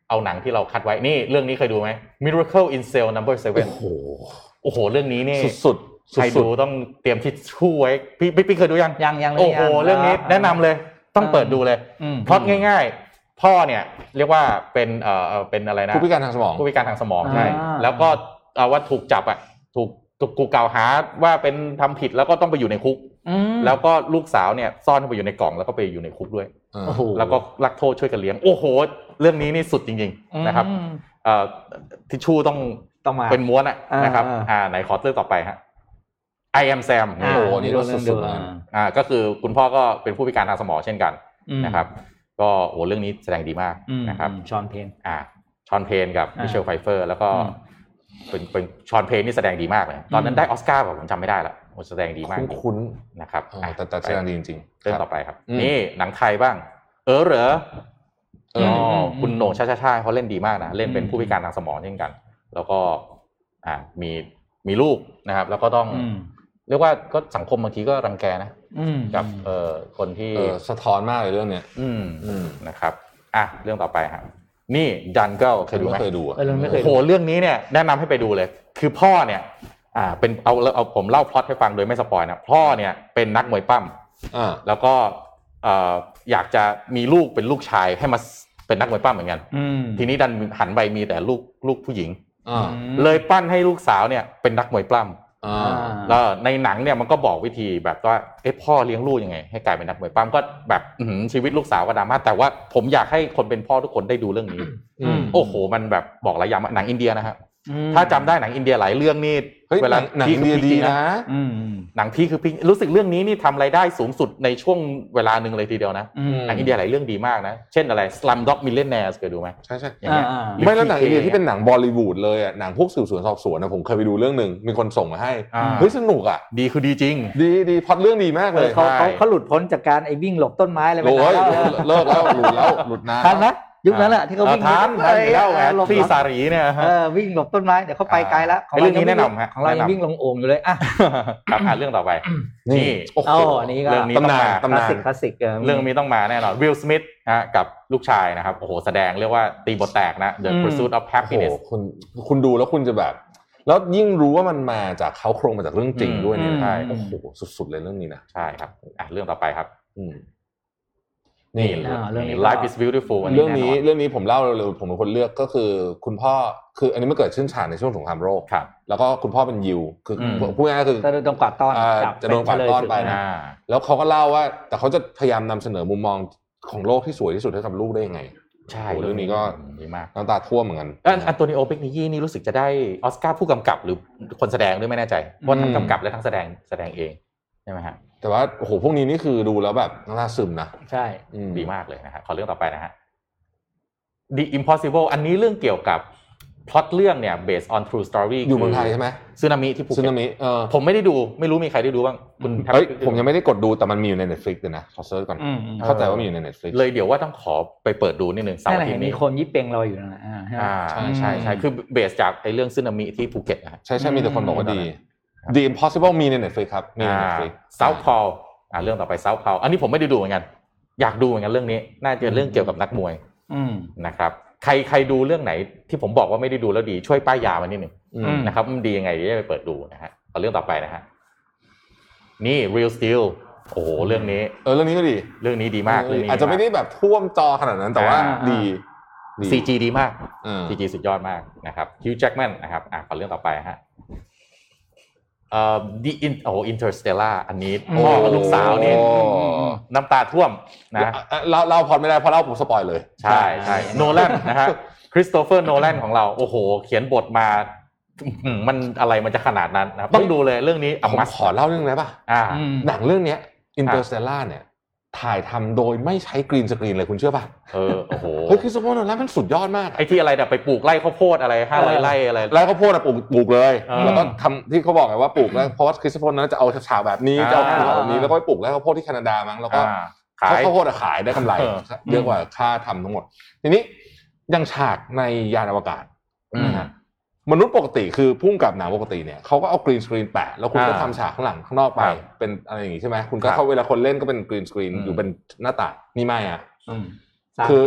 Speaker 4: เอาหนังที่เราคัดไว้นี่เรื่องนี้เคยดูไหม Miracle in Cell Number Seven
Speaker 3: โอ้โห
Speaker 4: โอ้โห เรื่องนี้นี่
Speaker 3: สุดสุดสุ
Speaker 4: ใคร
Speaker 3: สุ
Speaker 4: ดูต้องเตรียมทิชชู่ไว้พี่พี่พี่เคยดูยัง
Speaker 2: ยังยังไม่
Speaker 4: โอ้โห
Speaker 2: ยัง
Speaker 4: เรื่องนี้แนะนำเลยต้องเปิดดูเลย
Speaker 2: อืม
Speaker 4: พล็อดง่าย ๆ พ่อเนี่ยเรียกว่าเป็นเอ่อเอ่อเป็นอะไรนะ
Speaker 3: ผู้พิการทางสมอง
Speaker 4: ผู้พิการทางสมองใช่
Speaker 2: อ่า
Speaker 4: แล้วก็เอาว่าถูกจับอ่ะถูกถูกกูกล่าวหาว่าเป็นทำผิดแล้วก็ต้องไปอยู่ในคุก
Speaker 2: อืม
Speaker 4: แล้วก็ลูกสาวเนี่ยซ่อนเข้าไปอยู่ในกล่องแล้วก็ไปอยู่ในคุกด้วย
Speaker 2: โอ้โห
Speaker 4: แล้วก็รักโทษช่วยกันเลี้ยง โอ้โห เรื่องนี้นี่สุดจริง ๆ นะครับ
Speaker 2: อืม
Speaker 4: เอ่อทิชชู่ต้อง
Speaker 2: ต้องมา
Speaker 4: เป็นม้วนอะ
Speaker 2: อ่าน
Speaker 4: นะครับ
Speaker 2: อ่า
Speaker 4: อ่าไหนขอเรื่องต่อไปฮะ I am Sam
Speaker 2: อ่า
Speaker 4: นี่
Speaker 3: โอ้โหนี่ก็
Speaker 2: เรื่อง
Speaker 3: สุ
Speaker 2: เดิ
Speaker 3: ดๆ
Speaker 2: ม
Speaker 3: เลย
Speaker 4: อ่าก็คือคุณพ่อก็เป็นผู้พิการทางสมองเช่นกัน
Speaker 2: อืม
Speaker 4: นะครับ ก็โอ้เรื่องนี้แสดงดีมาก
Speaker 2: อืม
Speaker 4: นะครับ
Speaker 2: ชอนเพน
Speaker 4: อ่าชอนเพนกับ
Speaker 2: อ่า
Speaker 4: มิเชลไฟเฟอร์ แล้วก็
Speaker 2: อืม
Speaker 4: เป็นเป็นชอนเพนนี่แสดงดีมากเลย ตอนนั้
Speaker 2: อื
Speaker 4: น
Speaker 2: ม
Speaker 4: ได้ออสการ์ป่ะผมจำไม่ได้ละโอ้แสดงดีมาก
Speaker 3: คุ้นคุ้น
Speaker 4: นะครับ
Speaker 3: ๆเออแต่แต่แสดงดีจริงๆ
Speaker 4: เรื่อง
Speaker 3: ค
Speaker 4: ต่
Speaker 3: รั
Speaker 4: อบ ไปครับ
Speaker 3: อืม
Speaker 4: นี่หนังไทยบ้าง เออเหรอ
Speaker 3: เออ
Speaker 2: ม
Speaker 3: อ
Speaker 4: อ๋อคุณโหน่งชาชาชาเขาเล่นดีมากนะ เล่นเป็น
Speaker 2: อืม
Speaker 4: ผู้พิการทางสมองเช่นกัน แล้วก็อ่ามีมีลูกนะครับ แล้วก็ต้องเรียกว่าก็สังคมบางทีก็รังแกนะกับเอ่อคนที่
Speaker 3: เออสะท้อนมากเลยเรื่องเนี้ย
Speaker 4: อืม
Speaker 3: อืม
Speaker 4: นะครับ อ่ะเรื่องต่อไปครับ นี่ดันเกิลเคยดูไหม
Speaker 3: ไม่เคยดูอะ
Speaker 2: เออเราไม่เคย
Speaker 4: โอ้โห
Speaker 2: ดู
Speaker 4: เรื่องนี้เนี่ยแนะนำให้ไปดูเลย คือพ่อเนี่ย อ่า เป็นเอาเอาผมเล่าพล็อตให้ฟังโดยไม่สปอยนะพ่อเนี่ยเป็นนักมวยปั้ม
Speaker 3: อ่า
Speaker 4: แล้วก็เอ่ออยากจะมีลูกเป็นลูกชายให้มาเป็นนักมวยปั้มเหมือนกัน
Speaker 2: อืม
Speaker 4: ทีนี้ดันหันไปมีแต่ลูกลูกผู้หญิง
Speaker 3: อ่า
Speaker 4: เลยปั้นให้ลูกสาวเนี่ยเป็นนักมวยปล้
Speaker 3: อ่า
Speaker 2: อ่า
Speaker 4: ำแล้วในหนังเนี่ยมันก็บอกวิธีแบบว่าเอ๊ะพ่อเลี้ยงลูกยังไง ให้กลายเป็นนักมวยปล้ำก็แบบอื้อหือชีวิตลูกสาวก็ดราม่าแต่ว่าผมอยากให้คนเป็นพ่อทุกคนได้ดูเรื่องนี้
Speaker 3: อืม
Speaker 4: โอ้โห มันแบบบอกหลายอย่างมากหนังอินเดียนะฮะ
Speaker 2: อืม
Speaker 4: ถ้าจำได้หนังอินเดียหลายเรื่องนี่
Speaker 3: เฮ้ยหนังหนัง
Speaker 4: พี
Speaker 3: อิ
Speaker 4: คน
Speaker 3: เดีย
Speaker 4: พีค
Speaker 3: ดี
Speaker 4: จริง
Speaker 3: นะ
Speaker 2: อืมอืม
Speaker 4: หนังพี่คือพี่รู้สึกเรื่องนี้นี่ทำรายได้สูงสุดในช่วงเวลาหนึ่งเลยทีเดียวนะ
Speaker 2: อืม
Speaker 4: หนังอินเดียหลายเรื่องดีมากนะ เช่นอะไร Slum Dog Millionaires เคยดูไหม
Speaker 3: ใช่ใช่
Speaker 4: อย่างเงี้ย
Speaker 2: อ่า
Speaker 4: หรือ
Speaker 3: ไม่แล้วหนังอินเดีย
Speaker 4: PK
Speaker 3: ที่เป็นหนังบอลลีวูดเลยอ่ะหนังพวกสืบสวนสอบสวนนะผมเคยไปดูเรื่องหนึ่งมีคนส่งมาให้
Speaker 4: อ่า
Speaker 3: เฮ้ยสนุกอ่ะ
Speaker 4: ดีคือดีจริง
Speaker 3: ดีดีพล็อดเรื่องดีมาก
Speaker 2: เอ
Speaker 3: เล
Speaker 2: อย เขาเขา
Speaker 4: ใช่
Speaker 2: เขาหลุดพ้นจากการไอ้วิ่งหลบต้นไม้อะไรไป
Speaker 3: โอ้
Speaker 2: นาน
Speaker 3: ย
Speaker 2: แล้วเออ
Speaker 3: เลิกแล้วหลุดแล้วหลุดนาน
Speaker 2: ทันไหมยุคนั้นแหละที่เขาวิ่ง
Speaker 4: ทานทานอยู่แล้วแหม
Speaker 2: ออหลบ
Speaker 4: พี่
Speaker 2: หลบ
Speaker 4: สารีเนี่ย
Speaker 2: เอ
Speaker 4: ฮะ
Speaker 2: อวิ่งหลบต้นไม้เดี๋ยวเขาไปไกลแล้ว
Speaker 4: อ่าไอ้เรื่องนี้แนะนำฮะ
Speaker 2: ของเรายัง
Speaker 4: แนะนำ
Speaker 2: วิ่งลงโอ่งอยู่เลยอ่ะ
Speaker 4: ครับอ่านเรื่องต่อไป นี่
Speaker 3: โอ้โห
Speaker 2: เอาอันนี้ก็
Speaker 4: เรื่องนี้
Speaker 3: ตำนา
Speaker 2: ค
Speaker 3: นตำ
Speaker 2: ลาสสิ
Speaker 3: นาน
Speaker 2: กคลาสสิกเออ
Speaker 4: เรื่องนี้ต้องมาแน่นอนวิลสมิธนะฮะกับลูกชายนะครับโอ้โหแสดงเรียกว่าตีบทแตกนะ The Pursuit of
Speaker 3: โอ้โห
Speaker 4: Happiness
Speaker 3: คุณคุณดูแล้วคุณจะแบบ แล้วยิ่งรู้ว่ามันมาจากเขาโครงมาจากเรื่องจริง
Speaker 4: อืม
Speaker 3: ด้วยเนี่ยนะ
Speaker 4: ใช่
Speaker 3: โอ้โหสุดๆเลยเรื่องนี้นะ
Speaker 4: ใช่ครับอ่ะเรื่องต่อไปครับ
Speaker 3: อืม
Speaker 4: นี่
Speaker 2: าเรื่องนี้
Speaker 4: ไลฟ์ is beautiful อันนี้
Speaker 3: เรื่อง
Speaker 4: แน่น
Speaker 3: นี้
Speaker 4: อน
Speaker 3: เรื่องนี้ผมเล่าเร็วๆผมเป็นคนเลือกก็คือคุณพ่อคืออันนี้มันเกิดขึ้นฉากในช่วงสงครามโลก
Speaker 4: ครับ
Speaker 3: แล้วก็คุณพ่อเป็นยิวคืออ
Speaker 4: ม
Speaker 3: พูดง่ายๆคือ
Speaker 2: จะโดนกวาดต้อน
Speaker 3: อ่า
Speaker 2: จับ
Speaker 3: จะโดนกวาดต้อนไป
Speaker 2: เป็เฉลยศึก
Speaker 4: อ่า
Speaker 3: แล้วเขาก็เล่าว่า แต่เขาจะพยายามนำเสนอมุมมองของโลกที่สวยที่สุดให้กับลูกได้ยังไง
Speaker 4: ใช่
Speaker 3: โอ้เรื่องนี้ก็
Speaker 4: ดีมาก
Speaker 3: น้ำตาท่วมเหมือนกัน
Speaker 4: เอ่ออันโตนิโอเปกนิยี่นี่รู้สึกจะได้ออสการ์ผู้กำกับหรือคนแสดงด้วยไม่แน่ใจว่าะทั้ง
Speaker 3: อืม
Speaker 4: กำกับและทั้งแสดงแสดงเองใช่ไหมฮะ
Speaker 3: แต่ว่าโอ้โหพวกนี้นี่คือดูแล้วแบบน้ำตาซึมนะ
Speaker 2: ใช่
Speaker 3: อื
Speaker 4: ดีมากเลยนะฮะขอเรื่องต่อไปนะฮะ The Impossible อันนี้เรื่องเกี่ยวกับพล็อตเรื่องเนี่ย based on true story
Speaker 3: อยู่เมืองไทยใช่ไหม
Speaker 4: ซึนามิที่ภู
Speaker 3: ซึ
Speaker 4: เก็ต
Speaker 3: นามิเออ
Speaker 4: ผมไม่ได้ดูไม่รู้มีใครได้ดูบ้างคุณแพท
Speaker 3: เฮ้ย
Speaker 4: ด้ดู
Speaker 3: ผมยังไม่ได้กดดูแต่มันมีอยู่ใน Netflix เลยนะขอเซิร์ชก่อน
Speaker 2: อืมอืม
Speaker 3: เข้าใจว่ามีอยู่ใน Netflix
Speaker 4: เลยเดี๋ยวว่าต้องขอไปเปิดดูนิดนึงเสา
Speaker 2: นั่น
Speaker 4: ร์
Speaker 2: แห
Speaker 4: อา
Speaker 2: ละ
Speaker 4: ทิต
Speaker 2: เห็น
Speaker 4: ย์
Speaker 2: มี
Speaker 4: นี้
Speaker 2: คนยี่เปงเราอยู่นนน่ะอ่าใช่ไหม
Speaker 4: อ่าใช่ใช่คือเบสจากไอ้เรื่องซึนามิที่ภูเก็ตนะฮะ
Speaker 3: ใช่ใช่มีแต่คนบอกว่า
Speaker 4: อืม
Speaker 3: ดี The Impossible มีใน Netflix ครับมีใน Netflix
Speaker 4: เซาท์พอลอ่าเรื่องต่อไปเซาท์พอลอันนี้ผมไม่ได้ดูเหมือนกัน อยากดูเหมือนกันเรื่องนี้ น่าจะเรื่องเกี่ยวกับนักมวย
Speaker 2: อืม
Speaker 4: นะครับ ใครใครดูเรื่องไหนที่ผมบอกว่าไม่ได้ดูแล้วดีช่วยป้ายยามานิดหนึ่ง
Speaker 3: อื
Speaker 2: อื
Speaker 3: ม
Speaker 2: ม
Speaker 4: นะครับมันดียังไงจะได้ไปเปิดดูนะฮะเอาเรื่องต่อไปนะฮะนี่ Real Steel โอ้โหเรื่องนี้
Speaker 3: เออเรื่องนี้ก็ดี
Speaker 4: เรื่องนี้ดีมากเรื่องนี้
Speaker 3: อาจจะไม่ได้แบบท่วมจอขนาดนั้นแต่ว่า
Speaker 2: อ่า
Speaker 3: ดีดี
Speaker 4: ซีจีดีมาก
Speaker 3: อ่า
Speaker 4: ทีจีสุดยอดมากนะครับฮิวจ์แจ็กแมนนะครับอ่ะขอเรื่องต่อไปฮะเอ่อ The In โอ้อินเตอร์สเตลาอันนี้พ่อกับลูกสาวนี่
Speaker 3: โอ้
Speaker 4: น้ำตาท่วมนะ
Speaker 3: เอ่อเราเราพอดไม่ได้เพราะเล่าผมสปอยเลย
Speaker 4: ใช่ใช่โนแลนนะฮะคริสโตเฟอร์โนแลนของเรา โอ้โห เขียนบทมาอื้อหือมันอะไรมันจะขนาดนั้นนะครับต้องดูเลยเรื่องนี้
Speaker 3: ผ
Speaker 4: อัม
Speaker 3: ม
Speaker 4: มัส
Speaker 3: ขอเล่าเรื่องนี้ป่ะ
Speaker 4: อ่า
Speaker 2: อืม
Speaker 3: หนังเรื่องเนี้อินเตอร์สเตลล่าเนี่ย ถ่ายทำโดยไม่ใช้กรีนสกรีนเลยคุณเชื่อป่ะ
Speaker 4: เออ โอ้โห
Speaker 3: เฮ้ยคริสโตเฟอร์โนแลนมันสุดยอดมาก
Speaker 4: ไอ้ที่อะไรเนี่ยไปปลูกไร่ข้าวโพดอะไรห้าร้อยไร่อะไร
Speaker 3: แล้วเขาวโพดอะปลูกปลูกเลย
Speaker 4: เออ
Speaker 3: แล้วก็ทำที่เขาบอกไงว่าปลูกแล้วเพราะว่าคริสโตเฟอร์โนแลนจะเอาฉากแบบนี้
Speaker 4: อ่า
Speaker 3: จะเอาฉากแบบนี้แล้วก็ไปปลูกแล้วข้าวโพดที่แคนาดามั้งแล้วก็
Speaker 4: อ่าขาย
Speaker 3: ข้าวโพดอะขายได้กำไร
Speaker 4: เออ
Speaker 3: เยอะกว่าค่าทำทั้งหมด ทีนี้ยังฉากในยานอวกาศ
Speaker 4: อืม
Speaker 3: มนุษย์ปกติคือพุ่งกับหนังปกติเนี่ยเขาก็เอากรีนสกรีนแปะแล้วคุณก็
Speaker 4: อ่า
Speaker 3: ทำฉากข้างหลังข้างนอกไป
Speaker 4: ครับ
Speaker 3: เป็นอะไรอย่างงี้ใช่ไหมคุณก็
Speaker 4: ครับ
Speaker 3: เข้าเวลาคนเล่นก็เป็นกรีนสกรีน
Speaker 4: อืม
Speaker 3: อยู่เป็นหน้าต่างนี่ไม่อ่ะ
Speaker 2: อืม
Speaker 3: คือ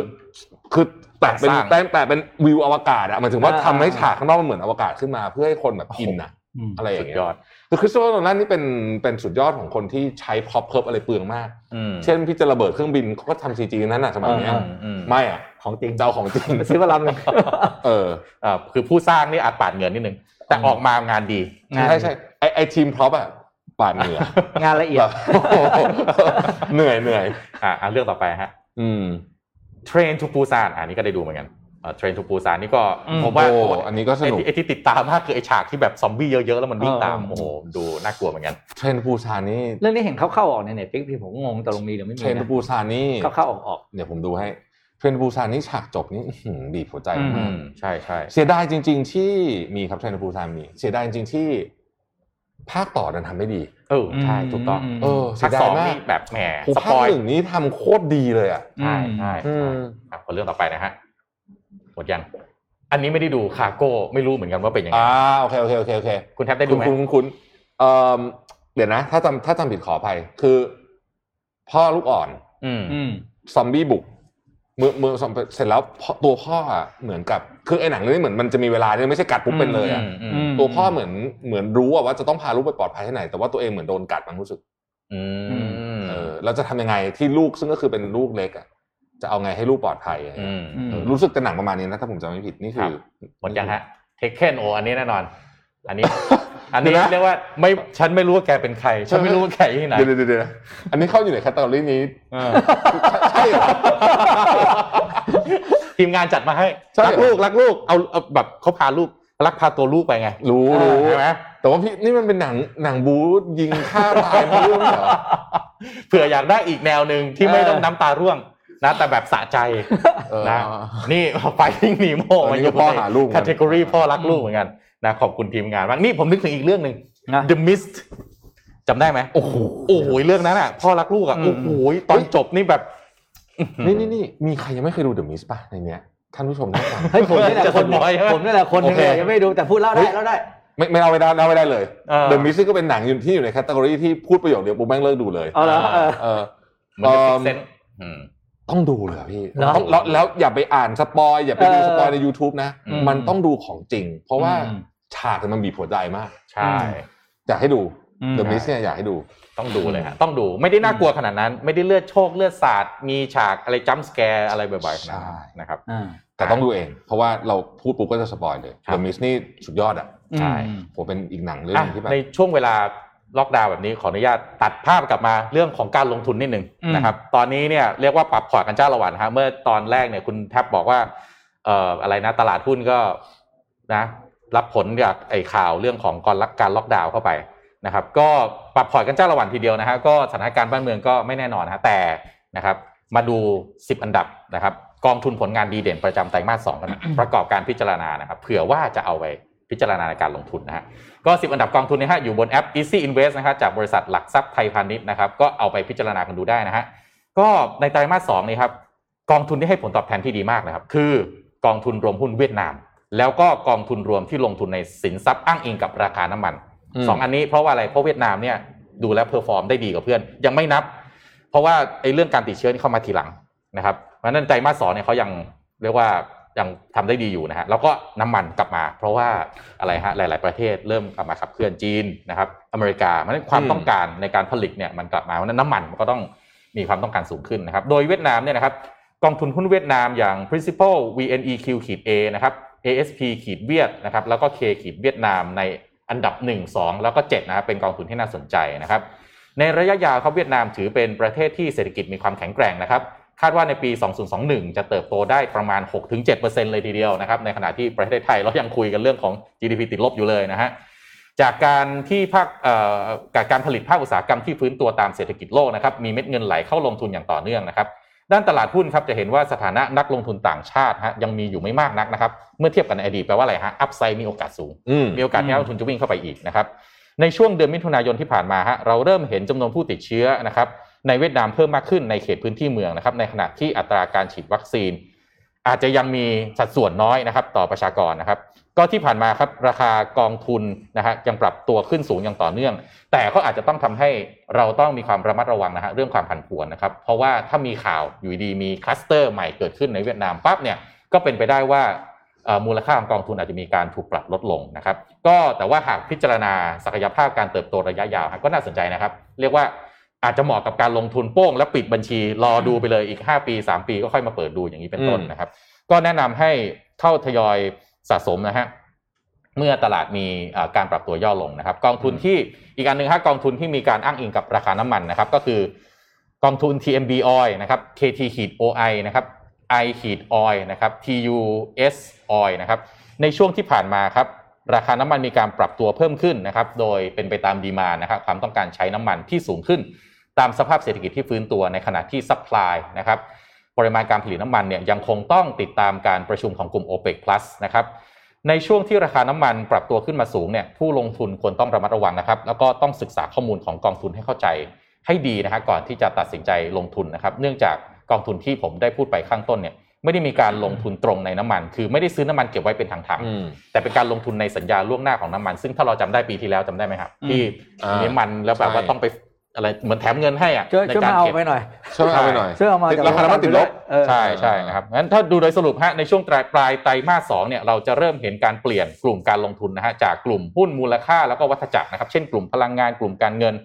Speaker 3: คือแปะเป็น
Speaker 4: สร้าง
Speaker 3: แต้มแปะเป็นวิวอวกาศอ่ะหมายถึงว่า
Speaker 2: อ่า
Speaker 3: ทำให้ฉากข้างนอกมันเหมือนอวกาศขึ้นมาเพื่อให้คนแบบ
Speaker 4: โอ้โห
Speaker 3: อินอ่ะ
Speaker 2: อืม
Speaker 3: อะไรอย่า
Speaker 4: สุ
Speaker 3: ง
Speaker 4: ด
Speaker 3: เงี้ย
Speaker 4: ยอด
Speaker 3: คือคริสโตเฟอร์โนแลนนี่เป็นเป็นสุดยอดของคนที่ใช้พร็อพเพิร์อะไรเปลืองมาก
Speaker 4: อืม
Speaker 3: เช่นพี่จะระเบิดเครื่องบินเขาก็ทำซีจีนั้นอ่ะสมัยเนี้ย
Speaker 2: อ่า
Speaker 4: อืมอืม
Speaker 3: ไม่อ่ะ
Speaker 2: ของจริง
Speaker 3: จะเอาของจ ริง
Speaker 2: ซื้อมาลำหนึ่ง
Speaker 3: เออ
Speaker 4: เอ่อคือผู้สร้างนี่อาจปาดเหงินนิดนึง แต่ออกมางานดี
Speaker 2: งาน
Speaker 3: ใช่ใช่ไอไอทีมพร็อพอ่ะปาดเหงื่อ
Speaker 2: งานละเอียด
Speaker 3: เหนื่อยเหนื่อย
Speaker 4: อ่ะอ่ะเรื่องต่อไปฮะ
Speaker 3: อืม
Speaker 4: เทรนทูปูซานอันนี้ก็ได้ดูเหมือนกันเทรนทูปูซานนี่ก็
Speaker 2: อืม
Speaker 4: ผมว่า
Speaker 3: โอ้
Speaker 4: โอ้โห
Speaker 3: อันนี้ก็ส
Speaker 4: ไอ้
Speaker 3: นุก
Speaker 4: ที่ไอ้ที่ติดตามมากคือไอ้ฉากที่แบบซอมบี้เยอะๆ แล้วมันวิ่งตามโอ้โหดูน่ากลัวเหมือนกัน
Speaker 3: เทรนปูซานนี่
Speaker 2: เรื่องนี้เห็นเข้าๆออกในเน็ตฟิกพี่ผมก็งงตกลงมีหรือไม่มี
Speaker 3: เทรน
Speaker 2: นะ
Speaker 3: ปูซานนี่
Speaker 2: เข้าเข้าๆออกออก
Speaker 3: เดี๋ยวผมดูให้เทรนปูซานนี่ฉากจบนี่อื้อหือบีบหัวใจ
Speaker 2: อืม
Speaker 4: อื
Speaker 3: มาก
Speaker 4: มใช่ใช่
Speaker 3: เสียดายจริง ๆ ที่มีครับเทรนปูซานมีเสียดายจริงๆที่ ภาคต่อนั้นทำไม่ดี
Speaker 4: เออใช่ถูกต้อง
Speaker 2: อืม
Speaker 3: เออเสียดา
Speaker 4: ภาคส
Speaker 3: ย
Speaker 4: อง
Speaker 3: มาก
Speaker 4: นี่แบบแหม
Speaker 3: โอ้
Speaker 4: ส
Speaker 3: ภา
Speaker 4: ป
Speaker 3: ค
Speaker 4: อย
Speaker 3: หนึ่งนี้ทำโคตรดีเลยอ่ะ
Speaker 4: ใช่ใช่
Speaker 3: อื
Speaker 4: ใช่
Speaker 3: ม
Speaker 4: ครับคนเรื่องต่อไปนะฮะหมดยังอันนี้ไม่ได้ดูคาโก้ไม่รู้เหมือนกันว่าเป็นยังไง
Speaker 3: อ่าโอเคโอเคโอเคโอเค
Speaker 4: คุณแทบได้ดู
Speaker 3: คุณ
Speaker 4: ไหม
Speaker 3: คุณคุณคุณเอ่อเดี๋ยวนะ ถ้าจำถ้าจำผิดขออภัยคือ พ่อลูกอ่อน
Speaker 4: อืม
Speaker 2: อืม
Speaker 3: ซอมบี้บุก มือมือสองเสร็จแล้วพ่อตัวพ่ออะเหมือนกับคือไอ้หนังเรื่องนี้เหมือนมันจะมีเวลาเนี่ยไม่ใช่กัดปุ๊บเป็นเลยอะ
Speaker 4: อืม
Speaker 2: ม
Speaker 3: ตัวพ่อเหมือนเหมือนรู้อะว่าจะต้องพาลูกไปปลอดภัยที่ไหน แต่ว่าตัวเองเหมือนโดนกัดมันรู้สึก
Speaker 4: อืม
Speaker 3: เออเราจะทำยังไงที่ลูกซึ่งก็คือเป็นลูกเล็กอะจะเอาไงให้ลูกปลอดภัยอะ
Speaker 4: อืม
Speaker 3: เออรู้สึกจะหนังประมาณนี้นะถ้าผมจำไม่ผิดนี่คือ
Speaker 4: หมดยังฮะเทคเคนโออันนี้แน่นอน อันนี้ อันนี้
Speaker 3: เดี๋ยวนะ
Speaker 4: เรียกว่าไม่ฉันไม่รู้ว่าแกเป็นใคร ฉันไม่รู้ว่าแกอยู่ที่ไหน
Speaker 3: เดี๋ยวเดี๋ยวเดี๋ยวอันนี้เข้าอยู่ในแคตตาล็อกนี้
Speaker 4: เออ
Speaker 3: ใช่เหรอ
Speaker 4: ทีมงานจัดมาให้
Speaker 3: ใช่
Speaker 4: รักลูกรักลูกเอาเอาแบบเขาพาลูกรักพาตัวลูกไปไง
Speaker 3: รู้รู้
Speaker 4: ใช่ไหม
Speaker 3: แต่ว่าพี่นี่มันเป็นหนังหนังบู๊ยิงฆ่าตายไม่รู้เหรอ
Speaker 4: เผื่ออยากได้อีกแนวหนึ่งที่ไม่ต้องน้ำตาร่วงนะแต่แบบสะใจ
Speaker 3: เออ
Speaker 4: นะนี่ ไฟทิ้งนีโม
Speaker 3: อั
Speaker 4: มาน
Speaker 3: นี้
Speaker 4: อ
Speaker 3: ก็
Speaker 4: ยู่
Speaker 3: พ่อ
Speaker 4: ใน
Speaker 3: หาลูกเหมือนกั
Speaker 4: แค
Speaker 3: น
Speaker 4: ตตากรีพ่อรักลูกเหมือนกันนะขอบคุณทีมงานมากนี่ผมนึกถึงอีกเรื่องหนึ่ง
Speaker 2: นะ
Speaker 4: The Mist จำได้ไหมโอ้โหโอ้โหเรื่องนั้นอ่ะพ่อรักลูกอ่ะ
Speaker 2: อืม
Speaker 4: โอ้โหตอนจบนี่แบบ
Speaker 3: นี่นี่นี่มีใครยังไม่เคยดูเดอะมิสป่ะในเนี้ยท่านผู้ชมท่านฟัง
Speaker 2: เฮ้ยผมนี่แหละคนหนึ่ง
Speaker 4: เจ็ดสิบร้อยใช่ไหม
Speaker 2: ผมนี่แหละคนหนึง
Speaker 4: โอเค
Speaker 2: เลยยังไม่ดูแต่พูดเล่าได้เล่าได้
Speaker 3: ไม่ไม่เอาไม่ได้เอาไม่ได้เลย
Speaker 4: เออ
Speaker 3: เดอะมิสก็เป็นหนังอยู่ที่อยู่ในแคตตาล็อกที่พูดประโยคเดียวปุ๊บแม่งเลิกดูเลย
Speaker 2: เอาเหรอเออ
Speaker 3: เออ
Speaker 4: มันจะ
Speaker 3: เอิ่
Speaker 4: sixth
Speaker 3: ม
Speaker 4: sense อืม
Speaker 3: ต้องดูเลยอะพี่
Speaker 2: เหรอ
Speaker 3: ต้องแล้วแล้วอย่าไปอ่านสปอยอย่าไปดู
Speaker 2: เออ
Speaker 3: สปอยใน YouTube นะ
Speaker 4: อืม
Speaker 3: มันต้องดูของจริง เพราะว่า
Speaker 2: อืม
Speaker 3: ฉากเนี่ยมันบีบหัวใจมาก
Speaker 4: ใช่
Speaker 3: อยากให้ดู
Speaker 2: อืม
Speaker 3: The Mist เนี่ยอยากให้ดู
Speaker 4: ต้องดูเลยฮะต้องดูไม่ได้น่ากลัวขนาดนั้น ไม่ได้เลือดโชคเลือดสาดมีฉากอะไรจัมสแกร์อะไรบ่อยๆขนาดนั้น
Speaker 3: ใช่
Speaker 4: นะครับ
Speaker 2: อ่า
Speaker 3: แต่ต้องดูเอง เพราะว่าเราพูดปุ๊บก็จะสปอยเลย The Mist นี่สุดยอดอ่ะ
Speaker 4: ใช่
Speaker 2: อืม
Speaker 3: ผมเป็นอีกหนังเรื่องห
Speaker 4: อ่ะ
Speaker 3: นึงที่แบบ
Speaker 4: ในช่วงเวลาล็อกดาวน์แบบนี้ขออนุญาตตัดภาพกลับมาเรื่องของการลงทุนนิดหนึ่ง
Speaker 2: อืม
Speaker 4: นะครับตอนนี้เนี่ยเรียกว่าปรับพอร์ตกันเจ้าละวันฮะเมื่อตอนแรกเนี่ยคุณแทบบอกว่าเอ่ออะไรนะตลาดหุ้นก็นะรับผลจากไอ้ข่าวเรื่องของการล็อกการล็อกดาวน์เข้าไป นะครับก็ปรับพอร์ตกันเจ้าละวันทีเดียวนะฮะก็สถานการณ์บ้านเมืองก็ไม่แน่นอนนะฮะแต่นะครับมาดู 10 อันดับนะครับกองทุนผลงานดีเด่นประจำไตรมาสสอง กันหน่อย ประกอบการพิจารณานะครับเผื่อว่าจะเอาไปพิจารณาในการลงทุนนะฮะก็ 10 อันดับกองทุนเนะฮะอยู่บนแอป Easy Invest นะครับจากบริษัทหลักทรัพย์ไทยพาณิชย์นะครับก็เอาไปพิจารณากันดูได้นะฮะก็ในไตรมาสสองนี่ครับกองทุนที่ให้ผลตอบแทนที่ดีมากนะครับคือกองทุนรวมหุ้นเวียดนาม แล้วก็กองทุนรวมที่ลงทุนในสินทรัพย์อ้างอิงกับราคาน้ำมัน
Speaker 3: ม
Speaker 4: สองอันนี้เพราะว่าอะไร เพราะเวียดนามเนี่ยดูแล้วเพอร์ฟอร์มได้ดีกว่าเพื่อน ยังไม่นับ เพราะว่าไอ้เรื่องการติดเชื้อนี่เข้ามาทีหลังนะครับเพราะฉะนั้นใจมาสสองเนี่ยเขายังเรียกว่ายังทำได้ดีอยู่นะฮะแล้วก็น้ำมันกลับมา เพราะว่าอะไรฮะหลาย ๆประเทศเริ่มกลับมาขับเคลื่อนจีนนะครับอเมริกาเพราะฉะนั้นความต้องการในการผลิตเนี่ยมันกลับมาเพราะฉะนั้นน้ำมันมันก็ต้องมีความต้องการสูงขึ้นนะครับโดยเวียดนามเนี่ยนะครับ กองทุนหุ้นเวียดนามอย่าง principal VNEQ ขีด A นะครับ ASP ขีดเวียดนะครับ แล้วก็ K ขีดเวียดนามในอันดับ 1 2 แล้วก็ 7 นะครับ เป็นกองทุนที่น่าสนใจนะครับ ในระยะยาวครับเวียดนามถือเป็นประเทศที่เศรษฐกิจมีความแข็งแกร่งนะครับ คาดว่าในปี 2021 จะเติบโตได้ประมาณ 6-7%เลยทีเดียวนะครับ ในขณะที่ประเทศไทยเรายังคุยกันเรื่องของ GDP ติดลบอยู่เลยนะฮะ จากการที่ภาคเอ่อจากการผลิตภาคอุตสาหกรรมที่ฟื้นตัวตามเศรษฐกิจโลกนะครับ มีเม็ดเงินไหลเข้าลงทุนอย่างต่อเนื่องนะครับ ด้านตลาดหุ้นครับจะเห็นว่าสถานะนักลงทุนต่างชาติฮะยังมีอยู่ไม่มากนักนะครับ เมื่อเทียบกับในอดีตแปลว่าอะไรฮะอัพไซด์มีโอกาสสูง
Speaker 3: อืม
Speaker 4: มีโอกาสที่นักลงทุนจะวิ่งเข้าไปอีกนะครับ ในช่วงเดือนมิถุนายนที่ผ่านมาฮะเราเริ่มเห็นจำนวนผู้ติดเชื้อนะครับ ในเวียดนามเพิ่มมากขึ้นในเขตพื้นที่เมืองนะครับ ในขณะที่อัตราการฉีดวัคซีน อาจจะยังมีสัดส่วนน้อยนะครับ ต่อประชากรนะครับ ก็ที่ผ่านมาครับราคากองทุนนะฮะยังปรับตัวขึ้นสูงอย่างต่อเนื่อง แต่ก็อาจจะต้องทำให้เราต้องมีความระมัดระวังนะฮะเรื่องความผันผวนนะครับ เพราะว่าถ้ามีข่าวอยู่ดีมีคลัสเตอร์ใหม่เกิดขึ้นในเวียดนามปั๊บเนี่ยก็เป็นไปได้ว่า เอ่อมูลค่าของกองทุนอาจจะมีการถูกปรับลดลงนะครับ ก็แต่ว่าหากพิจารณาศักยภาพการเติบโตระยะยาวฮะก็น่าสนใจนะครับ เรียกว่าอาจจะเหมาะกับการลงทุนโป้ง และปิดบัญชี รอดูไปเลยอีก 5 ปี 3 ปีก็ค่อยมาเปิดดูอย่างนี้เป็นต้น
Speaker 3: อืม
Speaker 4: นะครับ ก็แนะนำให้เข้าทยอยสะสมนะฮะเมื่อตลาดมีเอ่อการปรับตัวย่อลงนะครับ กองทุนที่อีกอันหนึ่งฮะกองทุนที่มีการอ้างอิงกับราคาน้ำมันนะครับ ก็คือกองทุน TMB Oil นะครับ KT ขีด OI นะครับ I ขีด Oil นะครับ TUS Oil นะครับในช่วงที่ผ่านมาครับ ราคาน้ำมันมีการปรับตัวเพิ่มขึ้นนะครับ โดยเป็นไปตามดีมานะครับ ความต้องการใช้น้ำมันที่สูงขึ้น ตามสภาพเศรษฐกิจที่ฟื้นตัวในขณะที่ซัพพลายนะครับ ปริมาณการผลิตน้ำมันเนี่ยยังคงต้องติดตามการประชุมของกลุ่ม OPEC Plus นะครับ ในช่วงที่ราคาน้ำมันปรับตัวขึ้นมาสูงเนี่ยผู้ลงทุนควรต้องระมัดระวังนะครับ แล้วก็ต้องศึกษาข้อมูลของกองทุนให้เข้าใจให้ดีนะฮะก่อนที่จะตัดสินใจลงทุนนะครับ เนื่องจากกองทุนที่ผมได้พูดไปข้างต้นเนี่ยไม่ได้มีการลงทุนตรงในน้ำมัน คือไม่ได้ซื้อน้ำมันเก็บไว้เป็นถังๆ
Speaker 3: อืม
Speaker 4: แต่เป็นการลงทุนในสัญญาล่วงหน้าของน้ำมัน ซึ่งถ้าเราจำได้ปีที่แล้วจำได้ไหมครับ
Speaker 2: อืม
Speaker 4: ที่
Speaker 3: อ่า
Speaker 4: มีน้ำมันแล้วแบบว่า
Speaker 3: ใช่
Speaker 4: ต้องไป อะไรเหมือนแถมเงินให้อ่ะ
Speaker 2: ช่วย
Speaker 4: ใน
Speaker 2: ช่วย
Speaker 4: การ
Speaker 2: มาเอา
Speaker 4: เก็บ
Speaker 2: ไปหน่อย
Speaker 3: ช่วยเอาไปหน่อย
Speaker 2: ช่วยเอามาจก
Speaker 3: ราคาน้ำมันติดลบ
Speaker 2: เออ
Speaker 4: ใช่ใช่นะครับงั้นถ้าดูโดยสรุปฮะในช่วงไตรปลายไตรมาสสองเนี่ยเราจะเริ่มเห็นการเปลี่ยนกลุ่มการลงทุนนะฮะจากกลุ่มหุ้นมูลค่าแล้วก็วัฏจักรนะครับเช่นกลุ่มพลังงานกลุ่มการเงิน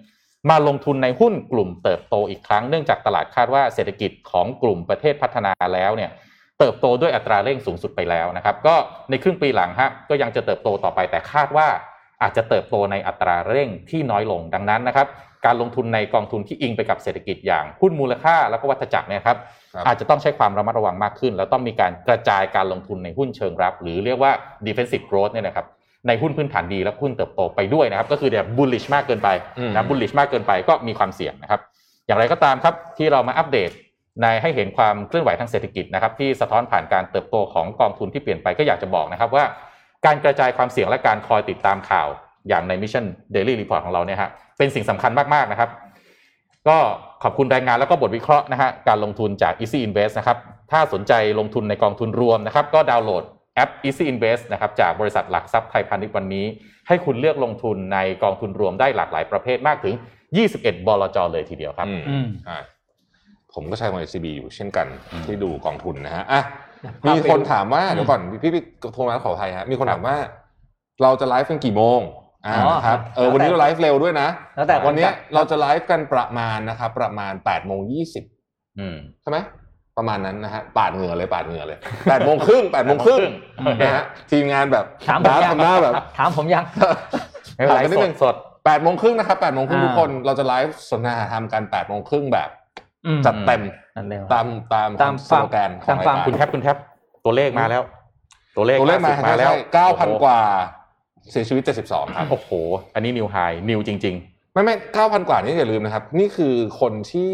Speaker 4: มาลงทุนในหุ้นกลุ่มเติบโตอีกครั้งเนื่องจากตลาดคาดว่าเศรษฐกิจของกลุ่มประเทศพัฒนาแล้วเนี่ยเติบโตด้วยอัตราเร่งสูงสุดไปแล้วนะครับก็ในครึ่งปีหลังฮะก็ยังจะเติบโตต่อไปแต่คาดว่า อาจจะเติบโตในอัตราเร่งที่น้อยลงดังนั้นนะครับการลงทุนในกองทุนที่อิงไปกับเศรษฐกิจอย่างหุ้นมูลค่าแล้วก็วัฏจักรเนี่ยครับ
Speaker 3: ครับ
Speaker 4: อาจจะต้องใช้ความระมัดระวังมากขึ้น แล้วต้องมีการกระจายการลงทุนในหุ้นเชิงรับ หรือเรียกว่า defensive growth เนี่ยนะครับในหุ้นพื้นฐานดีและหุ้นเติบโตไปด้วยนะครับ ก็คือแบบ bullish มากเกินไป
Speaker 3: อืม
Speaker 4: นะ bullish มากเกินไปก็มีความเสี่ยงนะครับ อย่างไรก็ตามครับที่เรามาอัปเดตในให้เห็นความเคลื่อนไหวทางเศรษฐกิจนะครับ ที่สะท้อนผ่านการเติบโตของกองทุนที่เปลี่ยนไปก็อยากจะบอกนะครับว่า การกระจายความเสี่ยงและการคอยติดตามข่าวอย่างใน Mission Daily Report ของเราเนี่ยฮะเป็นสิ่งสำคัญมากๆนะครับ ก็ขอบคุณรายงานแล้วก็บทวิเคราะห์นะฮะการลงทุนจาก Easy Invest นะครับ ถ้าสนใจลงทุนในกองทุนรวมนะครับ ก็ดาวน์โหลดแอป Easy Invest นะครับจากบริษัทหลักทรัพย์ไทยพาณิชย์วันนี้ ให้คุณเลือกลงทุนในกองทุนรวมได้หลากหลายประเภทมากถึง 21 บลจเลยทีเดียวครับ
Speaker 3: อืม
Speaker 2: อืม
Speaker 3: ใช่ผมก็ใช้ของ SCB อยู่เช่นกันที่ดูกองทุนนะฮะอ่ะ
Speaker 2: พา
Speaker 3: มี
Speaker 2: ไปดู
Speaker 3: คนถามว่าเดี๋ยวก่อนพี่พี่โทรมาขออภัยฮะมีคนถามว่า เราจะไลฟ์กันกี่โมงอ่า
Speaker 2: อ๋อ
Speaker 3: นะครับเออ
Speaker 2: แล้วแต่
Speaker 3: วันนี้เราไลฟ์เร็วด้วยนะ
Speaker 2: แล้วแต่
Speaker 3: วันเนี้ย
Speaker 2: จัด
Speaker 3: เราจะไลฟ์กันประมาณนะครับประมาณ8ปดโมงยี่สิบ
Speaker 4: อืม
Speaker 3: ใช่ไหมประมาณนั้นนะฮะปาดเหงื่อเลยปาดเหงื่อเลย8ปดโมงครึ่งแปดโมงครึ่งนะฮะทีมงานแบบ
Speaker 2: ถามผมยัง
Speaker 3: ทำหน้าแบบ
Speaker 2: ถามผมยัง
Speaker 4: ไม่เป็นไร
Speaker 3: ถามกันนิด
Speaker 4: ส
Speaker 3: นึ
Speaker 4: ด
Speaker 3: ง
Speaker 4: สด
Speaker 3: 8ปดโมงครึ่งนะครับ8ปดโมงครึ่ง
Speaker 2: อ่า
Speaker 3: ทุกคนเราจะไลฟ์สนทนาทำกัน8ปดโมงครึ่งแบบ
Speaker 2: อืม
Speaker 3: จัดเต็ม
Speaker 2: นั่นเร็ว
Speaker 3: ตามตาม
Speaker 2: ตาม
Speaker 3: ส
Speaker 2: ความ
Speaker 3: โลแกนของ
Speaker 2: ตามความ
Speaker 3: รยกร
Speaker 4: คุณแทบคุณแทบตัวเลขมาแล้ว ตัวเลข
Speaker 3: ตัวเลขมา
Speaker 4: สุด
Speaker 3: มาแล้วเก้าพันกว่าเสียชีวิต 72 ครับ
Speaker 4: โอ้โห อันนี้นิวไฮนิวจริง
Speaker 3: ไม่ไม่เก้าพันกว่านี่อย่าลืมนะครับ นี่คือคนที่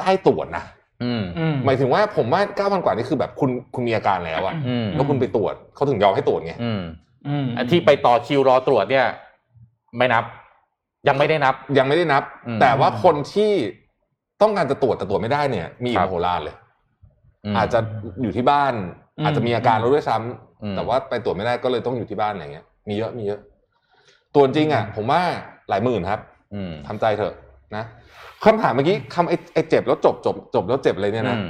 Speaker 3: ได้ตรวจนะ
Speaker 4: ๆ อืม
Speaker 2: อืม
Speaker 3: หมายถึงว่าผมว่าเก้าพันกว่านี่คือแบบคุณคุณมีอาการแล้วอะ
Speaker 4: อืม
Speaker 3: แล้วคุณไปตรวจเขาถึงยอมให้ตรวจไง
Speaker 4: อืม
Speaker 2: อืม
Speaker 4: อันที่ไปต่อคิวรอตรวจเนี่ย ไม่นับ ยังไม่ได้นับ
Speaker 3: ยังไม่ได้นับ
Speaker 4: อืม
Speaker 3: แต่ว่าคนที่ต้องการจะตรวจแต่ตรวจไม่ได้เนี่ย มีอีก
Speaker 4: ครับ
Speaker 3: มโหฬารเลย
Speaker 4: ม
Speaker 3: อาจจะอยู่ที่บ้าน
Speaker 2: อืม
Speaker 3: อาจจะมีอาการแล้วด้วยซ้ำ
Speaker 4: อืม
Speaker 3: แต่ว่าไปตรวจไม่ได้ก็เลยต้องอยู่ที่บ้านอะไรเงี้ย มีเยอะมีเยอะตรวจจริงอ่ะ ผมว่าหลายหมื่นครับ
Speaker 4: อืม
Speaker 3: ทำใจเถอะนะคำถามเมื่อกี้คำไอ้ไอ้เจ็บแล้วจบจบจบแล้วเจ็บอะไรเนี่ยนะ
Speaker 4: อืม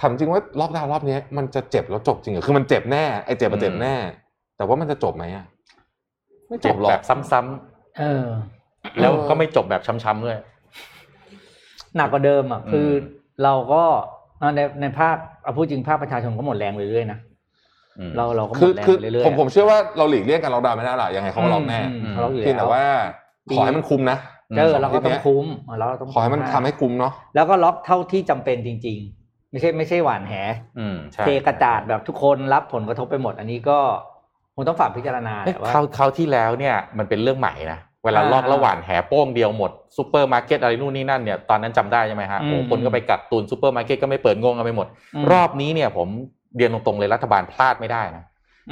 Speaker 3: ถามจริงว่าล็อกดาวน์รอบเนี้ยมันจะเจ็บแล้วจบจริงเหรอคือมันเจ็บแน่ไอ้เจ็บมันเจ็บ
Speaker 4: อืม
Speaker 3: แน่ แต่ว่ามันจะจบไหมอ่ะไม่จ
Speaker 4: เจ็บบ
Speaker 3: หรอ
Speaker 4: แบ
Speaker 3: ก
Speaker 4: บซ้ำ
Speaker 2: เออ
Speaker 4: ๆ แล้วก็ไม่จบแบบช้ำๆด้วย
Speaker 2: หนักกว่าเดิมอ่ะ
Speaker 4: อืม
Speaker 2: คือเราก็อ่าในในภาคเอาพูดจริงภาคประชาชนก็หมดแรงไปเรื่อยๆนะ
Speaker 4: อืม
Speaker 2: เราเราก็หม
Speaker 3: คือ
Speaker 2: ดแรง
Speaker 3: คือ
Speaker 2: ไปเรื่อยๆ
Speaker 3: ผมผมเชื่อว่าเราหลีกเลี่ยงการล็อกดาวน์ไม่ได้หรอกยังไงเขาก็ล็อกแน่
Speaker 2: ม
Speaker 4: อืม
Speaker 2: เขาล็อกอยู่
Speaker 3: เพียง
Speaker 2: แล้
Speaker 3: แต่
Speaker 2: ว
Speaker 3: ว่าขอให้มันคุ้มนะ
Speaker 2: เจอเราก็
Speaker 3: สองอาทิ
Speaker 2: ต้อง
Speaker 3: ตย์เนี้ย
Speaker 2: คุ้มเราก็ต้อง
Speaker 3: ขอให้มันทำให้คุ้มเนาะ
Speaker 2: แล้วก็ล็อกเท่าที่จำเป็นจริง ๆ ไม่ใช่ไม่ใช่หวานแห
Speaker 4: อืมใช่
Speaker 2: เทกระจาดแบบทุกคนรับผลกระทบไปหมด อันนี้ก็คงต้องฝากพิจารณา
Speaker 4: เอ๊ะ
Speaker 2: แหละว่า
Speaker 4: คราวคราวที่แล้วเนี่ย มันเป็นเรื่องใหม่นะ เวลา
Speaker 2: อ่า
Speaker 4: ลอกระหว่างแหโป้งเดียวหมดซูเปอร์มาร์เก็ตอะไรนู่นนี่นั่นเนี่ยตอนนั้นจำได้ใช่ไหมฮะ
Speaker 2: อื
Speaker 4: โอ้
Speaker 2: ม
Speaker 4: โหคนก็ไปกักตุนซูเปอร์มาร์เก็ตก็ไม่เปิดงงกันไปหมด
Speaker 2: อืม
Speaker 4: รอบนี้เนี่ย ผมเรียนตรงๆเลยรัฐบาลพลาดไม่ได้นะ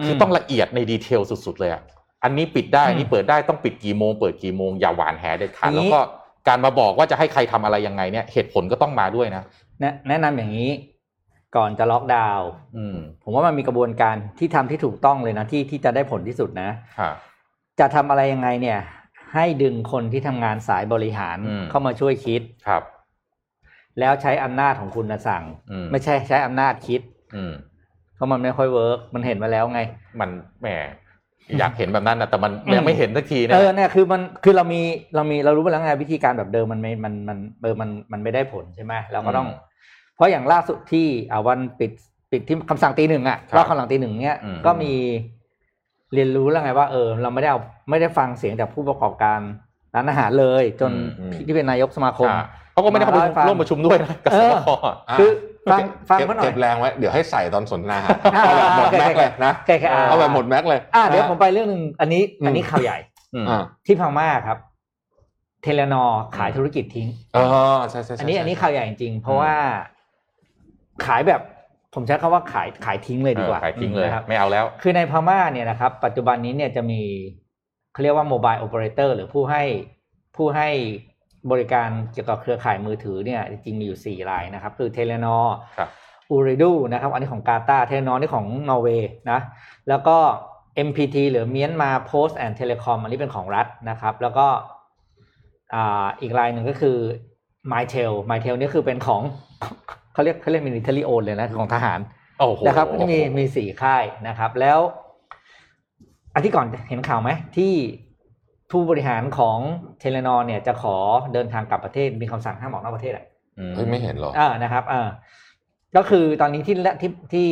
Speaker 4: คือต้องละเอียดในดีเทลสุดๆเลยอะอันนี้ปิดได้
Speaker 2: อืม
Speaker 4: อันนี้เปิดได้ต้องปิดกี่โมง เปิดกี่โมงอย่าหวานแหเด็ดขาด
Speaker 2: อย่าง
Speaker 4: แล้
Speaker 2: นี้
Speaker 4: วก็การมาบอกว่าจะให้ใครทำอะไรยังไงเนี่ย เหตุผลก็ต้องมาด้วยนะ
Speaker 2: แนะแนะนำอย่างนี้ ก่อนจะล็อกดาวน์
Speaker 4: อืม
Speaker 2: ผมว่ามันมีกระบวนการที่ทำที่ถูกต้องเลยนะที่ที่จะได้ผลที่สุดนะ
Speaker 4: ค่ะ
Speaker 2: จะทำอะไรยังไงเนี่ย ให้ดึงคนที่ทำงานสายบริหาร
Speaker 4: อืม
Speaker 2: เข้ามาช่วยคิด
Speaker 4: ครับ
Speaker 2: แล้วใช้อำนาจของคุณนะสั่ง
Speaker 4: อืม
Speaker 2: ไม่ใช่ใช้อำนาจคิด
Speaker 4: อืม
Speaker 2: เพราะมันไม่ค่อยเวิร์กมันเห็นมาแล้วไง
Speaker 4: มันแหมอยากเห็นแบบนั้นนะแต่มัน
Speaker 2: อืม
Speaker 4: ยังไม่เห็นสักที
Speaker 2: เอ
Speaker 4: เนี่ย
Speaker 2: อเนี่ยคือมันคือเรามีเรามีเรารู้ไปแล้วไงวิธีการแบบเดิมมันไม่มันมันเออมันมันไม่ได้ผลใช่ไหมเราก็ต้อง เพราะอย่างล่าสุดที่อ่าวันปิดปิดที่คำสั่งตีหนึ่งอ่ะ
Speaker 4: ครับ
Speaker 2: รอบคำสั่งตีหนึ่งเนี่ย
Speaker 4: อืม
Speaker 2: ก็มีเรียนรู้แล้วไงว่าเออ เราไม่ได้เอาไม่ได้ฟังเสียงจากผู้ประกอบการร้านอาหารเลย จน
Speaker 3: อืม
Speaker 2: ที่เป็นนายกสมาคม
Speaker 4: อ่ะเขาก็ไม่ได้เข้าไป
Speaker 2: มาเล่าให้ฟัง
Speaker 4: ร่วมประชุมด้วยนะกับ
Speaker 2: เอ
Speaker 4: ส
Speaker 2: อ
Speaker 4: บคอ่ะ
Speaker 3: อ่ะ
Speaker 2: คือฟัง
Speaker 3: เก็บ
Speaker 2: ฟัง
Speaker 3: เก็บ
Speaker 2: เขาหน่อย
Speaker 3: เก็บแรงไว้ เดี๋ยวให้ใส่ตอนสนทนา
Speaker 2: อ่า
Speaker 3: เอาแบบหมดแม็กเลยนะ
Speaker 2: โอเคโอเคอ่า
Speaker 3: เอาแบบหมดแม็กเลย
Speaker 2: อ่ะเดี๋ยว
Speaker 3: นะ
Speaker 2: ผมไปเรื่องหนึ่งอันนี้
Speaker 3: อืม
Speaker 2: อันนี้ข่าวใหญ่
Speaker 4: อืม
Speaker 3: อ่า
Speaker 2: ที่พม่าครับ เทเลนอร์ขายธุรกิจทิ้ง
Speaker 3: เออใช่ใช่ใช่
Speaker 2: อันนี้อันนี้
Speaker 3: ใช่
Speaker 2: ข่าวใหญ่จริงๆเพราะว่าขายแบบ ผมใช้คำว่าขายขายทิ้งเลยดีกว่า
Speaker 4: เออขายทิ้งเลย
Speaker 2: นะครับ
Speaker 4: ไม่เอาแล้ว
Speaker 2: คือในพม่าเนี่ยนะครับ ปัจจุบันนี้เนี่ยจะมีเขาเรียกว่าโมบายโอเปอเรเตอร์หรือผู้ให้ผู้ให้บริการเกี่ยวกับเครือข่ายมือถือเนี่ยจริงๆมีอยู่ 4 รายนะครับ คือเทเลนอร์
Speaker 4: ครับ
Speaker 2: อูริดูนะครับอันนี้ของกาตาเทเลนอร์นี่ของนอร์เวย์นะแล้วก็ MPT หรือเมียนมา Post and Telecom อันนี้เป็นของรัฐนะครับ แล้วก็ อ่าอีกรายหนึ่งก็คือ My t a l My t a l นี่ยคือเป็นของ เขาเรียกเขาเรียกมิลิเทอรี่โอนเลยนะคือของทหาร
Speaker 4: โอ้โห
Speaker 2: นะครับก็จะมีมีสี่ค่ายนะครับ แล้วอาทิตย์ก่อนเห็นข่าวไหมที่ผู้บริหารของเทเลนอเนี่ยจะขอเดินทางกลับประเทศมีคำสั่งห้ามออกนอกประเทศอ่ะ
Speaker 4: อืม
Speaker 3: เฮ้ยไม่เห็นหรอ
Speaker 2: เออนะครับเออก็คือตอนนี้ที่ละที่ที่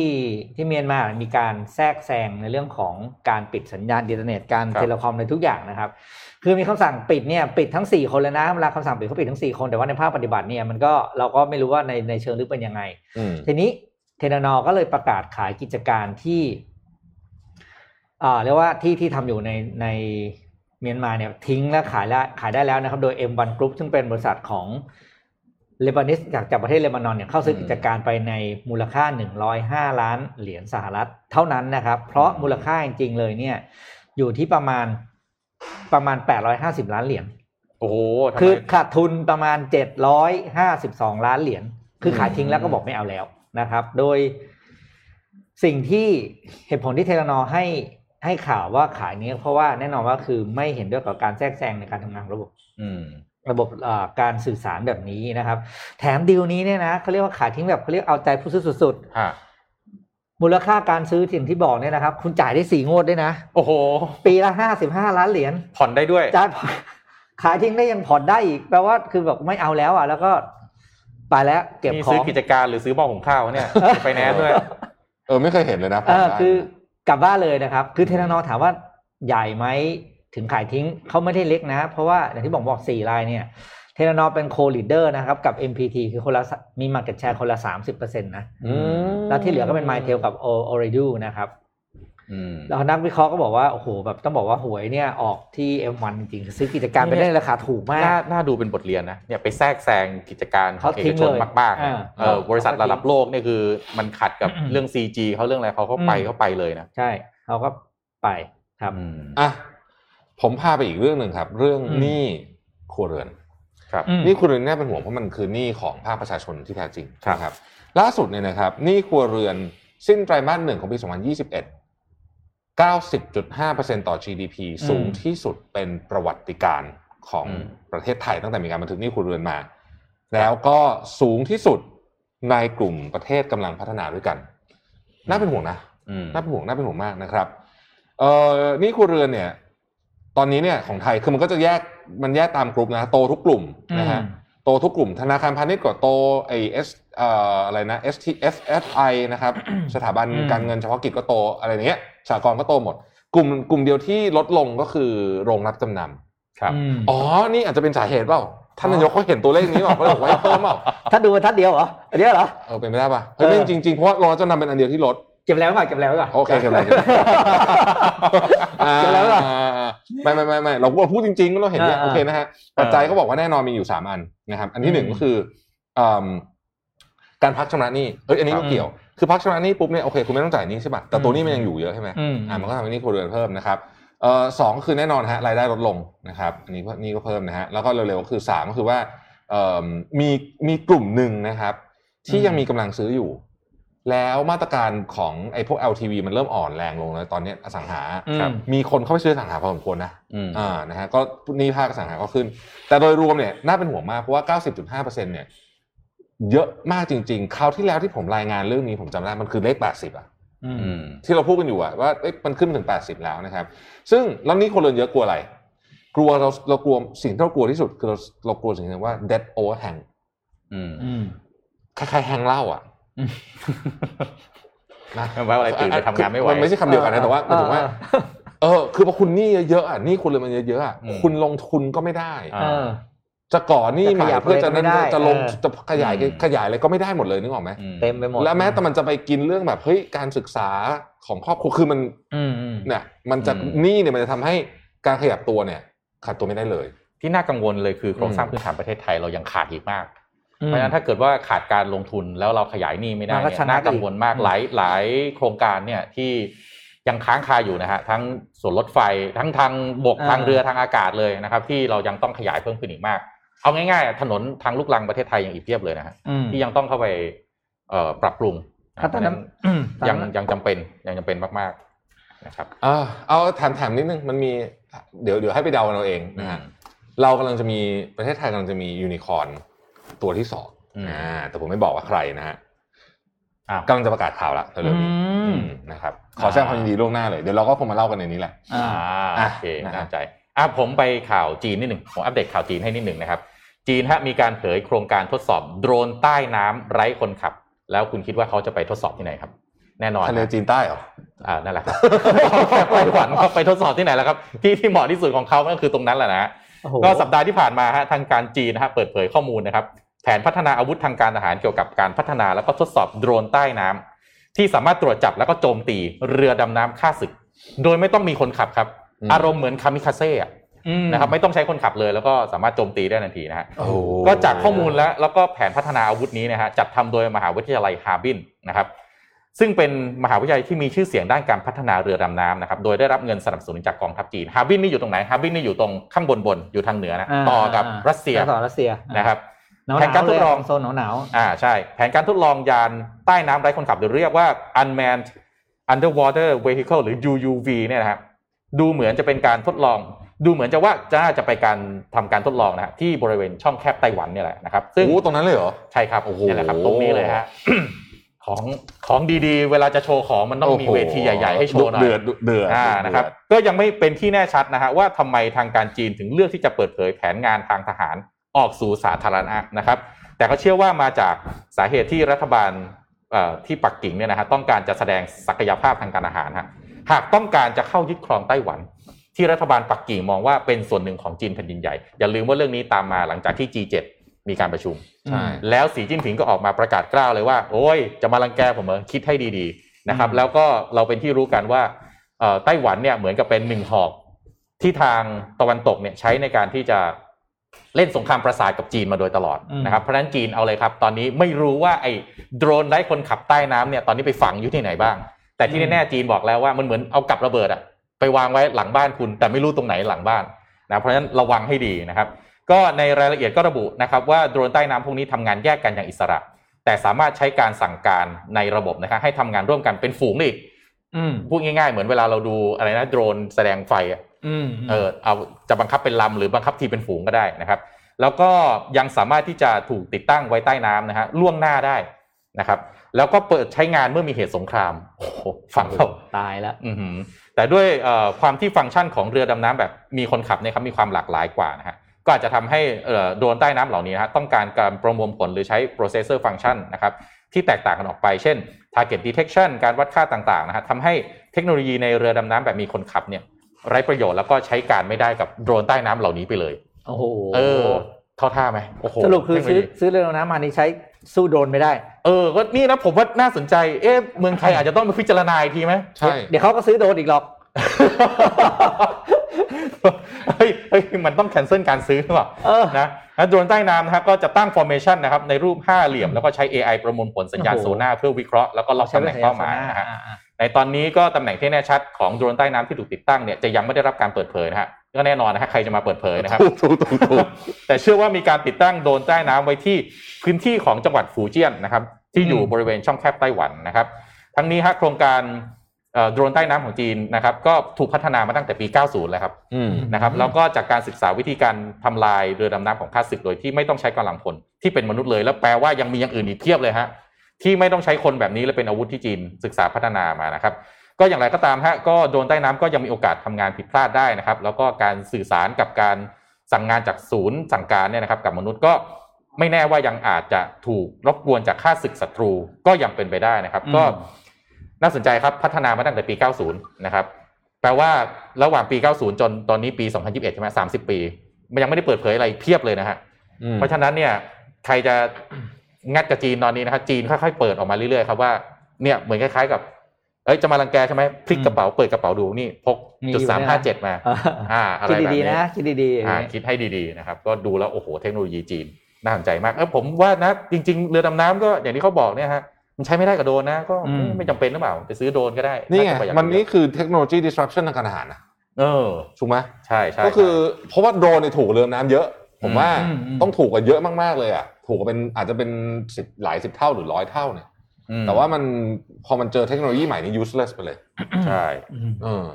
Speaker 2: ที่เมียนมามีการแทรกแซงในเรื่องของการปิดสัญญาณอินเทอร์เน็ตการเทเลคอมในทุกอย่างนะครับ คือมีคำสั่งปิดเนี่ยปิดทั้งสี่คนเลยนะเวลาคำสั่งปิดเขาปิดทั้งสี่คนแต่ว่าในภาคปฏิบัติเนี่ยมันก็เราก็ไม่รู้ว่าในในเชิงลึกเป็นยังไง
Speaker 3: อืม
Speaker 2: ทีนี้เทนนอก็เลยประกาศขายกิจการที่เอ่อเรียกว่าที่ที่ทำอยู่ในในเมียนมาเนี่ยทิ้งและขายแล้วขายได้แล้วนะครับ โดย M1 Group ซึ่งเป็นบริษัทของเลบานิสจากจากประเทศเลบานอนเนี่ยเข้าซื้อกิจการไปในมูลค่า 105 ล้านเหรียญสหรัฐเท่านั้นนะครับ เพราะมูลค่าจริงๆเลยเนี่ย อยู่ที่ประมาณประมาณ 850 ล้านเหรียญ
Speaker 4: โอ้โหทำไม
Speaker 2: คือขาดทุนประมาณ 752 ล้านเหรียญ คือขายทิ้งแล้วก็บอกไม่เอาแล้วนะครับ โดยสิ่งที่เหตุผลที่เทเลนอให้ให้ข่าวว่าขายเนี้ยเพราะว่าแน่นอนว่าคือไม่เห็นด้วยกับการแทรกแซงในการทำงานของระบบ
Speaker 4: อืม
Speaker 2: ระบบเอ่อการสื่อสารแบบนี้นะครับ แถมดีลนี้เนี่ยนะเขาเรียกว่าขายทิ้งแบบเขาเรียกเอาใจผู้ซื้อสุด
Speaker 4: ฮะ
Speaker 2: ๆ มูลค่าการซื้อสิ่งที่บอกเนี่ยนะครับ คุณจ่ายได้สี่งวดด้วยนะ
Speaker 4: โอ้โห
Speaker 2: ปีละห้าสิบห้าล้านเหรียญ
Speaker 4: ผ่อนได้ด้วย
Speaker 2: จ่ายผ่อน ขายทิ้งได้ยังผ่อนได้อีกแปลว่าคือแบบไม่เอาแล้วอ่ะ แล้วก็ไปแล้วเก็บ
Speaker 4: มี
Speaker 2: ขอ
Speaker 4: ซื้อง กิจการหรือซื้อหม้อหุงข้าว เนี่ยไปแนนซ์ด้วย
Speaker 3: เออไม่เคยเห็นเลยนะ
Speaker 2: เออ
Speaker 3: ผ่านได้
Speaker 2: คือกลับบ้านเลยนะครับ คือเทนนอถามว่าใหญ่ไหมถึงขายทิ้งเขาไม่ได้เล็กนะ เพราะว่าอย่างที่บอกบอกสี่รายเนี่ยเทนนอเป็นโคลีดเดอร์นะครับ กับ MPT คือคนละสมีมาเก็ตแชร์คนละ 30%นะ
Speaker 3: อืม
Speaker 2: แล้วที่เหลือก็เป็น m y t e l กับ o r e d u นะครับ
Speaker 4: อืม
Speaker 2: แล้วนักวิเคราะห์ก็บอกว่าโอ้โหแบบต้องบอกว่าหวยเนี่ยออกที่ M1 จริงๆคือซื้อกิจการไปได้ราคาถูกมา
Speaker 4: น่าก น่าดูเป็นบทเรียนนะเนี่ยไปแทรกแซงกิจการของ
Speaker 2: เขา
Speaker 4: เอ
Speaker 2: ทิ้
Speaker 4: ก
Speaker 2: ง
Speaker 4: ชน
Speaker 2: เลย
Speaker 4: มากๆนะ
Speaker 2: อ่า
Speaker 4: เออบริษัทระดับโลกเนี่ยคือมันขัดกับเรื่อง CG เขาเรื่องอะไรเขาก็ไป
Speaker 2: อืม
Speaker 4: เขาไปเลยนะ
Speaker 2: ใช่เขาก็ไปครับ
Speaker 4: อืม
Speaker 3: อ่ะผมพาไปอีกเรื่องหนึ่งครับ เรื่อง
Speaker 2: อืม
Speaker 3: หนี้ครัวเรือน
Speaker 4: ครับ
Speaker 2: อืม
Speaker 3: นี่ครัวเรือนน่าเป็นห่วงเพราะมันคือหนี้ของภาคประชาชนที่แท้จริง
Speaker 4: ครับ
Speaker 3: นะล่าสุดเนี่ยนะครับหนี้ครัวเรือนสิ้นไตรมาสหนึ่งของปี 2021 90.5%ต่อ GDP
Speaker 2: อืม
Speaker 3: สูงที่สุดเป็นประวัติการณ์ของ
Speaker 4: อืม
Speaker 3: ประเทศไทยตั้งแต่มีการบันทึกหนี้ครัวเรือนมา แล้วก็สูงที่สุดในกลุ่มประเทศกำลังพัฒนาด้วยกัน น่าเป็นห่วงนะ
Speaker 4: อืม
Speaker 3: น่าเป็นห่วงน่าเป็นห่วงมากนะครับเอ่อนี่ครัวเรือนเนี่ย ตอนนี้เนี่ยของไทยคือมันก็จะแยกมันแยกตามกลุ่มนะ โตทุกกลุ่มนะฮะ
Speaker 2: อืม
Speaker 3: โตทุกกลุ่มธนาคารพาณิชย์ก็โตไอเอสเอ่ออะไรนะ S T F F I นะครับ สถาบัน
Speaker 2: อืม
Speaker 3: การเงินเฉพาะกิจก็โตอะไรอย่างเงี้ยสากลก็โตหมด กลุ่มกลุ่มเดียวที่ลดลงก็คือโรงรับจำน
Speaker 4: ครับ
Speaker 2: อืม
Speaker 3: ำอ๋อ นี่อาจจะเป็นสาเหตุเปล่าท่านนายกเขาเห็นตัวเลขนี้บอกเขาเลยบอกว่าให้เพิ่มเปล่า
Speaker 2: ถ้าดูบรรทัดเดียวเหรออันเดียวเหรอ
Speaker 3: เออเป็นไม่ได้ป่ะเฮ้ยไม่จริงจริงๆเพราะว่าโรงรับจำนำเป็นอันเดียวที่ลด
Speaker 2: เก็บแล้วก่อนเก็บแล้วก่อน
Speaker 3: โอเคเก็บแล้วเก็บแล้ว อ่า
Speaker 2: เจอแล้วเหรอ
Speaker 3: ไม่ไม่ไม่ไม่เราเราพูดจริงๆก็เราเห็นเนี่ย
Speaker 2: อ่า
Speaker 3: โอ
Speaker 2: อ่า
Speaker 3: เคนะฮะปัจจัยเขาบอกว่าแน่นอนมีอยู่สามอันนะครับ อันที่หนึ่งก็คืออืมการพักชำระหนี้เอ้ยอันนี้ก็เกี่ยวคือพักชำระหนี้ปุ๊บเนี่ยโอเคคุณไม่ต้องจ่ายหนี้ใช่ป่ะแต่ตัวหนี้มันยังอยู่เยอะใช่ไหม
Speaker 2: อืม
Speaker 3: อ่ามันก็ทำให้หนี้ครัวเรือนเพิ่มนะครับเอ่อสองก็คือแน่นอนฮะรายได้ลดลงนะครับอันนี้ก็หนี้ก็เพิ่มนะฮะแล้วก็เร็วๆก็คือสามก็คือว่าเอ่อมีมีกลุ่มหนึ่งนะครับ ที่ยังมีกำลังซื้ออยู่ แล้วมาตรการของไอ้พวก LTV มันเริ่มอ่อนแรงลงแล้วตอนเนี้ยอสังหา
Speaker 2: ครับ
Speaker 3: มีคนเข้าไปซื้ออสังหาพอสมควรนะ
Speaker 4: อืม
Speaker 3: อ่านะฮะก็หนี่ภาคอสังหาก็ขึ้น แต่โดยรวมเนี่ยน่าเป็นห่วงมากเพราะว่า 90.5%เนี่ยเยอะมากจริงๆคราวที่แล้วที่ผมรายงานเรื่องนี้ผมจำได้มันคือเลข 80อะ
Speaker 2: อืม
Speaker 4: อืม
Speaker 3: ที่เราพูดกันอยู่อะว่าเอ๊ะมันขึ้นมาถึง 80 แล้วนะครับ ซึ่งแล้วนี่คนเรือนเยอะกลัวอะไร กลัวเราเรากลัวสิ่งที่เรากลัวที่สุดคือเราเรากลัวสิ่งที่เรียกว่า debt overhang
Speaker 4: อืม
Speaker 2: อืม
Speaker 3: คล้ายๆแฮงเหล้าอะ
Speaker 4: แปลว่าอะไรตื่นไปทำงานไม่ไหว
Speaker 3: มันไม่ใช่คำเดียวกันนะแต่ว่าหมายถึงว่า
Speaker 2: เออ
Speaker 3: เออ คือพอคุณหนี้เยอะๆอ่ะหนี้คุณเลยมันเยอะๆอ่ะ
Speaker 4: อืม
Speaker 3: คุณลงทุนก็ไม่ได้
Speaker 4: อ่า
Speaker 2: เออ
Speaker 3: จะก่อหนี้ใหม่
Speaker 2: จะขยับ
Speaker 3: เพื่อจะนั้น
Speaker 2: เลยก็ไม่ได้
Speaker 3: จะลง
Speaker 2: เออ
Speaker 3: จะขยาย
Speaker 4: อืม
Speaker 3: ขยายอะไรก็ไม่ได้หมดเลยนึกออกไหม
Speaker 4: อืม
Speaker 2: เต็มไปหมด
Speaker 3: แล้วแม้แต่มันจะไปกินเรื่องแบบเฮ้ยการศึกษาของครอบครัวคือมัน
Speaker 2: อืมอืม
Speaker 3: เนี่ยมันจะหนี้เนี่ยมันจะทำให้การขยับตัวเนี่ยขาดตัวไม่ได้เลย
Speaker 4: ที่น่ากังวลเลยคือโครงสร้าง
Speaker 3: อืม
Speaker 4: พื้นฐานประเทศไทยเรายังขาดอีกมาก เพราะฉะนั้นถ้าเกิดว่าขาดการลงทุนแล้วเราขยายหนี้ไม่ได้
Speaker 2: มันก็
Speaker 4: เนี่ย
Speaker 2: ชะงั
Speaker 4: น่าก กังวลมาก
Speaker 2: อีก
Speaker 4: หลายหลายโครงการเนี่ยที่ยังค้างคาอยู่นะฮะทั้งส่วนรถไฟทั้งทางบกทางเรือทางอากาศเลยนะครับ ที่เรายังต้องขยายเพิ่มขึ้นอีกมาก เอาง่ายๆอ่ะถนนทางลูกรังประเทศไทยยังอีกเพียบเลยนะฮะ
Speaker 2: อืม
Speaker 4: ที่ยังต้องเข้าไปเอ่อปรับปรุง
Speaker 2: ถ้าตอนนั้นอืมตอน
Speaker 4: ยัง
Speaker 2: นั้น
Speaker 4: ยังจำเป็นยังจำเป็นมากๆนะครับ
Speaker 3: อ่าเอาถามๆนิดนึงมันมีเดี๋ยวเดี๋ยวให้ไปเดากันเอาเองนะฮะ เรากำลังจะมีประเทศไทยกำลังจะมียูนิคอร์นตัวที่สอง
Speaker 4: อืม
Speaker 3: อ่าแต่ผมไม่บอกว่าใครนะฮะ
Speaker 4: อ่ะ
Speaker 3: กำลังจะประกาศข่าวละเร็วๆนี้
Speaker 2: อืม
Speaker 3: อืมนะครับ ขอแสดงความยินดีล่วงหน้าเลย เดี๋ยวเราก็คงมาเล่ากันในนี้แหละ
Speaker 2: อ่า
Speaker 4: อ่า
Speaker 3: อ่ะ
Speaker 4: โอเค
Speaker 3: นะครับ
Speaker 4: น่าสนใจอ่ะผมไปข่าวจีนนิดหนึ่งผมอัปเดตข่าวจีนให้นิดหนึ่งนะครับ จีนฮะมีการเผยโครงการทดสอบโดรนใต้น้ำไร้คนขับ แล้วคุณคิดว่าเขาจะไปทดสอบที่ไหนครับ แน่นอน
Speaker 3: ทะเลจีนใต้เหรอ
Speaker 4: อ่านั่นแหละครับ ไปหวันเขาไปทดสอบที่ไหนแล้วครับ ที่ที่เหมาะที่สุดของเขาก็คือตรงนั้นแหละนะฮะ
Speaker 2: โอ้โห
Speaker 4: ก็สัปดาห์ที่ผ่านมาฮะทางการจีนนะฮะเปิดเผยข้อมูลนะครับ แผนพัฒนาอาวุธทางการทหารเกี่ยวกับการพัฒนาแล้วก็ทดสอบโดรนใต้น้ำที่สามารถตรวจจับแล้วก็โจมตีเรือดำน้ำฆ่าศึก โดยไม่ต้องมีคนขับครับ
Speaker 3: อืม
Speaker 4: อารมณ์เหมือนคามิคาเซ่อะ
Speaker 2: อืม
Speaker 4: นะครับไม่ต้องใช้คนขับเลยแล้วก็สามารถโจมตีได้ทันทีนะฮะ
Speaker 3: โอ้โห
Speaker 4: ก็จากข้อมูลแล้วแล้วก็แผนพัฒนาอาวุธนี้นะฮะจัดทำโดยมหาวิทยาลัยฮาร์บินนะครับซึ่งเป็นมหาวิทยาลัยที่มีชื่อเสียงด้านการพัฒนาเรือดำน้ำนะครับโดยได้รับเงินสนับสนุนจากกองทัพจีนฮาร์บินนี่อยู่ตรงไหนฮาร์บินนี่อยู่ตรงข้างบนบนอยู่ทางเหนือนะ
Speaker 2: า
Speaker 4: ต่อกับ
Speaker 2: า
Speaker 4: รัสเซีย
Speaker 2: ต่อรัสเซีย
Speaker 4: นะครับ
Speaker 2: หนาว
Speaker 4: แผนการทดลอง
Speaker 2: เยโซนหนาวหนาว
Speaker 4: อ่าใช่แผนการทดลองยานใต้น้ำไร้คนขับหรือเรียกว่า unmanned underwater vehicle หรือ UUV เนี่ยนะครับดูเหมือนจะเป็นการทดลอง ดูเหมือนจะว่าจะน่าจะไปการทำการทดลองนะฮะที่บริเวณช่องแคบไต้หวันเนี่ยแหละนะครับซึ่ง
Speaker 3: โอ้ตรงนั้นเลยเหรอ
Speaker 4: ใช่ครับ
Speaker 3: โอ้โห
Speaker 4: นี่แหละครับ ตรงนี้เลย ฮะ ของของดีๆ เวลาจะโชว์ของมันต้องมี
Speaker 3: โโ
Speaker 4: เวทีใหญ่ๆให้โชว์หน่อย
Speaker 3: เดือดเดือด
Speaker 4: อ่านะครับ
Speaker 3: เดือด
Speaker 4: ก็ยังไม่เป็นที่แน่ชัดนะฮะว่าทำไมทางการจีนถึงเลือกที่จะเปิดเผยแผนงานทางทหารออกสู่สาธารณะนะครับ แต่ก็เชื่อว่ามาจากสาเหตุที่รัฐบาลเอ่อที่ปักกิ่งเนี่ยนะฮะต้องการจะแสดงศักยภาพทางการอาหารฮะหากต้องการจะเข้ายึดครองไต้หวัน ที่รัฐบาลปักกิ่งมองว่าเป็นส่วนหนึ่งของจีนแผ่นดินใหญ่อย่าลืมว่าเรื่องนี้ตามมาหลังจากที่ G7 มีการประชุม
Speaker 3: ใช่
Speaker 4: แล้วสีจิ้นผิงก็ออกมาประกาศกล้าวเลยว่า โอ้ยจะมารังแกผมเหรอคิดให้ดีๆนะครับ แล้วก็เราเป็นที่รู้กันว่าเอ่อไต้หวันเนี่ยเหมือนกับเป็นหนึ่งหอกที่ทางตะวันตกเนี่ยใช้ในการที่จะเล่นสงครามประสาทกับจีนมาโดยตลอดนะครับเพราะฉะนั้นจีนเอาเลยครับ ตอนนี้ไม่รู้ว่าไอ้โดรนไร้คนขับใต้น้ำเนี่ยตอนนี้ไปฝังอยู่ที่ไหนบ้าง แต่ที่แน่ๆจีนบอกแล้วว่ามันเหมือนเอากับระเบิดอะไปวางไว้หลังบ้านคุณ แต่ไม่รู้ตรงไหนหลังบ้านนะเพราะฉะนั้นระวังให้ดีนะครับ ก็ในรายละเอียดก็ระบุนะครับว่าโดรนใต้น้ำพวกนี้ทำงานแยกกันอย่างอิสระ แต่สามารถใช้การสั่งการในระบบนะครับให้ทำงานร่วมกันเป็นฝูงได้อีก
Speaker 2: อืม
Speaker 4: พูดง่ายๆเหมือนเวลาเราดูอะไรนะโดรนแสดงไฟอะ
Speaker 2: อืม
Speaker 4: เออเอาจะบังคับเป็นลำหรือบังคับทีมเป็นฝูงก็ได้นะครับ แล้วก็ยังสามารถที่จะถูกติดตั้งไว้ใต้น้ำนะฮะล่วงหน้าได้นะครับ แล้วก็เปิดใช้งานเมื่อมีเหตุสงครามโอ้โหฟังเรา
Speaker 2: ตายแล้ว
Speaker 4: อื้อหือแต่ด้วยเอ่อความที่ฟังก์ชันของเรือดำน้ำแบบมีคนขับเนี่ยครับมีความหลากหลายกว่านะฮะก็อาจจะทำให้เอ่อโดรนใต้น้ำเหล่านี้นะฮะต้องการการประมวลผลหรือใช้ processor function นะครับ ที่แตกต่างกันออกไป เช่น target detection การวัดค่าต่างๆนะฮะทำให้เทคโนโลยีในเรือดำน้ำแบบมีคนขับเนี่ย ไร้ประโยชน์แล้วก็ใช้การไม่ได้กับโดรนใต้น้ำเหล่านี้ไปเลย
Speaker 2: โอ้โห
Speaker 4: เออ เข้าท่าไหมโอ้โห
Speaker 2: สรุปคือซื้อ
Speaker 4: เทโนโลยี
Speaker 2: ซื้อเรือดำน้ำมานี่ใช้สู้โดรนไม่ได้
Speaker 4: เออ ก็นี่นะผมว่าน่าสนใจ เอ๊ะ เมืองไทยอาจจะต้องไปพิจารณาอีกทีไหม
Speaker 3: ใช่
Speaker 2: เดี๋ยวเขาก็ซื้อโดรนอีกหรอก
Speaker 4: เฮ้ยเฮ้ย มันต้องแคนเซิลการซื้อหรือเปล่า
Speaker 2: เออ
Speaker 4: นะแล้วโดรนใต้น้ำนะครับก็จะตั้ง formation นะครับในรูปห้าเหลี่ยมแล้วก็ใช้ AI ประมวลผลสัญญาณ
Speaker 2: โอ้
Speaker 4: โซ
Speaker 2: โห
Speaker 4: น่าเพื่อวิเคราะห์แล้วก็ล็อกตำแหน่งเป้าหมายนะฮะ
Speaker 2: อ่า
Speaker 4: ในตอนนี้ก็ตำแหน่งที่แน่ชัดของโดรนใต้น้ำที่ถูกติดตั้งเนี่ยจะยังไม่ได้รับการเปิดเผยนะฮะก็แน่นอนนะฮะใครจะมาเปิดเผยนะครับ
Speaker 3: ถูกถูกถูกถูก
Speaker 4: แต่เชื่อว่ามีการติดตั้งโดรนใต้น้ำไว้ที่พื้นที่ของจังหวัดฟูเจียนนะครับ ที่อยู่
Speaker 3: อืม
Speaker 4: บริเวณช่องแคบไต้หวันนะครับ ทั้งนี้ฮะโครงการเอ่อโดรนใต้น้ำของจีนนะครับ ก็ถูกพัฒนามาตั้งแต่ปี 90 แล้วครับ
Speaker 3: อืม
Speaker 4: นะครับ
Speaker 2: อืม
Speaker 4: แล้วก็จากการศึกษาวิธีการทำลายเรือดำน้ำของข้าศึกโดยที่ไม่ต้องใช้กำลังพลที่เป็นมนุษย์เลยแล้วแปลว่ายังมีอย่างอื่นอีกเพียบเลยฮะที่ไม่ต้องใช้คนแบบนี้และเป็นอาวุธที่จีนศึกษาพัฒนามานะครับ ก็อย่างไรก็ตามฮะก็โดรนใต้น้ำก็ยังมีโอกาสทำงานผิดพลาดได้นะครับ แล้วก็การสื่อสารกับการสั่งงานจากศูนย์สั่งการเนี่ยนะครับ กับมนุษย์ก็ไม่แน่ว่ายังอาจจะถูกรบกวนจากข้าศึกศัตรูก็ยังเป็นไปได้นะครับ ก็
Speaker 2: อืม
Speaker 4: น่าสนใจครับพัฒนามาตั้งแต่ปี 90 นะครับ แปลว่าระหว่างปี 90 จนตอนนี้ปี 2021 ใช่ไหม30 ปี มันยังไม่ได้เปิดเผยอะไรเพียบเลยนะฮะ เพราะฉะนั้นเนี่ยใครจะงัดกับจีนตอนนี้นะครับจีนค่อยๆเปิดออกมาเรื่อยๆครับว่าเนี่ยเหมือนคล้ายๆกับ เอ้ยจะมารังแกใช่ไหมพลิกกระเป๋าเปิดกระเป๋าดูนี่พก
Speaker 2: มี
Speaker 4: จุด
Speaker 2: อยู่
Speaker 4: สาม
Speaker 2: เนี่ย
Speaker 4: ห้า
Speaker 2: นะ
Speaker 4: เจ็ดมา อ่าอะไร
Speaker 2: คิด
Speaker 4: แบบ
Speaker 2: ดี
Speaker 4: นี้
Speaker 2: ๆนะคิดดีๆ
Speaker 4: อ่า
Speaker 2: อย่างเงี้ย
Speaker 4: คิดให้ดีๆนะครับ ก็ดูแล้วโอ้โหเทคโนโลยีจีนน่าสนใจมากเออผมว่านะจริง ๆ เรือดำน้ำก็อย่างที่เขาบอกเนี่ยฮะมันใช้ไม่ได้กับโดรนนะ ก็
Speaker 3: อืม
Speaker 4: ไม่จำเป็นหรือเปล่าไปซื้อโดรนก็ได้
Speaker 3: นี่ไง
Speaker 4: าจะประหยัด
Speaker 3: มันนี่คือเทคโนโลยี disruption ทางการทหารนะ
Speaker 4: เออ
Speaker 3: ถูกไหม
Speaker 4: ใช่ใช่
Speaker 3: ก็คือ
Speaker 4: ใช่
Speaker 3: เพราะว่าโดรนเนี่ยถูกกว่าเรือน้ำเยอะ ผมว่า
Speaker 2: อืมอืม
Speaker 3: ต้องถูกกว่าเยอะมากๆเลยอ่ะถูกกว่าเป็นอาจจะเป็นสิบหลายสิบเท่าหรือร้อยเท่าเนี่ย
Speaker 4: อืม
Speaker 3: แต่ว่ามันพอมันเจอเทคโนโลยีใหม่นี่ useless ไปเลย
Speaker 4: ใช่
Speaker 2: อืม
Speaker 3: เออ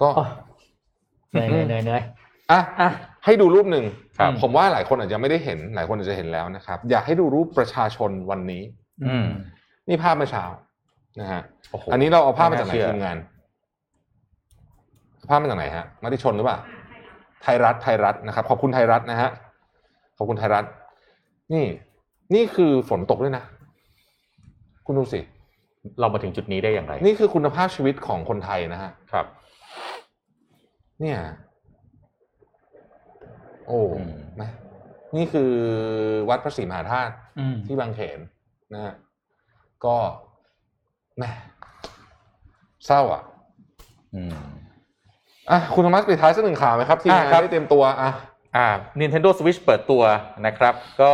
Speaker 3: ก็
Speaker 2: เหนื่อยๆเหนื่อยๆเหนื่อย
Speaker 3: อ่ะ
Speaker 2: อ่ะ
Speaker 3: ให้ดูรูปหนึ่ง
Speaker 4: ครับ
Speaker 3: ผมว่าหลายคนอาจจะไม่ได้เห็นหลายคนอาจจะเห็นแล้วนะครับ อยากให้ดูรูปประชาชนวันนี้
Speaker 4: อืม
Speaker 3: นี่ภาพเมื่อเช้านะฮะ
Speaker 4: โโห
Speaker 3: อันนี้เราเอาภาพมาจากไหน
Speaker 4: ไม่น่าเชื่อ
Speaker 3: ทีมงาน ภาพมาจากไหนฮะมติชนหรือเปล่า ไทยรัฐไทยรัฐนะครับ ขอบคุณไทยรัฐนะฮะ ขอบคุณไทยรัฐ นี่ นี่คือฝนตกด้วยนะ คุณดูสิ
Speaker 4: เรามาถึงจุดนี้ได้อย่างไร
Speaker 3: นี่คือคุณภาพชีวิตของคนไทยนะฮะ
Speaker 4: ครับ
Speaker 3: เนี่ย โอ้
Speaker 4: อืม
Speaker 3: นะนี่คือวัดพระศรีมหาธาตุ
Speaker 2: อืม
Speaker 3: ที่บางเขนนะฮะก็แหมเศร้าอ่ะ
Speaker 4: อืม
Speaker 3: อ่ะคุณธรรมัสปิดท้ายสักหนึ่งข่าวไหมครับทีมงาน
Speaker 4: อ่ะครับ
Speaker 3: ได้เตรียมตัวอ่ะ
Speaker 4: อ่า Nintendo Switch เปิดตัวนะครับ ก็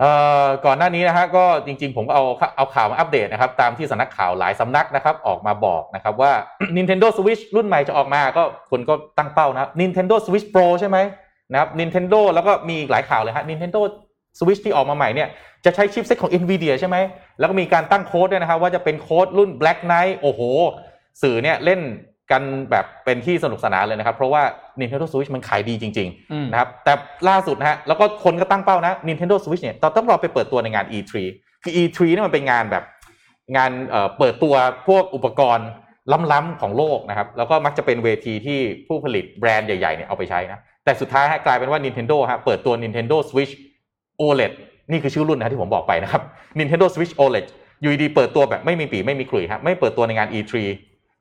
Speaker 4: เอ่อก่อนหน้านี้นะฮะก็จริงๆ ผมก็เอาเอาข่าวมาอัปเดตนะครับ ตามที่สำนักข่าวหลายสำนักนะครับ ออกมาบอกนะครับว่า Nintendo Switch รุ่นใหม่จะออกมาก็คนก็ตั้งเป้านะ Nintendo Switch Pro ใช่ไหมนะครับ Nintendo แล้วก็มีอีกหลายข่าวเลยฮะ Nintendo Switch ที่ออกมาใหม่เนี่ยจะใช้ชิปเซ็ตของ NVIDIA ใช่ไหม แล้วก็มีการตั้งโค้ดด้วยนะครับว่าจะเป็นโค้ดรุ่น Black Knight โอ้โห สื่อเนี่ยเล่นกันแบบเป็นที่สนุกสนานเลยนะครับ เพราะว่า Nintendo Switch มันขายดีจริง ๆ
Speaker 2: อืม
Speaker 4: นะครับแต่ล่าสุดนะฮะแล้วก็คนก็ตั้งเป้านะ Nintendo Switch เนี่ยเราต้องรอไปเปิดตัวในงาน E3 คือ E3 เนี่ยมันเป็นงานแบบงานเอ่อเปิดตัวพวกอุปกรณ์ล้ำๆของโลกนะครับ แล้วก็มักจะเป็นเวทีที่ผู้ผลิตแบรนด์ใหญ่ๆเนี่ยเอาไปใช้นะ แต่สุดท้ายฮะกลายเป็นว่า Nintendo ฮะเปิดตัว Nintendo Switch OLED นี่คือชื่อรุ่นนะที่ผมบอกไปนะครับ Nintendo Switch OLED อยู่ดีๆเปิดตัวแบบไม่มีปีไม่มีขลุ่ยฮะไม่เปิดตัวในงาน E3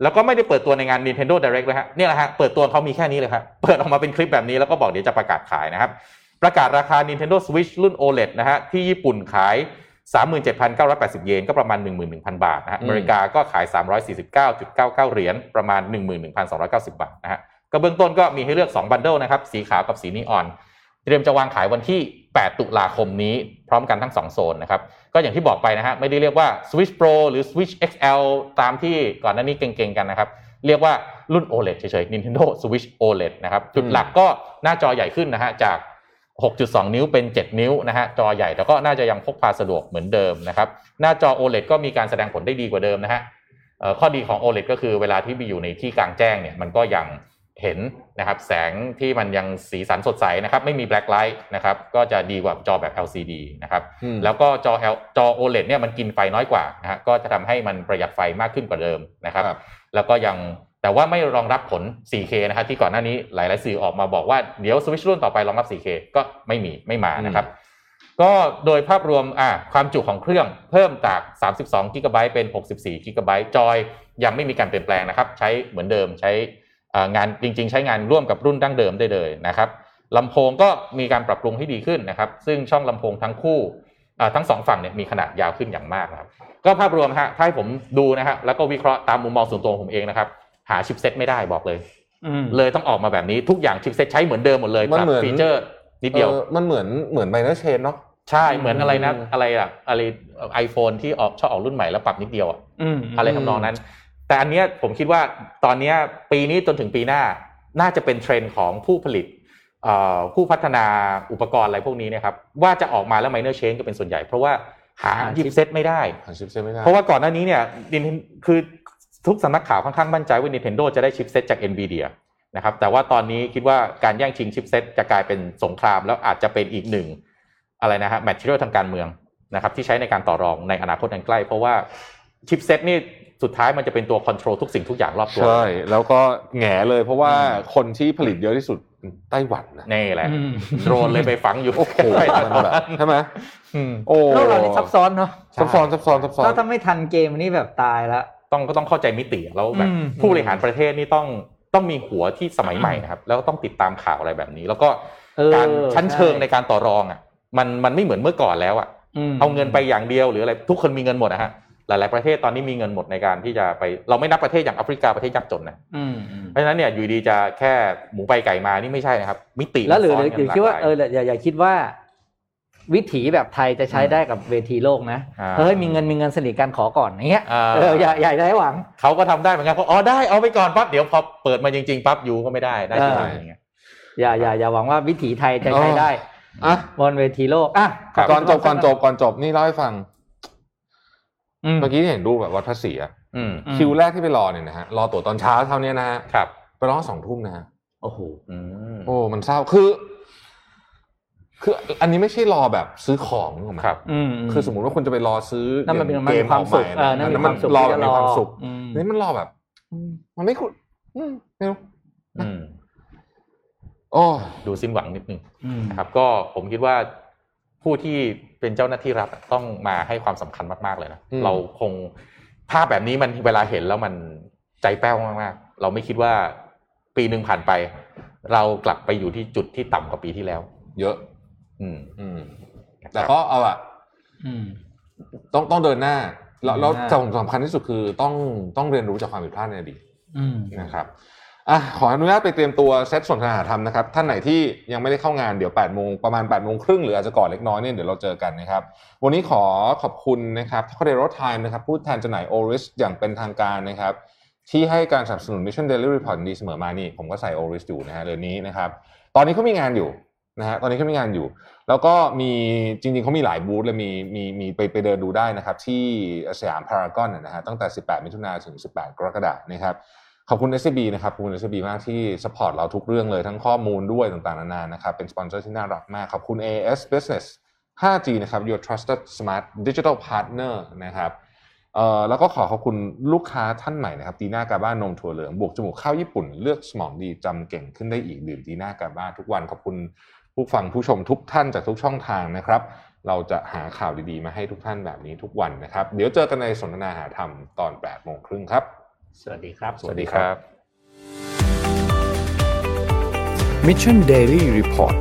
Speaker 4: แล้วก็ไม่ได้เปิดตัวในงาน Nintendo Direct เลยฮะเนี่ยแหละฮะเปิดตัวเขามีแค่นี้เลยครับ เปิดออกมาเป็นคลิปแบบนี้แล้วก็บอกเดี๋ยวจะประกาศขายนะครับ ประกาศราคา Nintendo Switch รุ่น OLED นะฮะที่ญี่ปุ่นขาย 37,980 เยน ก็ประมาณ 11,000 บาทนะฮะ
Speaker 3: อืม
Speaker 4: อเมริกาก็ขาย 349.99 เหรียญ ประมาณ 11,290 บาทนะฮะก็เบื้องต้นก็มีให้เลือก 2 บันเดิลนะครับ สีขาวกับสีนีออน เตรียมจะวางขายวันที่ 8 ตุลาคมนี้พร้อมกันทั้ง 2 โซนนะครับ ก็อย่างที่บอกไปนะฮะไม่ได้เรียกว่า Switch Pro หรือ Switch XL ตามที่ก่อนหน้านี้เก่งๆกันนะครับ เรียกว่ารุ่น OLED เฉยๆ Nintendo Switch OLED นะครับ จุดหลักก็หน้าจอใหญ่ขึ้นนะฮะจาก 6.2 นิ้วเป็น 7 นิ้วนะฮะจอใหญ่แต่ก็น่าจะยังพกพาสะดวกเหมือนเดิมนะครับ หน้าจอ OLED ก็มีการแสดงผลได้ดีกว่าเดิมนะฮะเอ่อข้อดีของ OLED ก็คือเวลาที่ไปอยู่ในที่กลางแจ้งเนี่ยมันก็ยังเห็นนะครับแสงที่มันยังสีสันสดใสนะครับไม่มีแบล็คไลท์นะครับก็จะดีกว่าจอแบบ LCD นะครับ แล้วก็จอ L จอ OLED เนี่ยมันกินไฟน้อยกว่านะฮะก็จะทำให้มันประหยัดไฟมากขึ้นกว่าเดิมนะครับ
Speaker 3: ครับ
Speaker 4: แล้วก็ยังแต่ว่าไม่รองรับผล 4K นะฮะที่ก่อนหน้านี้หลาย ๆ สื่อออกมาบอกว่าเดี๋ยวสวิชรุ่นต่อไปรองรับ 4K ก็ไม่มีไม่มานะครับ ก็โดยภาพรวมอ่ะความจุของเครื่องเพิ่มจาก 32 g b เป็น 64 g b จอยยังไม่มีการเปลี่ยนแปลงนะครับ ใช้เหมือนเดิมใช้อ่างานจริง ๆ ใช้งานร่วมกับรุ่นดั้งเดิมได้เลยนะครับลำโพงก็มีการปรับปรุงให้ดีขึ้นนะครับ ซึ่งช่องลำโพงทั้งคู่อ่าทั้งสองฝั่งเนี่ยมีขนาดยาวขึ้นอย่างมากนะครับ ก็ภาพรวมฮะถ้าให้ผมดูนะฮะแล้วก็วิเคราะห์ตามมุมมองส่วนตัวของผมเองนะครับ หาชิปเซ็ตไม่ได้บอกเลย
Speaker 2: อืม
Speaker 4: เลยต้องออกมาแบบนี้ทุกอย่างชิปเซ็ตใช้เหมือนเดิมหมดเลย
Speaker 3: มันเหมือน
Speaker 4: ฟีเจอร์นิดเดียว
Speaker 3: ออมันเหมือนเหมือนไมเนอร์เชนเนาะ
Speaker 4: ใช่เหมือนอะไรนะ
Speaker 3: อืม
Speaker 4: อะไรอะอะไรไอโฟนที่ออกชอบออกรุ่นใหม่แล้วปรับนิดเดียวอะ
Speaker 2: อืม
Speaker 4: อะไรทำนองนั้น แต่อันเนี้ยผมคิดว่าตอนเนี้ยปีนี้จนถึงปีหน้าน่าจะเป็นเทรนด์ของผู้ผลิตเอ่อผู้พัฒนาอุปกรณ์อะไรพวกนี้เนะครับว่าจะออกมาแล้วไมเนอร์เชนก็เป็นส่วนใหญ่ เพราะว่าหายิบเซตไม่ได้
Speaker 3: หาชิปเซ็ตไม่ได้
Speaker 4: เพราะว่าก่อนหน้านี้เนี่ย Nintendo- คือทุกสำนักข่าวค่อนข้างมั่นใจว่า Nintendo จะได้ชิปเซตจาก NVIDIA นะครับแต่ว่าตอนนี้คิดว่าการแย่งชิงชิปเซตจะกลายเป็นสงคราม แล้วอาจจะเป็นอีกหนึ่งอะไรนะฮะแมทเทียลทางการเมืองนะครับที่ใช้ในการต่อรองในอนาคตอันใกล้ เพราะว่าชิปเซตนี่สุดท้ายมันจะเป็นตัวคอนโทรลทุกสิ่งทุกอย่างรอบตัว
Speaker 3: ใช่ แล้วก็แหงเลย เพราะว่า
Speaker 4: อืม
Speaker 3: คนที่ผลิตเยอะที่สุดไต้หวันนะ
Speaker 4: นี่แหละ
Speaker 2: อืม
Speaker 4: โดรนเลยไปฝังอยู่
Speaker 3: โอ้ โห
Speaker 4: ใกล้ๆ
Speaker 3: มันแบบใช่ไหม
Speaker 4: อืม
Speaker 3: โอ้
Speaker 2: โลกเรานี่ซับซ้อนเนาะ
Speaker 3: ซับซ้อนซับซ้อนซับซ้อน
Speaker 2: ถ้าถ้าไม่ทันเกมนี้แบบตายละ
Speaker 4: ต้องก็ต้องเข้าใจมิติอะแล้วแบบ
Speaker 2: อืม
Speaker 4: ผู้บริหารประเทศนี่ต้องต้องมีหัวที่สมัยใหม่นะครับ แล้วก็ต้องติดตามข่าวอะไรแบบนี้ แล้วก็
Speaker 2: เออ
Speaker 4: การชั้นเชิงใน
Speaker 2: ช่
Speaker 4: การต่อรองอ่ะมันมันไม่เหมือนเมื่อก่อนแล้วอ่ะ
Speaker 2: ม
Speaker 4: เอาเงินไปอย่างเดียวหรืออะไรทุกคนมีเงินหมดนะฮะหลาย ๆประเทศตอนนี้มีเงินหมดในการที่จะไปเราไม่นับประเทศอย่างแอฟริกาประเทศยากจนนะ
Speaker 2: อืมอืม
Speaker 4: เพราะฉะนั้นเนี่ยอยู่ดีจะแค่หมูไปไก่มานี่ไม่ใช่นะครับ มิติ
Speaker 2: แล้วหรือ
Speaker 4: มัน
Speaker 2: ห
Speaker 4: ซ้
Speaker 2: รือห
Speaker 4: นกัน
Speaker 2: รือคิดว่า
Speaker 4: หลกหลย
Speaker 2: เอออย่าอย่าคิดว่า วิถีแบบไทยจะใช้ได้กับเวทีโลกนะ
Speaker 4: อ่า
Speaker 2: เฮ้ยมีเงินมีเงินสนิทกันขอก่อนอย่างเงี้ย
Speaker 4: อ่า
Speaker 2: เอออย่าอย่าอย่าได้หวัง
Speaker 4: เขาก็ทำได้เหมือนกันเขาอ๋อได้เอาไปก่อนปั๊บเดี๋ยวพอเปิดมาจริงๆปั๊บยูก็ไม่ได้ได้ที่ไหน
Speaker 2: อ่า
Speaker 4: อย่างเงี้ย
Speaker 2: อย่าอย่าอย่าหวังว่าวิถีไทยจะใช้
Speaker 3: อ๋อ
Speaker 2: ได้
Speaker 3: อ่ะ
Speaker 2: บนเวทีโลกอ่ะ
Speaker 4: ครับ
Speaker 3: ก่อนจบก่อนจบก่อนจบนี่เล่าให้ฟัง
Speaker 2: อืม
Speaker 3: เมื่อกี้เห็นรูปแบบวัดพระศรีอะ
Speaker 4: อืม
Speaker 2: อืม
Speaker 3: คิวแรกที่ไปรอเนี่ยนะฮะรอตั๋วตอนเช้าเท่านี้นะฮะ
Speaker 4: ครับ
Speaker 3: ไปรอสองทุ่มนะฮะ
Speaker 2: โอ้โห
Speaker 4: อืม
Speaker 3: โอ้ มันเศร้าคือ คืออันนี้ไม่ใช่รอแบบซื้อของนึกออกไหม
Speaker 4: ครับ
Speaker 2: อืม
Speaker 3: คือสมมติว่าคุณจะไปรอซื้อ
Speaker 2: นั่นมันเป็น
Speaker 3: ก
Speaker 2: ความสุข
Speaker 3: อ
Speaker 2: เอ
Speaker 3: อ
Speaker 2: อก นั่น
Speaker 3: ใหะ
Speaker 2: เป็นค
Speaker 3: มั
Speaker 2: วามสุข
Speaker 3: รอ
Speaker 2: ที่
Speaker 3: แบบ
Speaker 2: จะ
Speaker 3: มีความสุข
Speaker 2: อืม
Speaker 3: นี่มันรอแบบมันไม่คุณอืมไม่รู้
Speaker 4: อืม
Speaker 3: โอ้
Speaker 4: ดูสิ้นหวังนิดนึง
Speaker 2: อืม
Speaker 4: นะครับก็ผมคิดว่าผู้ที่เป็นเจ้าหน้าที่รัฐต้องมาให้ความสำคัญมาก ๆ เลยนะเราคงภาพแบบนี้มันเวลาเห็นแล้วมันใจแป้วมากๆ เราไม่คิดว่าปีหนึ่งผ่านไป เรากลับไปอยู่ที่จุดที่ต่ำกว่าปีที่แล้ว
Speaker 3: เยอะ
Speaker 4: อืม
Speaker 3: อืม
Speaker 4: นะครับ
Speaker 3: แต่ก็เอาอะ
Speaker 2: อืม
Speaker 3: ต้องต้องเดินหน้า แล้วแล้ว
Speaker 2: เดินหน้า
Speaker 3: สำสำคัญที่สุดคือต้องต้องเรียนรู้จากความผิดพลาดในอดีต
Speaker 2: อืม
Speaker 3: นะครับอ่ะขออนุญาตไปเตรียมตัวเซตสนทนาธรรมนะครับ ท่านไหนที่ยังไม่ได้เข้างานเดี๋ยว8โมงประมาณ8โมงครึ่งหรืออาจจะก่อนเล็กน้อยเนี่ยเดี๋ยวเราเจอกันนะครับ วันนี้ขอขอบคุณนะครับทัคเดโรไทม์นะครับผู้แทนจำหน่ายโอริสอย่างเป็นทางการนะครับ ที่ให้การสนับสนุน Mission Daily Report ดีเสมอมานี่ ผมก็ใส่โอริสอยู่นะฮะเดือนนี้นะครับ ตอนนี้เขามีงานอยู่นะฮะตอนนี้เขามีงานอยู่ แล้วก็มีจริงๆเขามีหลายบูธเลยมีมีมีไปไปเดินดูได้นะครับ ที่สยามพารากอนนะฮะตั้งแต่ 18 มิถุนายนถึง 18 กรกฎาคมนะครับ ขอบคุณ s อ b นะครับขอบคุณ s อ b มากที่สปอร์ตเราทุกเรื่องเลยทั้งข้อมูลด้วยต่างๆนานานะครับเป็นสปอนเซอร์ที่น่ารักมากขอบคุณ AS Business 5G นะครับ Your Trusted Smart Digital Partner นะครับเอ่อแล้วก็ขอขอบคุณลูกค้าท่านใหม่นะครับดีน่ากาบ้านมถั่วเหลือง บวกจมูกข้าวญี่ปุ่น เลือกสมองดีจำเก่งขึ้นได้อีกดื่มดีน่ากาบ้าทุกวันขอบคุณผู้ฟังผู้ชมทุกท่านจากทุกช่องทางนะครับ เราจะหาข่าวดีๆ มาให้ทุกท่านแบบนี้ทุกวันนะครับเดี๋ยวเจอกันในสนทนาหาธรรมตอน8โมงครึ่งครับ
Speaker 2: สวัสดีครับ
Speaker 3: สวัสดีครับ
Speaker 1: Mission Daily Report